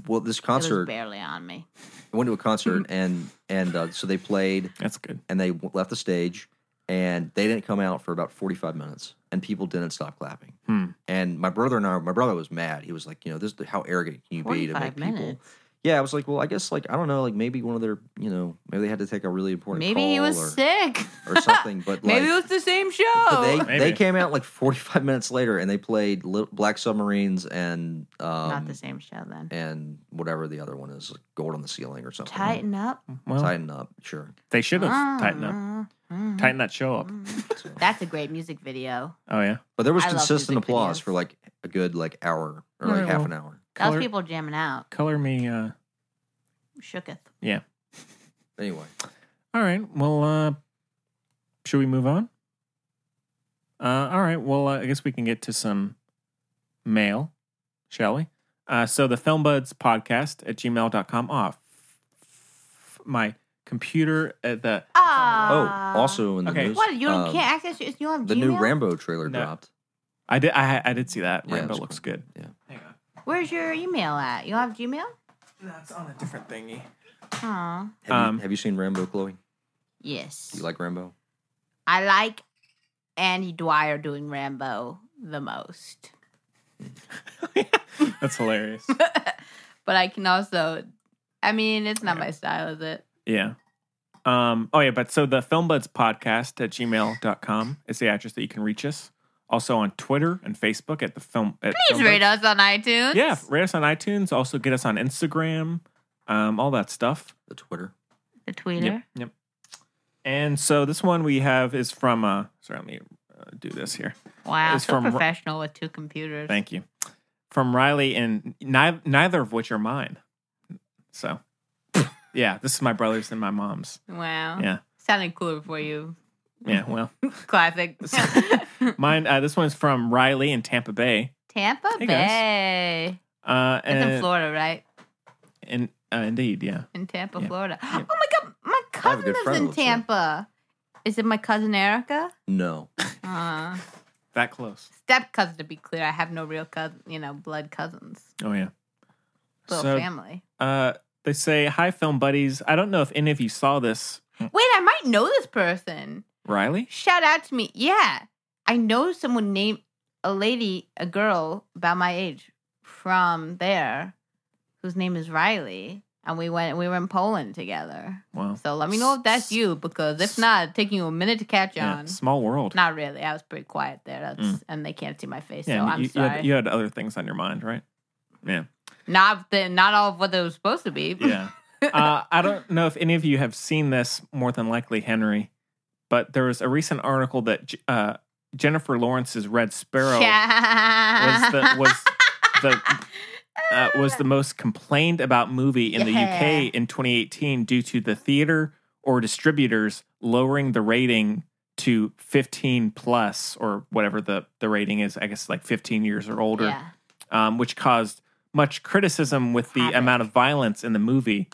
well this
It was
concert I
barely on me.
went to a concert and and uh, so they played
That's good.
and they w- left the stage and they didn't come out for about 45 minutes and people didn't stop clapping
Hmm.
and my brother and i my brother was mad he was like you know this how arrogant can you be to
45
make people
minutes.
yeah i was like well i guess like i don't know like maybe one of their you know maybe they had to take a really important
Maybe he
call
was
or,
sick.
or something but
Maybe
like
it was the same
but
show.
they
Maybe.
they came out like 45 minutes later and they played Lit- black submarines and um
Not the same show then.
and whatever the other one is like gold on the ceiling or something
Tighten up.
Well,
tighten up sure
they should have
Ah.
tightened up, tighten that show up.
Mm-hmm. That's a great music video.
Oh yeah,
But there was
I love
consistent
music
applause
videos.
for like a good like hour or
All
like
right,
half
well.
an hour.
That
Color-
was people jamming out.
color me. Uh,
Shooketh.
yeah.
Anyway,
All right. Well, uh, should we move on? Uh, all right. Well, uh, I guess we can get to some mail, shall we? Uh, so the Film Buds podcast at gmail.com off. Ah, My computer at the
Ah.
oh, also in the
okay.
news,
What? You don't
um,
can't access your, you don't have
the
Gmail?
new Rambo trailer
No.
dropped.
I did I, I did see that
Yeah,
Rainbow
it's
looks
cool.
good.
Yeah,
Hang on.
Where's your email at? You don't have Gmail?
That's on a different thingy.
Aw.
have,
Um,
you, have you seen Rambo, Chloe?
Yes.
Do you like Rambo?
I like Andy Dwyer doing Rambo the most.
That's hilarious.
But I can also I mean, it's not my style, is it?
Yeah. Um, oh, yeah. But so the Filmbuds podcast at gmail.com is the address that you can reach us. Also on Twitter and Facebook at the film. At
Please
Filmbuds.
rate us on iTunes.
Yeah. Rate us on iTunes. Also get us on Instagram, um, all that stuff.
The Twitter.
The tweeter.
Yep. Yep. And so this one we have is from, uh, sorry, let me uh, do this here.
Wow,
It's
so
from-
professional with two computers.
Thank you. From Riley, and ni- neither of which are mine. So, yeah, this is my brother's and my mom's.
Wow.
Yeah.
Sounded cooler for you.
Yeah. Well,
Classic.
mine, uh, this one's from Riley in Tampa Bay.
Tampa
Hey, guys.
Bay.
Uh,
That's
and,
in Florida, right?
in- uh, indeed, yeah.
In Tampa,
Yeah.
Florida. Oh my god, my
have a
cousin
good
lives
friend who
in
lives there.
Tampa. Is it my cousin Erica?
No.
Uh,
That close.
step cousin, to be clear. I have no real cousin, you know, blood cousins.
Oh yeah.
Little
So-
family.
Uh, they say hi, film buddies. I don't know if any of you saw this,
Wait, I might know this person.
Riley.
Shout out to me. Yeah. I know someone named a lady, a girl about my age from there whose name is Riley. And we went we were in Poland together.
Wow.
So let me know if that's you because if not, it's taking you a minute to catch
Yeah,
on.
small world.
Not really. I was pretty quiet there. That's and they can't see my face,
yeah,
so
and
I'm
you, you
sorry.
had, you had other things on your mind, right? Yeah.
Not the, not all of what it was supposed to be.
Yeah. uh, I don't know if any of you have seen this, more than likely Henry, but there was a recent article that J- uh, Jennifer Lawrence's Red Sparrow was the was the uh, was the most complained about movie in the
Yeah.
UK in 2018 due to the theater or distributors lowering the rating to 15 plus or whatever the the rating is. I guess like 15 years or older
Yeah.
um, which caused much criticism with the
Havoc.
amount of violence in the movie.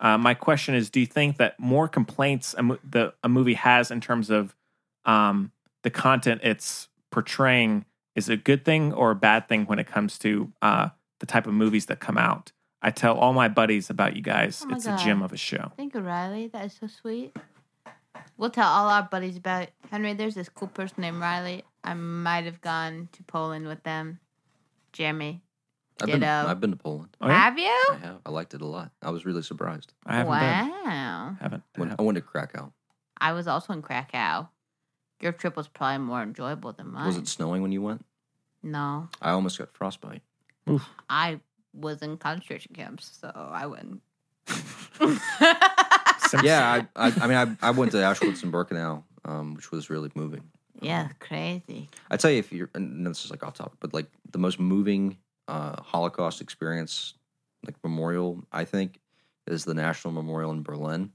Uh, my question is: Do you think that more complaints a, mo- the, a movie has in terms of um, the content it's portraying is a good thing or a bad thing when it comes to uh, the type of movies that come out? I tell all my buddies about you guys.
Oh my
it's
God.
a gem of a show.
Thank you, Riley. That is so sweet. We'll tell all our buddies about it. Henry. There's this cool person named Riley. I might have gone to Poland with them. Jeremy,
I've been,
Ditto.
I've been to Poland.
Oh, yeah?
have you?
I have. I liked it a lot. I was really surprised.
I haven't been.
Wow.
Haven't.
When,
haven't.
I went to Krakow.
I was also in Krakow. Your trip was probably more enjoyable than mine.
Was it snowing when you went?
No,
I almost got frostbite.
I was in concentration camps, so I wouldn't.
Sim-
yeah, I, I, I mean, I, I went to Auschwitz and Birkenau, um, which was really moving.
yeah, crazy.
I tell you, if you're, and this is like off topic, but like the most moving uh, Holocaust experience, like memorial, I think, is the National Memorial in Berlin.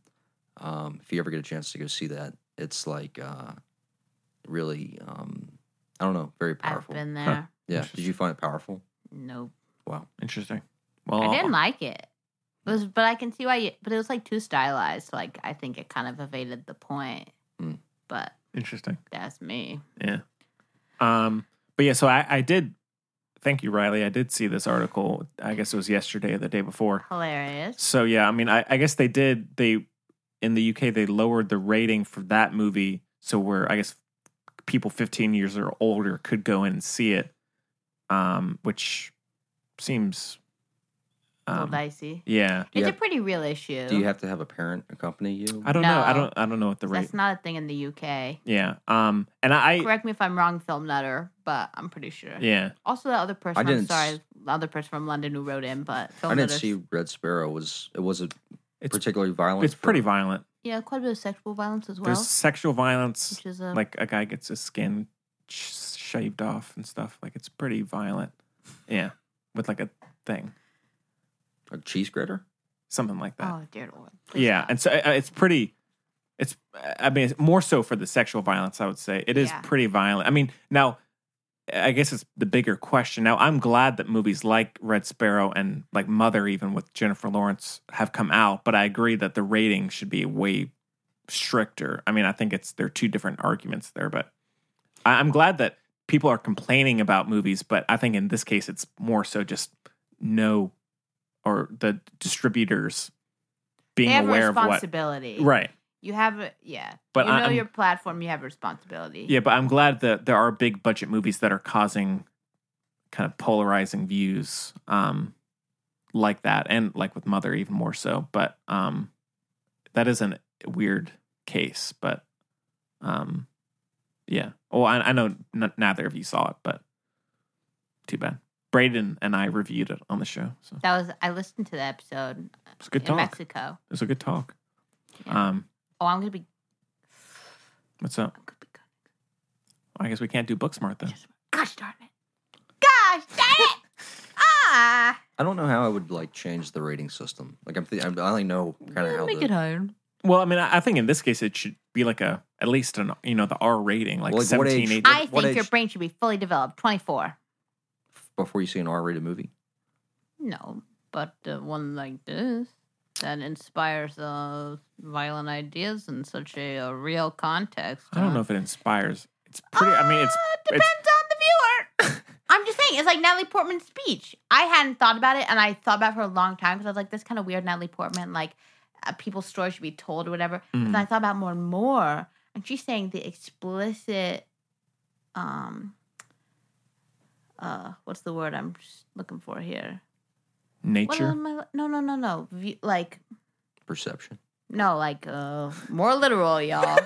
Um, if you ever get a chance to go see that, it's like uh, really, um, I don't know, very powerful.
I've been there.
yeah. Did you find it powerful?
Nope.
Wow.
Interesting. Well,
I didn't like it. It was, but I can see why. You, but it was like too stylized. So like I think it kind of evaded the point.
Mm.
But
interesting.
that's me.
Yeah. Um, but yeah, so I, I did thank you, Riley. I did see this article. I guess it was yesterday or the day before.
Hilarious.
So yeah, I mean I, I guess they did they in the UK they lowered the rating for that movie so where I guess people fifteen years or older could go in and see it. Um, which seems
a little
um,
dicey.
yeah.
Do
It's
you have-
a pretty real issue.
Do you have to have a parent accompany you?
I don't know. I
No.
don't I don't know what the rate
That's not a thing in the UK.
Yeah. Um and I, I
Correct me if I'm wrong, film nutter, but I'm pretty sure.
yeah.
Also, the other person. I'm
didn't
sorry,
s-
the other person from London who wrote in, but film
I didn't
nutters-
see Red Sparrow. Was it was it
It's
particularly violent?
it's
for-
pretty violent.
Yeah, quite a bit of sexual violence as well,
There's sexual violence.
which is a
like a guy gets his skin sh- shaved off and stuff. Like it's pretty violent. Yeah, with like a thing,
a cheese grater.
something like that.
oh dear lord. Please
yeah,
stop.
and so uh, it's pretty. It's I mean it's more so for the sexual violence. I would say it is
Yeah.
pretty violent. I mean now. I guess it's the bigger question. Now, I'm glad that movies like Red Sparrow and like Mother, even with Jennifer Lawrence, have come out, but I agree that the rating should be way stricter. I mean, I think it's there are two different arguments there, but I, I'm glad that people are complaining about movies, but I think in this case it's more so just no or the distributors being
they have
aware
a
of what
responsibility,
right.
You have a yeah.
But
you
I-
know
I'm-
your platform. You have a responsibility.
Yeah, but I'm glad that there are big budget movies that are causing kind of polarizing views um like that and like with Mother even more so, but um that is a weird case, but um yeah. Well, I, I know n- neither of you saw it, but too bad. Braden and I reviewed it on the show, so
That was I listened to the episode
it's a good
in
talk.
Mexico.
It's a good talk.
Yeah.
Um,
Oh, I'm gonna be.
what's up?
I'm gonna be good.
I guess we can't do Booksmart then.
Gosh darn it! Gosh darn it! ah!
I don't know how I would like change the rating system. Like I'm, th- I only know kind of how.
Make
the-
it home.
Well, I mean, I I think in this case it should be like a at least an you know the R rating, like,
Well, like, what
17,
age-
18.
What-
I
what
think your
age?
brain should be fully developed. Twenty-four.
before you see an R-rated movie.
No, but uh, one like this. that inspires uh, violent ideas in such a, uh real context.
I don't know if it inspires. It's pretty. I mean, it's
Ah,
it's
depends on the viewer. I'm just saying, it's like Natalie Portman's speech. I hadn't thought about it, and I thought about it for a long time because I was like, "This kind of weird, Natalie Portman. Like, uh, people's stories should be told or whatever." And
Mm.
I thought about it more and more, and she's saying the explicit, um, uh, what's the word I'm just looking for here? What
nature.
am I, no, no, no, no. View, like,
Perception.
no, like, uh, more literal, y'all.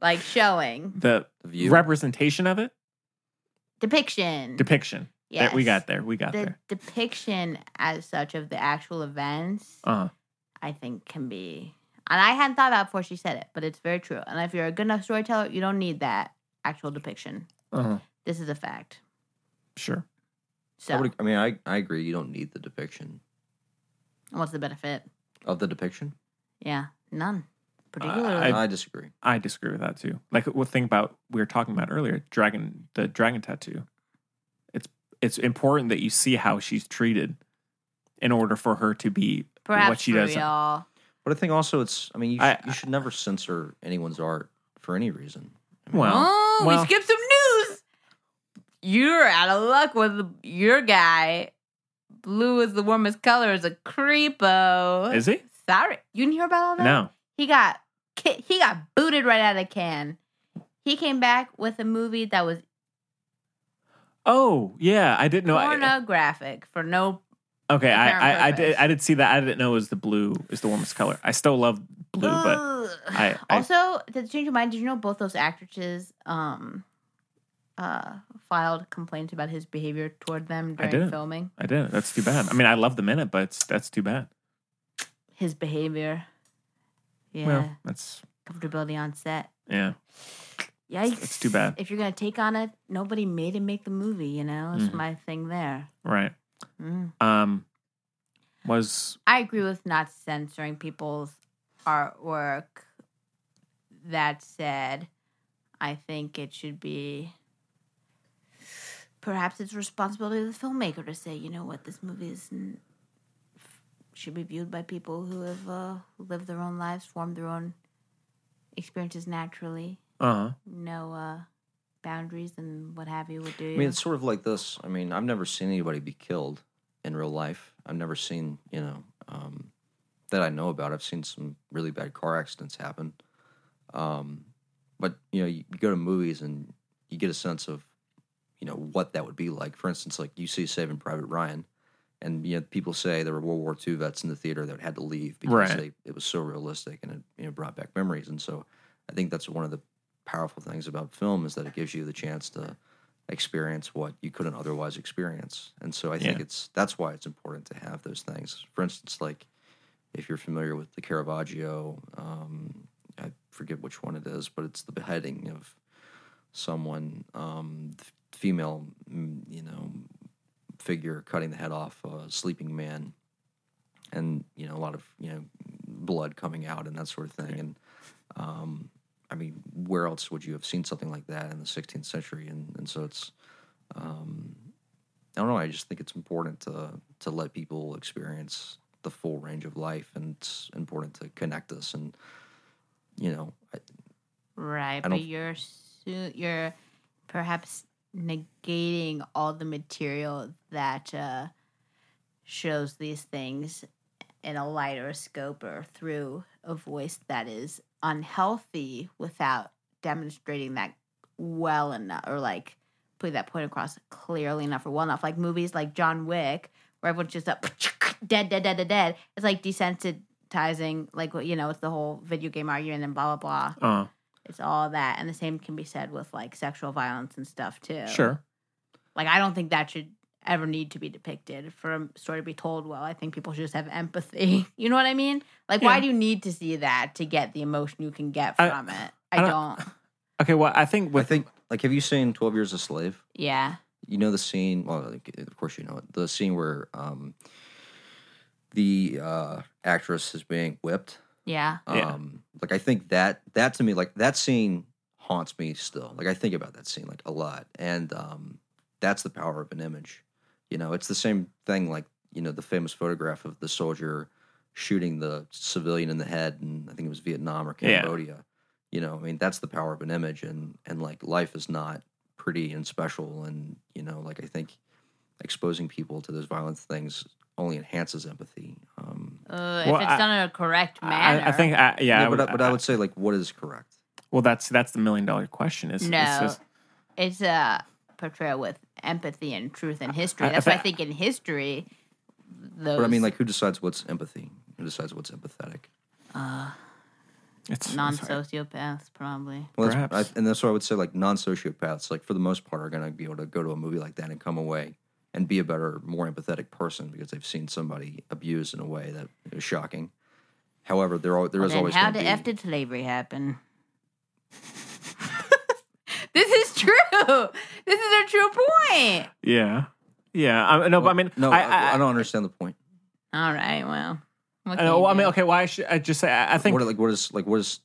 like showing
The
The view.
representation of it,
depiction.
depiction. That we got there. We got
the
there.
depiction as such of the actual events
Uh huh.
i think can be and i hadn't thought about it before she said it but it's very true and if you're a good enough storyteller you don't need that actual depiction
Uh huh.
this is a fact
Sure.
so
I, would, I mean, I, I agree. You don't need the depiction
what's the benefit
of the depiction.
yeah none particularly
I-
I disagree.
I disagree with that too. Like what thing about we were talking about earlier, dragon the dragon tattoo. It's it's important that you see how she's treated in order for her to be
perhaps
what she
for
does.
y'all
But I think also it's. I mean, you, sh-
I-
you should never censor anyone's art for any reason. I mean,
Well,
oh
well-
we skipped some news you're out of luck with the, your guy blue is the warmest color is a creepo
Is he?
sorry you didn't hear about all that
No.
He got ki- he got booted right out of can. He came back with a movie that was
Oh yeah, I didn't know. I,
pornographic for no.
okay, I,
apparent
I, I did
purpose.
I did see that. I didn't know it was the blue is the warmest color. I still love blue, but
Ugh.
I- I-
also to change your mind. Did you know both those actresses um uh filed complaints about his behavior toward them
I
during
didn't.
filming?
I didn't. That's too bad. I mean, I love them in it, but it's, that's too bad.
His behavior, yeah,
Well, that's
comfortability on set.
yeah.
Yikes!
It's too bad.
If you're gonna take on it, nobody made him make the movie. You know, that's
Mhm.
my thing there.
Right.
Mm.
Um was
I agree with not censoring people's artwork. That said, I think it should be perhaps it's responsibility of the filmmaker to say, you know what, this movie is n- should be viewed by people who have uh, lived their own lives, formed their own experiences naturally,
uh
no uh, boundaries and what have you would do.
I mean, it's sort of like this. I mean, I've never seen anybody be killed in real life. I've never seen, you know, um, that I know about. I've seen some really bad car accidents happen. Um, but you know, you, you go to movies and you get a sense of, you know, what that would be like. For instance, like you see Saving Private Ryan, and you know, people say there were World War II vets in the theater that had to leave because
Right.
they, it was so realistic and it you know brought back memories. And so, I think that's one of the powerful things about film is that it gives you the chance to experience what you couldn't otherwise experience. And so I think
Yeah.
it's that's why it's important to have those things. For instance, like if you're familiar with the Caravaggio, um, I forget which one it is, but it's the beheading of someone, um, f- female, mm, you know, figure cutting the head off a sleeping man, and you know a lot of you know blood coming out and that sort of thing. And um, I mean, where else would you have seen something like that in the 16th century? And and so it's. Um, I don't know. I just think it's important to to let people experience the full range of life, and it's important to connect us. And you know, I,
Right,
I
but
don't-
you're su- you're perhaps negating all the material that uh, shows these things in a lighter scope or through a voice that is unhealthy without demonstrating that well enough or like putting that point across clearly enough or well enough. Like movies like John Wick, where everyone's just up dead, dead, dead, dead, dead. It's like desensitizing, like you know, it's the whole video game argument and blah blah blah.
uh uh
It's all that, and the same can be said with like sexual violence and stuff too.
sure.
Like I don't think that should ever need to be depicted for a story to be told well. I think people should just have empathy. You know what I mean? Like, why
Yeah.
do you need to see that to get the emotion you can get
I-
from it?
I
I, don't,
don't- Okay, well I think
I
with
think like have you seen Twelve Years a Slave?
Yeah,
You know the scene. Well, like, of course you know it. The scene where um, the uh, actress is being whipped.
yeah.
Yeah.
Um, like I think that that to me, like that scene haunts me still. Like I think about that scene like a lot, and um, that's the power of an image. You know, it's the same thing. Like you know, the famous photograph of the soldier shooting the civilian in the head, and I think it was Vietnam or
Yeah.
Cambodia. You know, I mean, that's the power of an image, and and like life is not pretty and special, and you know, like I think exposing people to those violent things only enhances empathy. Um,
Uh,
Well,
if it's
I-
done in a correct manner.
I, I think, I, yeah,
yeah,
I
but,
would,
I, but I would say like, what is correct?
well, that's that's the million dollar question. Is
No.
it's just,
it's a portrayal with empathy and truth and history.
I- I
That's why I
thi-
think in history, those
But I mean, like, who decides what's empathy? Who decides what's empathetic?
it's
non
it's hard.
sociopaths probably.
Well, that's, I,
Perhaps.
and that's what I would say. Like non-sociopaths, like for the most part, are going to be able to go to a movie like that and come away and be a better, more empathetic person because they've seen somebody abused in a way that is shocking. However, there are there is
Then
always
how
going
the
to be.
f did slavery happen? this is true. This is a true point.
Yeah, yeah. I, no, but I mean,
no,
I,
I, I don't understand the point.
All right. Well, what
I,
can
know,
you
well, I mean,
do?
okay. Why should I just say? I, I think
What like what is like what is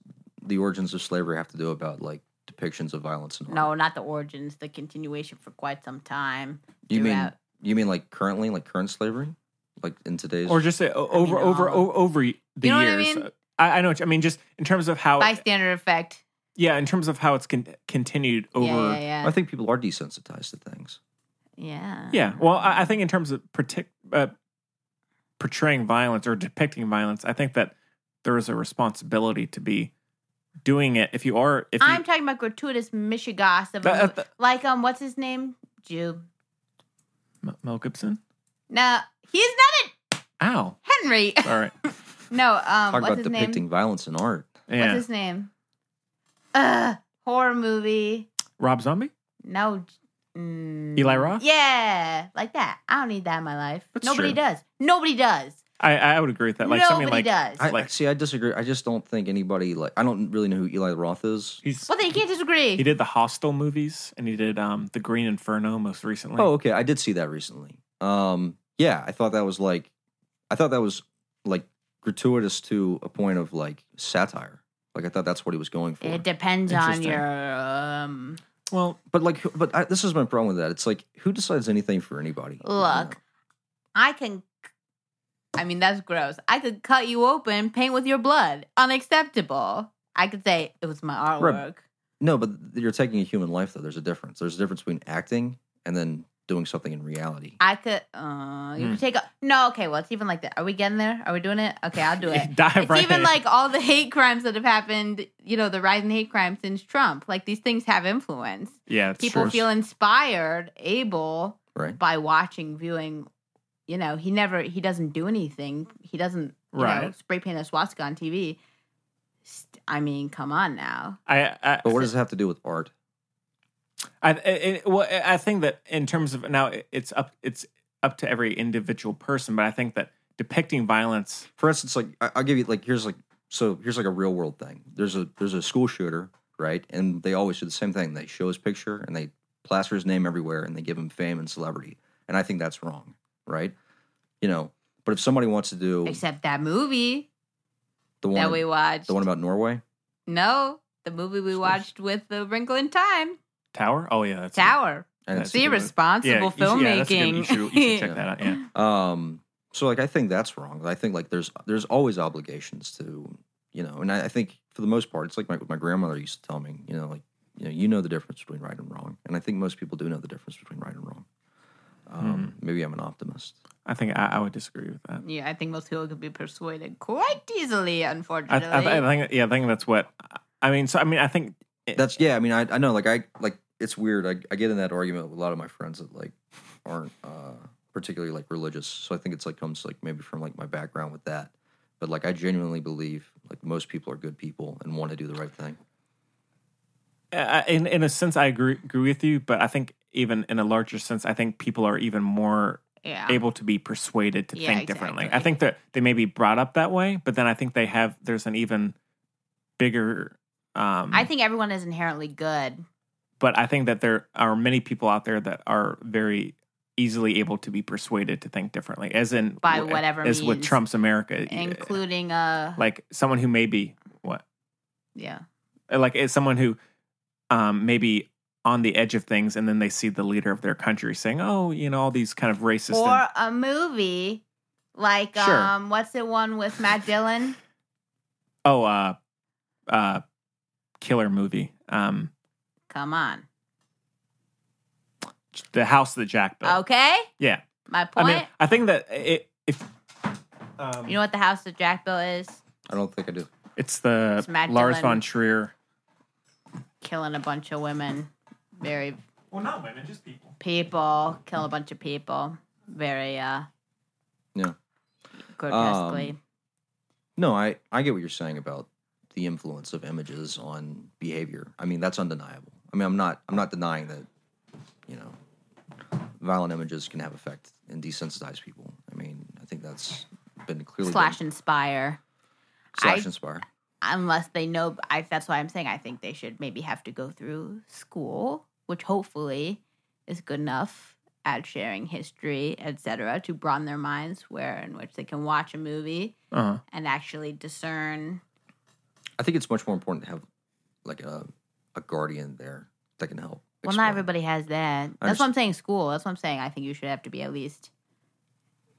the origins of slavery have to do about like depictions of violence and
No,
art?
not the origins. The continuation for quite some time.
you mean
throughout.
you mean like currently like current slavery like in today's
or just say o-
mean,
over, over,
all
o- over the
You know what I
years.
mean?
I, I know. What you, I mean, just in terms of how,
bystander effect?
yeah, in terms of how it's con- continued over.
yeah, yeah, yeah.
I think people are desensitized to things.
yeah.
Yeah, well, I, I think in terms of partic- uh, portraying violence or depicting violence, I think that there is a responsibility to be doing it. If you are, if you,
I'm talking about gratuitous mishigas of a
That-
mo-
that-
like um, what's his name? Jew.
M- Mel Gibson,
No, he's not
ow,
a Henry.
all right,
no, um,
Talk
what's
about
his
depicting
name?
violence in art.
yeah,
What's his name? Uh, horror movie.
Rob Zombie,
No. j- mm,
Eli Roth.
Yeah, like that. I don't need that in my life.
That's
Nobody
true.
does. Nobody does.
I, I would agree with that. Like
Nobody
something like
does.
I,
like-
see, I disagree. I just don't think anybody like. I don't really know who Eli Roth is.
he's
well, then you can't disagree.
he did the Hostel movies and he did um the Green Inferno most recently.
Oh, okay. I did see that recently. Um, yeah, I thought that was like, I thought that was like gratuitous to a point of like satire. Like I thought that's what he was going for.
It depends on
Interesting.
your um
well,
But like, who- but I, this is my problem with that. It's like who decides anything for anybody? you
look.
know?
I can I mean that's gross. I could cut you open, paint with your blood. Unacceptable. I could say it was my artwork.
No, but you're taking a human life though. There's a difference. There's a difference between acting and then doing something in reality.
I could uh you
Hmm.
could take a No, okay, well it's even like that. Are we getting there? Are we doing it? Okay, I'll do it.
dive
It's
right
even
in.
like all the hate crimes that have happened, you know, the rise in hate crimes since Trump. Like these things have influence.
yeah, it's
People
true.
feel inspired, able
Right.
by watching, viewing. You know, he never he doesn't do anything. He doesn't you know,
Right.
spray paint a swastika on TV. St- I mean, come on now.
I, I
But what does it have to do with art?
I it, it- well, I think that in terms of now, it- it's up it's up to every individual person, but I think that depicting violence,
for instance, like I, I'll give you like here's like so here's like a real world thing. There's a there's a school shooter, right? And they always do the same thing. They show his picture and they plaster his name everywhere and they give him fame and celebrity. And I think that's wrong, right? You know, but if somebody wants to do
Except that movie
the one
that we watched.
the one about Norway,
no, the movie we watched with the Wrinkle in Time
Tower. Oh yeah, that's
Tower.
and
That's
It's irresponsible filmmaking.
You should, you should, check that out. Yeah,
Um, so like I think that's wrong. I think like there's there's always obligations to you know, and I, I think for the most part, it's like my my grandmother used to tell me, you know, like you know, you know the difference between right and wrong, and I think most people do know the difference between right and wrong. Um, Maybe I'm an optimist.
I think I, I would disagree with that.
yeah, I think most people could be persuaded quite easily.
I,
Unfortunately,
I, I think yeah, I think that's what I mean. So I mean, I think
That's yeah. I mean, I I know like I like it's weird. I I get in that argument with a lot of my friends that like aren't uh particularly like religious. So I think it's like comes like maybe from like my background with that. But like I genuinely believe like most people are good people and want to do the right thing.
uh, in in a sense I agree, agree with you, but I think even in a larger sense, I think people are even more
yeah.
able to be persuaded to
Yeah,
think differently. I
exactly.
think that they may be brought up that way, but then I think they have there's an even bigger. Um,
I think everyone is inherently good.
but I think that there are many people out there that are very easily able to be persuaded to think differently, as in
By whatever
as with
means.
Trump's America,
including uh
like someone who may be what
yeah
like as someone who um maybe on the edge of things and then they see the leader of their country saying oh you know all these kind of racist
or
and-
a movie Like,
Sure.
um, what's the one with Matt Dillon?
Oh, uh, uh, killer movie. Um,
Come on.
the house that Jack built.
Okay,
Yeah,
my point.
I mean, I think that it if um,
you know what the house that Jack built is?
I don't think I do.
it's the
It's Matt
Lars von
Dillon.
Trier.
Killing a bunch of women. Very
Well, not women, just people.
people. Kill a bunch of people. Very uh
Yeah.
grotesquely.
Um,
No, I, I get what you're saying about the influence of images on behavior. I mean, that's undeniable. I mean, I'm not I'm not denying that, you know, violent images can have effect and desensitize people. I mean, I think that's been clearly
slash
been,
inspire.
slash
I-
inspire.
Unless they know I that's why I'm saying I think they should maybe have to go through school, which hopefully is good enough at sharing history, etc., to broaden their minds where in which they can watch a movie
Uh-huh.
and actually discern
I think it's much more important to have like a a guardian there that can help.
Well, not
explain.
everybody has that. That's what I'm saying. School. That's what I'm saying. I think you should have to be at least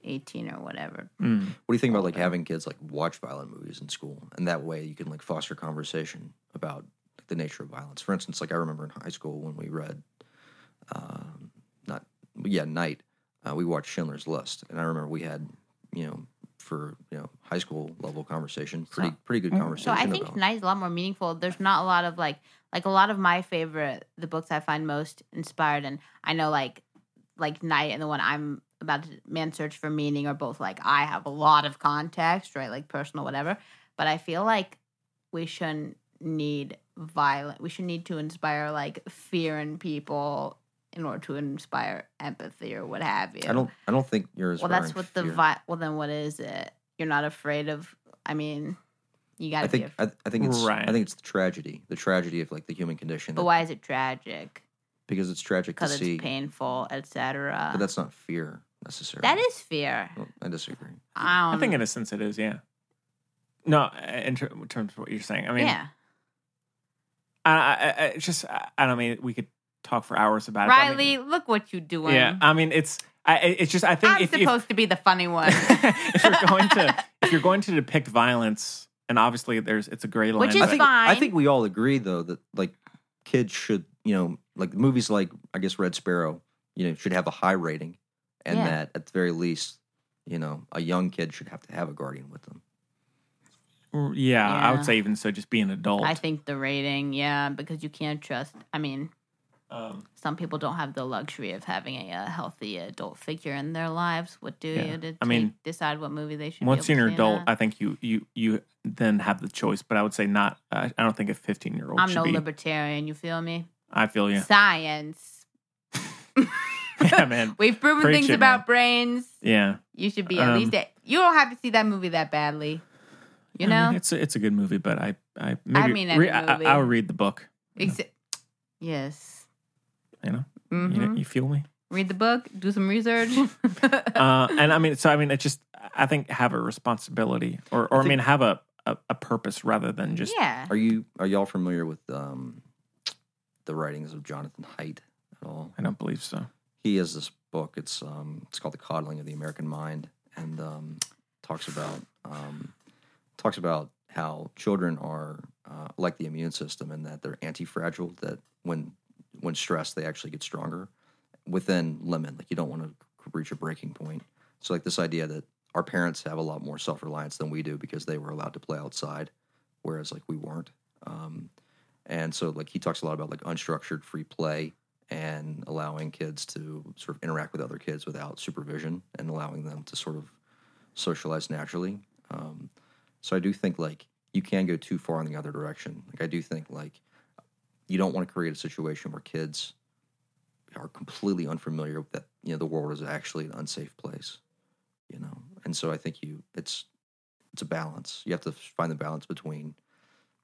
eighteen or whatever.
Mm.
What do you think about like having kids like watch violent movies in school, and that way you can like foster conversation about like, the nature of violence. For instance, like I remember in high school when we read, um, not yeah, Night. Uh, we watched Schindler's List, and I remember we had you know for you know high school level conversation, pretty pretty good
So
conversation.
I think
about,
tonight is a lot more meaningful. There's not a lot of like like a lot of my favorite the books I find most inspired, and I know like like Night and the one I'm about to Man Search for Meaning are both like I have a lot of context, right? Like personal, whatever. But I feel like we shouldn't need violent. We should need to inspire like fear in people in order to inspire empathy or what have you.
I don't I don't think you're as
Well, that's what the
violence.
vi- well. Then what is it? You're not afraid of. I mean, you got
I
to be.
think
Af-
I, I think it's
Right.
I think it's the tragedy, the tragedy of like the human condition.
but
that-
why is it tragic?
Because it's tragic to
Because
see,
it's painful,
but
etc.
that's not fear necessarily.
That is fear. Um,
Well, I disagree.
I,
I
don't-
think in a sense it is. Yeah. No, in, ter- in terms of what you're saying, I mean,
yeah,
I, I, I it's just I, I don't mean we could talk for hours about it. but I
Riley,
mean-
look what you doing.
yeah, I mean it's I it's just I think
I'm
if, if
supposed to be the funny one,
if you're going to if you're going to depict violence, and obviously there's it's a gray line,
Which is
but-
I think, I
fine.
think we all agree though that like kids should, you know, like movies like I guess Red Sparrow, you know, should have a high rating, and
Yeah.
that at the very least, you know, a young kid should have to have a guardian with them.
yeah, I
Yeah.
would say even so, just be an adult.
I think the rating. Yeah, because you can't trust. I mean,
um,
some people don't have the luxury of having a, uh healthy adult figure in their lives. What do
Yeah.
you to
I mean,
take- decide what movie they should? be
once
able
you're
to
an
see and
adult,
not?
I think you you you then have the choice. But I would say not. Uh, I don't think a 15 year old
I'm
should
no
be.
libertarian. You feel me?
I feel you.
Science.
yeah, man.
We've proven
Preach
things
it,
about
man.
brains.
Yeah,
You should be at
Um,
least. A, you don't have to see that movie that badly. You
I mean,
know.
it's a, it's a good movie, but I I maybe
mean any
re- I,
movie.
I, I would read the book.
Exa- yes.
You know,
hmm
you, know you feel me?
Read the book. Do some research.
uh, and I mean, so I mean, it's just I think have a responsibility, or or I,
think-
mean, have a, a a purpose rather than just
yeah.
Are you are y'all familiar with um, the writings of Jonathan Haidt at all?
I don't believe so.
He has this book. It's um, it's called The Coddling of the American Mind, and um, talks about um, talks about how children are uh, like the immune system and that they're anti-fragile. That when when stressed, they actually get stronger within limit. Like you don't want to reach a breaking point. So like this idea that our parents have a lot more self-reliance than we do because they were allowed to play outside, whereas like we weren't. Um, and so like he talks a lot about like unstructured free play and allowing kids to sort of interact with other kids without supervision and allowing them to sort of socialize naturally. Um, so I do think like you can go too far in the other direction. Like I do think like you don't want to create a situation where kids are completely unfamiliar with that you know the world is actually an unsafe place, you know. And so I think you it's it's a balance. You have to find the balance between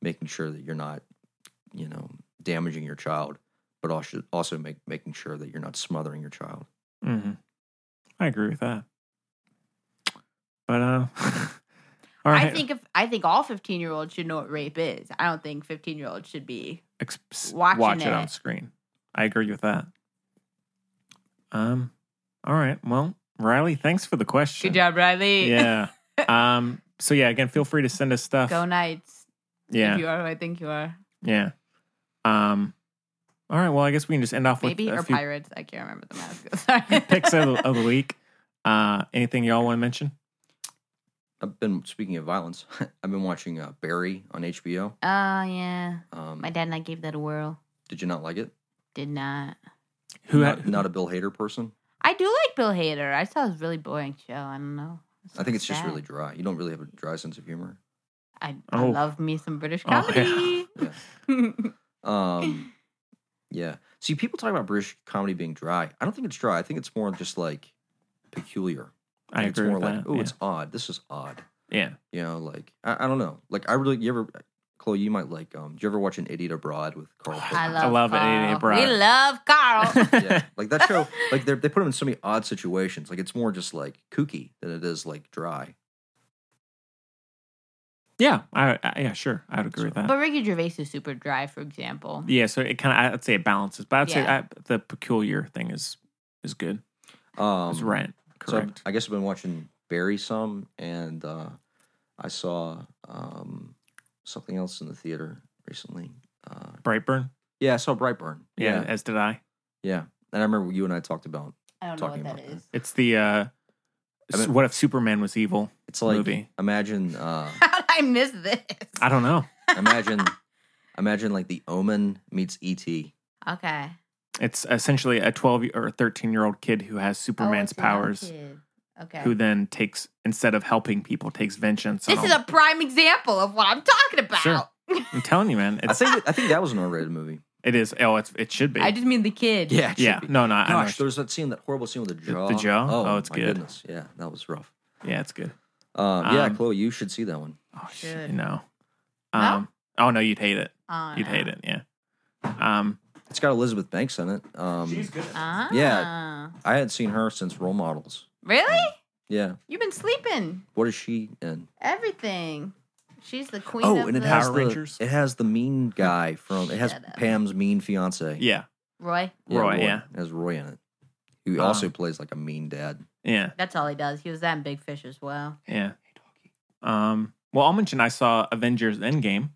making sure that you're not you know damaging your child, but also also make, making sure that you're not smothering your child.
hmm I agree with that. But uh, all right.
I think if I think all 15 year olds should know what rape is. I don't think 15 year olds should be.
Ex- s-
watching
watch it. on
it.
screen. I agree with that. Um. All right. Well, Riley, thanks for the question.
Good job, Riley.
Yeah. um. So yeah, again, feel free to send us stuff.
Go Knights.
yeah.
If you are who I think you are.
yeah. Um. All right. Well, I guess we can just end off
Maybe
with
or
a few
Pirates. I can't remember the mask. Sorry.
picks of, the- of the week. Uh, anything y'all want to mention?
I've been speaking of violence. I've been watching uh, Barry on
Oh,
HBO.
yeah.
Um,
My dad and I gave that a whirl.
Did you not like it?
Did not.
Who
not,
ha-
not a Bill Hader person.
I do like Bill Hader. I saw his really boring show. I don't know.
I think it's just
sad.
really dry. You don't really have a dry sense of humor.
I, I
Oh.
love me some British
Oh, yeah.
comedy.
Yeah. Um, yeah. See, people talk about British comedy being dry. I don't think it's dry. I think it's more just like peculiar.
I
Like, it's
agree
more
with
like,
that.
oh,
yeah.
it's odd. This is odd.
yeah.
You know, like I, I don't know. Like I really, you ever, Chloe, you might like. Um, do you ever watch an Idiot Abroad with Carl?
I
Pilkington?
love,
love it.
Carl.
It- it brought-
We love Carl.
yeah, like that show. Like they they put him in so many odd situations. Like it's more just like kooky than it is like dry.
Yeah, I, I yeah, sure, I would agree with that.
but Ricky Gervais is super dry, for example.
yeah, so it kind of I'd say it balances, but I'd say
Yeah.
I, the peculiar thing is is good.
Um,
It's rent,
So I've-
correct?
I guess I've been watching Barry some, and uh, I saw um, something else in the theater recently. Uh,
Brightburn,
yeah, I saw Brightburn.
yeah,
yeah,
as did I.
yeah. And I remember you and I talked about.
I don't
Talking
know what that
about that.
is.
It's the uh,
I mean-
what if Superman was evil?
It's like
Movie.
imagine, uh,
How did I miss this?
I don't know.
imagine, imagine like the Omen meets E ET.
Okay.
It's essentially a twelve or thirteen year old kid who has
Oh,
Superman's
it's a young
powers,
kid. Okay.
who then takes instead of helping people, takes vengeance. on
this is
them.
a prime example of what I'm talking about.
Sure. I'm telling you, man.
I
It's,
think I think that was an R-rated movie.
it is. Oh, it's it should be.
I just mean the kid.
Yeah, it should
yeah,
be.
no, no, I know
Gosh,
it's-
there's that scene, that horrible scene with the
The-
jaw.
the jaw?
Oh,
Oh, it's
my
good.
goodness. Yeah, that was rough.
yeah, it's good.
Uh, yeah,
Um,
Chloe, you should see that one.
Oh,
Should.
shit, no.
No?
Um, Oh no, you'd hate it.
Oh,
You'd
no.
hate it. Yeah. Um.
It's got Elizabeth Banks in it. Um,
good.
Ah.
Yeah. I hadn't seen her since Role Models.
Really?
Yeah.
You've been sleeping.
What is she in?
Everything. She's the queen
Oh,
of
and it
the
Power
has the
Rangers?
it has the mean guy from it has
Shut up.
Pam's mean fiance.
Yeah.
Roy.
Roy, yeah.
It has Roy in it. Who
Uh.
also plays like a mean dad.
Yeah.
That's all he does. He was that in Big Fish as well.
Yeah. Um. Well, I'll mention I saw Avengers Endgame,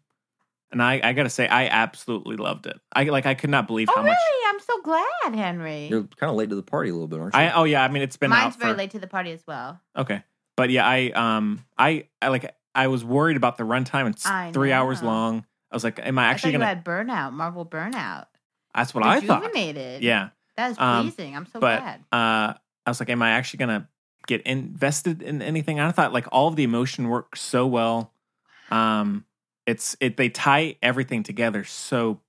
and I I gotta say I absolutely loved it. I like I could not believe
Oh,
how
really?
much.
I'm so glad, Henry.
You're kind of late to the party a little bit, aren't you?
I oh yeah. I mean it's been
Mine's
out
very
for,
late to the party as well.
Okay. But yeah, I um I, I like I was worried about the runtime. It's
I
three hours
know.
long. I was like, am I actually
I
gonna?
thought you had burnout, Marvel burnout.
That's what I thought.
Rejuvenated.
Yeah.
That is
Um,
pleasing. I'm so
but
glad.
uh, I was like, am I actually gonna get invested in anything? I thought like all of the emotion works so well. Um, it's it they tie everything together so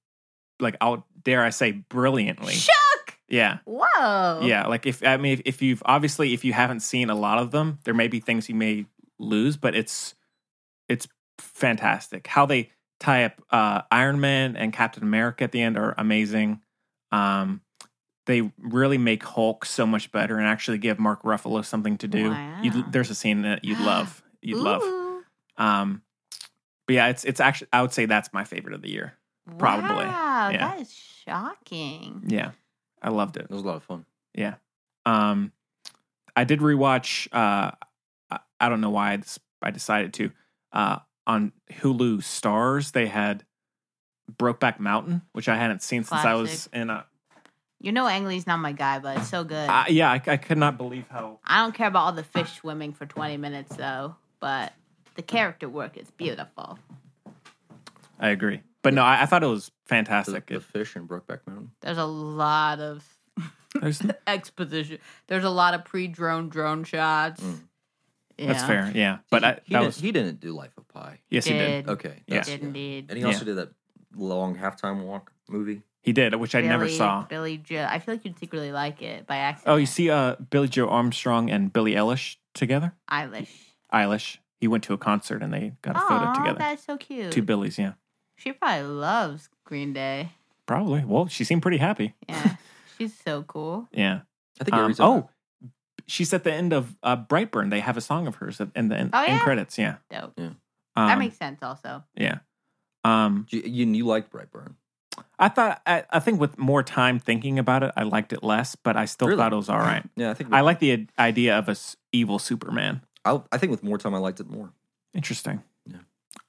like I'll dare I say brilliantly.
Shook!
Yeah.
Whoa.
Yeah, like if I mean if, if you've obviously if you haven't seen a lot of them, there may be things you may lose, but it's it's fantastic. How they tie up uh, Iron Man and Captain America at the end are amazing. Um, they really make Hulk so much better and actually give Mark Ruffalo something to do.
Wow.
You'd, there's a scene that you'd love. You'd love.
Ooh.
Um, but yeah, it's it's actually I would say that's my favorite of the year. Probably.
Wow,
Yeah.
that is shocking.
Yeah, I loved it.
It was a lot of fun.
Um, I did rewatch. Uh, I, I don't know why I, des- I decided to. Uh, on Hulu Stars, they had Brokeback Mountain, which I hadn't seen since I was
Classic.
in. A,
You know, Angley's not my guy, but it's so good.
I, yeah, I, I could not believe how.
I don't care about all the fish swimming for 20 minutes, though, but the character work is beautiful.
I agree, but no, I, I thought it was
The,
fantastic.
the
It,
fish in Brokeback Mountain.
There's a lot of
there's-
exposition, there's a lot of pre drone drone shots.
Mm.
Yeah.
That's fair, yeah. But I,
he,
that
didn't,
was
he didn't do Life of Pi.
yes, he did.
Okay.
Yeah.
that's-
Did indeed.
And he
Yeah.
also did that long halftime walk movie.
He did, which I never
Billy-
saw.
Billy Joe. I feel like you'd secretly like it by accident.
Oh, you see, uh, Billy Joe Armstrong and Billie Eilish together.
Eilish.
Eilish. He went to a concert and they got a
Aw,
photo together.
that's so cute.
Two Billies, yeah.
she probably loves Green Day.
Probably. Well, she seemed pretty happy.
Yeah, she's so cool.
Yeah.
I think
Um,
every time-
oh, she's at the end of uh, Brightburn. They have a song of hers at, in the in,
Oh, yeah?
credits. Yeah.
Dope.
Um,
that makes sense. Also,
yeah. Um,
you, you, you like Brightburn.
I thought I, I think with more time thinking about it, I liked it less, but I still
Really?
thought it was all right.
Yeah, I think
I like the i- idea of a s- evil Superman.
I, I think with more time, I liked it more.
Interesting.
Yeah.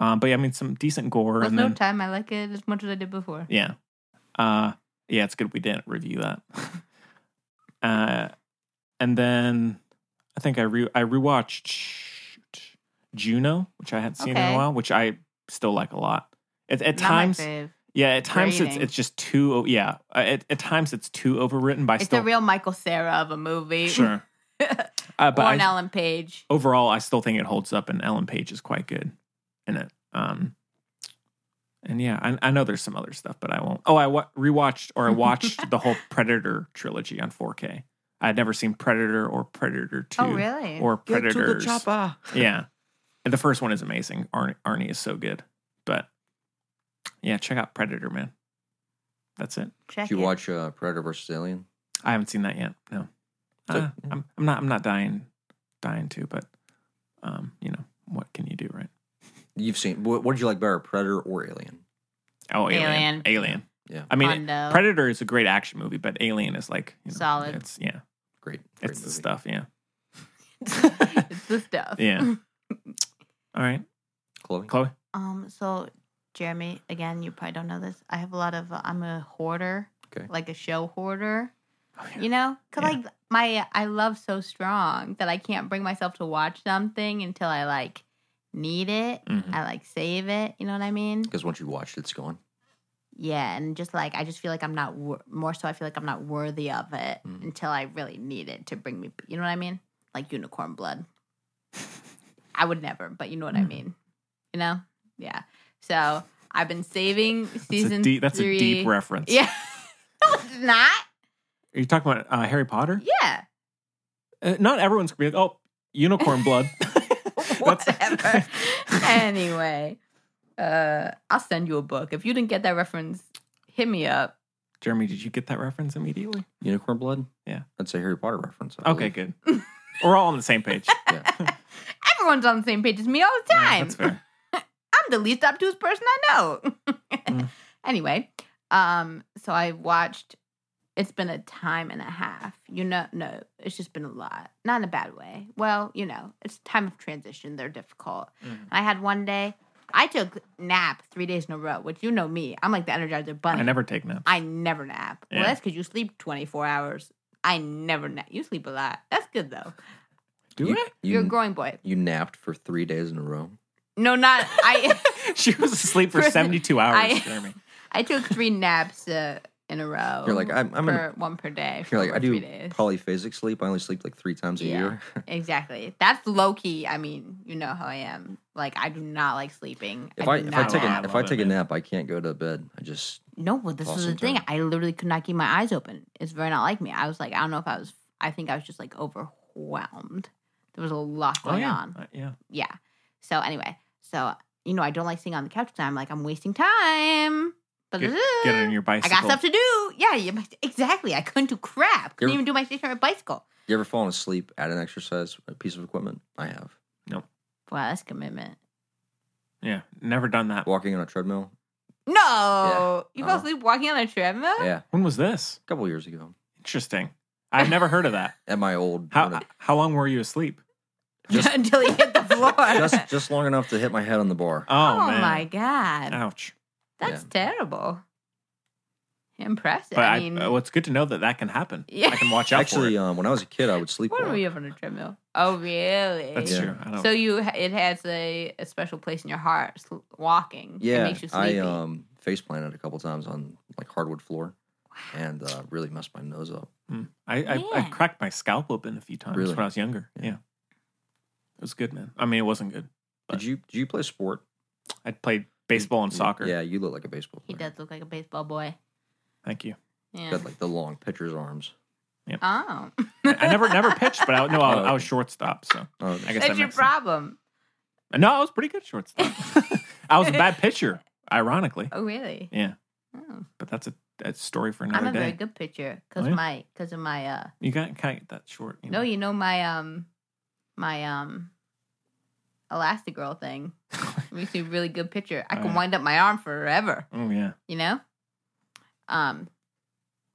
Um, but yeah, I mean, some decent gore
With
and
no
then
time, I like it as much as I did before.
yeah, uh, yeah, it's good we didn't review that. uh, and then I think I re I rewatched shoot, Juno, which I hadn't seen in
Okay.
a while, which I still like a lot. At, at
Not my
times,
fave.
yeah, at times it's
Grating.
it's just too o- yeah. uh, At, at times it's too overwritten by
It's
still
the real Michael Sarah of a movie.
sure. uh, but
or an
I-
Ellen Page.
overall, I still think it holds up, and Ellen Page is quite good in it. Um, and yeah, I, I know there's some other stuff, but I won't. Oh, I wa- rewatched or I watched the whole Predator trilogy on 4K. I had never seen Predator or Predator Two.
Oh, really?
Or Predators.
Choppa.
yeah, and the first one is amazing. Arnie, Arnie is so good, but yeah, check out Predator, man. That's it.
Check
Did you
it.
watch uh, Predator versus Alien?
I haven't seen that yet. No,
So-
Uh, I'm, I'm not. I'm not dying, dying to. But um, you know, what can you do, right?
You've seen. What, what did you like better, Predator or Alien?
Oh, Alien.
Alien.
Alien.
Yeah,
I mean,
Hondo.
Predator is a great action movie, but Alien is like you know,
Solid.
It's yeah,
great. great
it's the
movie.
stuff. Yeah,
it's the stuff.
yeah. All right,
Chloe.
Chloe.
Um. So, Jeremy, again, you probably don't know this. I have a lot of. uh, I'm a hoarder.
Okay.
Like a show hoarder.
Oh, yeah.
You know, cause
Yeah.
like my I love so strong that I can't bring myself to watch something until I like need it.
Mhm.
I like save it. You know what I mean?
Because once you watch it, it's gone.
Yeah, and just like I just feel like I'm not wor- more so. I feel like I'm not worthy of it
Mm-hmm.
Mm.
until I really need it to bring me. You know what I mean? Like unicorn blood. I would never, but you know what
Mm.
I mean. You know? Yeah. So I've been saving
That's a
season
deep. That's
three.
a deep reference.
Yeah. No, it's not.
Are you talking about uh, Harry Potter?
Yeah.
Uh, not everyone's gonna be like, oh, unicorn blood. That's-
Whatever. anyway, uh, I'll send you a book if you didn't get that reference. Hit me up.
Jeremy, did you get that reference immediately?
Unicorn blood.
Yeah.
that's a Harry Potter reference. I
Okay,
believe.
good. We're all on the same page.
Everyone's on the same page as me all the
Yeah,
time.
that's fair.
I'm the least obtuse person I know.
Mm.
Anyway, um, so I watched. It's been a time and a half. You know, no, it's just been a lot. Not in a bad way. Well, you know, it's time of transition. They're difficult.
Mm.
I had one day. I took nap three days in a row, which you know me. I'm like the Energizer Bunny.
I never take naps.
I never nap.
Yeah.
Well, that's because you sleep 24 hours. I never nap. You sleep a lot. That's good though.
Do
you,
it.
You,
You're a growing boy.
you napped for three days in a row.
No, not I.
She was asleep for
For-
72 hours,
I-
Jeremy.
I took three naps uh, in a row.
You're like, I'm- I'm
per,
gonna-
one per day. For
You're like, I
three
do
days.
polyphasic sleep. I only sleep like three times a
Yeah.
year.
exactly. That's low key. I mean, you know how I am. Like, I do not like sleeping.
If I,
do
if I
not
take a,
nap.
if I
Love it,
take a
man.
nap, I can't go to bed. I just
no, well, this
Toss
is the
and
thing.
turn.
I literally could not keep my eyes open. It's very not like me. I was like, I don't know if I was. I think I was just like overwhelmed. There was a lot
Oh,
going
yeah.
on.
Uh, yeah.
yeah. So anyway, so you know, I don't like sitting on the couch because I'm like, I'm wasting time. But
Get, get on your bicycle.
I got stuff to do. Yeah, yeah, exactly. I couldn't do crap. Couldn't
You're-
even do my stationary bicycle.
you ever fallen asleep at an exercise piece of equipment? I have
Wow, that's commitment.
Yeah, never done that.
walking on a treadmill.
No, you fell
uh-huh.
asleep walking on a treadmill.
Yeah,
When was this?
a couple years ago
Interesting. I've never heard of that.
at my old
How how long were you asleep?
Just-
until you hit the floor.
just just long enough to hit my head on the bar.
Oh,
oh
man.
my god,
Ouch.
that's terrible. Impressive.
But
I
I,
mean,
uh, well, it's good to know that that can happen.
Yeah.
I can watch out
Actually,
for
um, when I was a kid, I would sleep.
what were you up on a treadmill? Oh, really?
it. That's
uh, Yeah.
true. I don't,
So you, ha- it has a, a special place in your heart. sl- Walking, it
Yeah,
makes you
I
sleepy.
um face planted a couple times on like hardwood floor, and uh, really messed my nose up.
Mm. I, I, I
Man.
cracked my scalp open a few times
Really?
when I was younger. Yeah.
Yeah.
It was good, man. I mean, it wasn't good. But-
Did you did you play sport?
I played baseball and soccer.
Mm, Yeah, you look like a baseball.
he
Player.
does look like a baseball boy.
Thank you.
Yeah.
Got like the long pitcher's arms.
Oh,
I, I never never pitched, but I no, I, I was shortstop. So
Oh,
I guess
that's
that
your
makes sense.
problem.
No, I was pretty good shortstop. I was a bad pitcher, ironically.
Oh, really?
Yeah,
Oh.
but that's a, a story for
I'm
another
a
day.
very good pitcher because
Oh, yeah?
my because of my uh
you got kind of that short. You
no
know.
you know my um my um Elastigirl thing makes me a really good pitcher. I
Oh,
can
yeah.
wind up my arm forever,
Oh yeah.
you know. Um,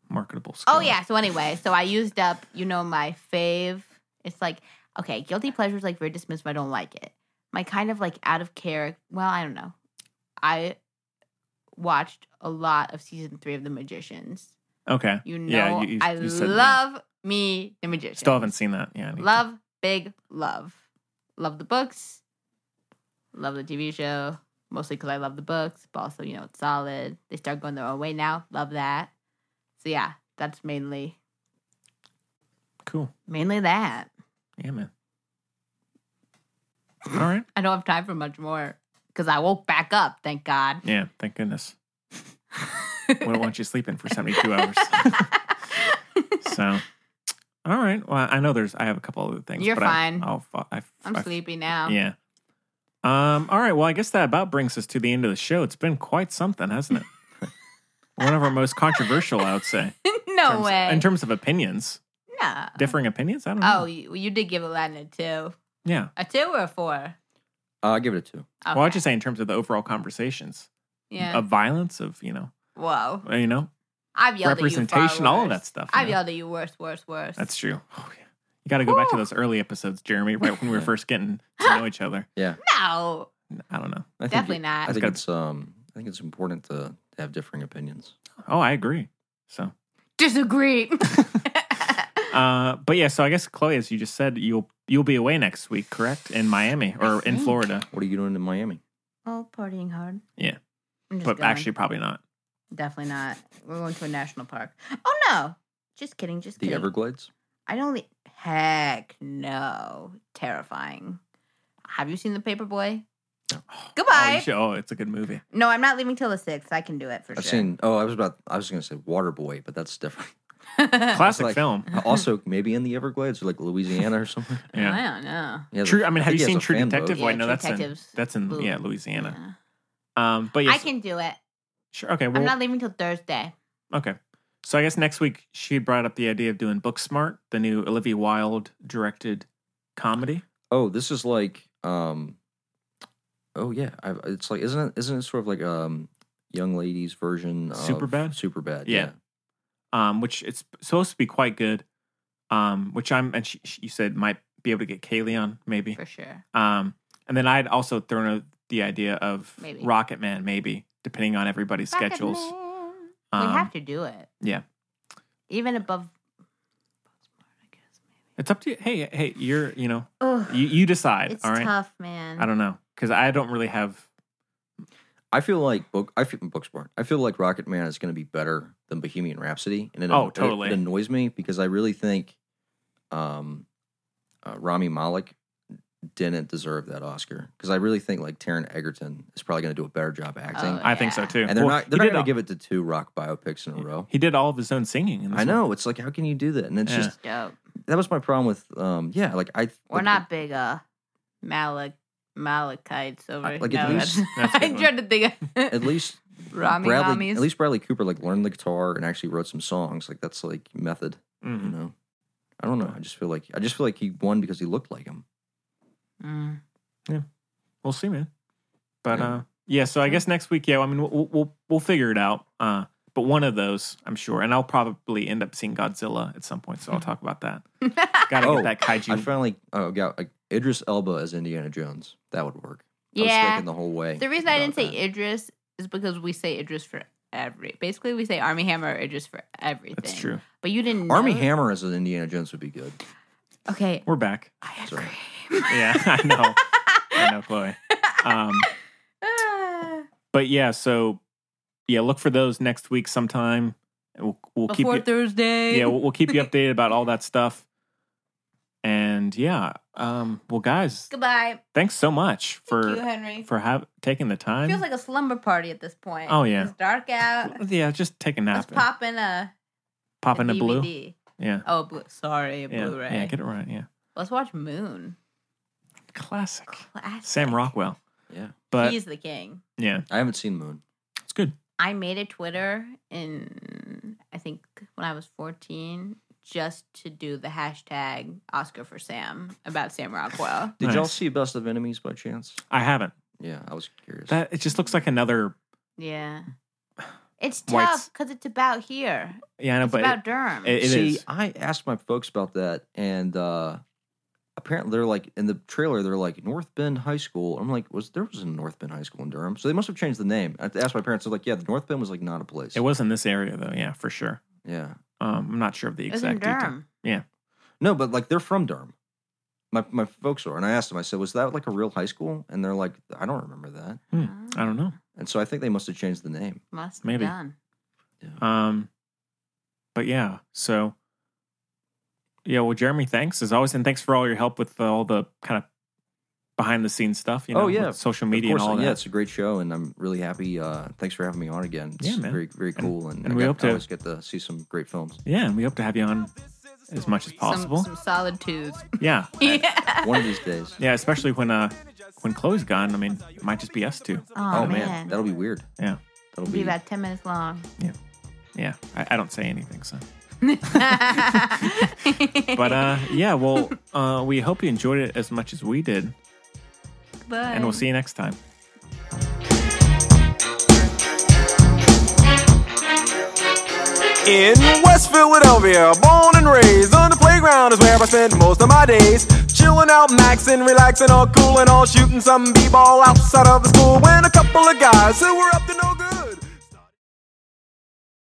Marketable.
oh
skill.
yeah. So anyway, so I used up, you know, my fave. It's like okay, guilty pleasures like very dismissive. I don't like it. My kind of like out of character. Well, I don't know. I watched a lot of season three of The Magicians.
Okay.
You know,
Yeah, you- you-
I
you said that.
love me The Magicians.
Still haven't seen that. Yeah. I need to.
Love, big love. Love the books. Love the TV show. Mostly because I love the books, but also, you know, it's solid. They start going their own way now. Love that. So yeah, that's mainly
Cool.
mainly that.
Yeah, man. All right.
I don't have time for much more. Because I woke back up, thank God.
Yeah. Thank goodness. we don't want you sleeping for 72 hours. so, all right. Well, I know there's, I have a couple other things.
You're
but I-
fine.
I'll, fi- I,
I'm
I-
sleepy now.
Yeah. Um, all right. Well, I guess that about brings us to the end of the show. It's been quite something, hasn't it? One of our most controversial, I would say.
no
terms-
way.
In Mm-hmm. terms of opinions,
no.
differing opinions. I don't know.
Oh, you, you did give Aladdin a two.
yeah.
A two or a four?
Uh, I give it a two.
Okay.
Well, I just say in terms of the overall conversations
yeah.
of violence, of you know,
Whoa.
you know,
I've yelled at you
representation,
far
all of
worse.
that stuff, you
I've
know.
yelled at you worse, worse, worse.
that's true. Oh, yeah. You got to go back to those early episodes, Jeremy, right when we were first getting to know each other.
Yeah,
no.
I don't know.
I think
Definitely
it-
not.
I think
Got-
it's um, I think it's important to have differing opinions.
Oh, I agree. So,
Disagree.
uh, but yeah, so I guess Chloe, as you just said, you'll you'll be away next week, correct? In Miami or in
think.
Florida?
What are you doing in Miami?
oh, partying hard.
Yeah,
I'm just
but
going.
actually probably not.
definitely not. We're going to a national park. Oh no! Just kidding. Just
The
kidding.
Everglades?
I don't. li- Heck no! Terrifying. Have you seen the Paperboy?
Oh, you
Goodbye.
should- oh, it's a good movie.
no, I'm not leaving till the sixth. I can do it for
I've
sure.
seen. Oh, I was about. I was going to say Waterboy, but that's different. It's
Classic
like-
film.
also, maybe in the Everglades or like Louisiana or somewhere.
Yeah.
I don't know.
He has a-
True. I mean, have
think
you
he
seen
has a
True
fan boat.
Detective?
Yeah,
Wait, no,
True
that's in,
Detective's
that's in
Lou-
yeah Louisiana.
Yeah.
Um, but yes,
I can do it.
sure. Okay,
I'm
well,
not leaving till Thursday.
okay. So I guess next week she brought up the idea of doing Booksmart, the new Olivia Wilde directed comedy.
Oh, this is like. um Oh yeah, I, it's like isn't it? Isn't it sort of like um young ladies version? Of
Superbad?
Super bad.
Yeah. um, which it's supposed to be quite good. Um, which I'm and she, she, you said might be able to get Kaylee on maybe.
For sure.
Um, and then I'd also thrown out the idea of
Maybe.
Rocket Man, maybe depending on everybody's schedules.
Rocketman.
Um,
we have to do it.
yeah.
Even above.
It's up to you. Hey, hey, you're you know
Oh,
you, you decide.
it's
all right,
tough, man.
I don't know because I don't really have.
I feel like book. I feel Booksmart. I feel like Rocket Man is going to be better than Bohemian Rhapsody, and it,
Oh,
it-
totally.
It, annoys me because I really think, um, uh, Rami Malek didn't deserve that Oscar because I really think like Taron Egerton is probably going to do a better job acting,
Oh,
I think so
Yeah.
too.
and they're
Well,
not they're
he did
not going
all-
to give it to two rock biopics in a row.
He did all of his own singing. In this
I
one.
know it's like how can you do that? And it's
Yeah.
just
Dope.
that was my problem with um yeah like I
We're not big uh, Malak Malachites over
I-
here.
like,
no,
at least-
That's
that's,
a good
I
one.
tried to think. Of,
at least
Rami
Bradley
Ramis.
at least Bradley Cooper like learned the guitar and actually wrote some songs like that's like method. you
Mhm.
know i don't know i just feel like i just feel like he won because he looked like him
Mm.
We'll see, man. But
Yeah.
uh, yeah. So I guess next week, yeah. I mean, we'll we'll, we'll figure it out. Uh, but one of those, I'm sure, and I'll probably end up seeing Godzilla at some point. So I'll talk about that. Gotta
Oh,
get that
i
kaiju.
finally oh got like idris elba as indiana jones that would work i was
Yeah.
thinking the whole way
The reason I didn't
about
say
that.
Idris is because we say Idris for every. Basically, we say Army Hammer or Idris for everything.
That's true.
But you didn't.
army
know-
hammer as an indiana jones would be good
Okay.
We're back.
I had
Sorry.
cream.
Yeah, I know. I know, Chloe. Um,
Ah.
but yeah, so yeah, look for those next week sometime. And We'll, we'll keep
Before
you.
Thursday.
yeah, we'll, we'll keep you updated about all that stuff. And yeah, um, well, guys,
Goodbye.
thanks so much
Thank you,
for
Henry.
for have taking the time.
Feels like a slumber party at this point.
Oh, yeah.
It's dark out.
yeah, just take a
Let's
nap. and
pop in a,
pop in a blue.
DVD.
Yeah.
Oh, blue. sorry, a
Yeah,
Blu-ray.
yeah, get it right. Yeah,
Let's watch Moon.
classic.
Classic.
Sam Rockwell,
yeah
but
He's the king.
yeah,
i haven't seen moon
it's good.
I made a Twitter in I think when I was 14 just to do the hashtag Oscar for Sam about Sam Rockwell.
did y'all
Nice.
see best of enemies by chance
I haven't.
yeah i was curious
That it just looks like another
Yeah. It's
Whites.
tough because it's about here.
Yeah, I know,
It's
but
about
it-
Durham.
it- it
See,
is.
I asked my folks about that, and uh, apparently they're like in the trailer. They're like North Bend High School. I'm like, was there was a North Bend High School in Durham? So they must have changed the name. I asked my parents. They're like, yeah, the North Bend was like not a place.
It was in this area though. Yeah, for sure.
yeah,
Um, I'm not sure of the
it was in
exact detail.
Durham.
Yeah,
no, but like they're from Durham. My my folks are, and I asked them. I said, was that like a real high school? And they're like, I don't remember that.
Hmm. I don't know.
And so I think they must have changed the name.
Must have
Maybe.
done.
Um, but yeah, so yeah. Well, Jeremy, thanks as always, and thanks for all your help with all the kind of behind the scenes stuff. You know,
Oh, yeah.
with social
Of
media and
course,
all
yeah,
that.
it's a great show, and I'm really happy. Uh, thanks for having me on again. It's
Yeah, man.
very very cool, and,
and
I
we
got-
hope
I
to-
always get to see some great films.
Yeah, and we hope to have you on as much as possible.
Some, some solid twos.
Yeah,
yeah.
One of these days.
yeah, especially when uh when Chloe's gone. I mean, it might just be us two.
Oh man, that'll be weird.
Yeah,
That'll
It'll be about 10 minutes long.
yeah, yeah. I, I don't say anything, so. But uh, yeah, well, uh, we hope you enjoyed it as much as we did,
But
and we'll see you next time.
In West Philadelphia, born and raised on the playground is where I spend most of my days. Chilling out, maxing, relaxing, all cool and all shooting some b-ball outside of the school. When a couple of guys who were up to no good.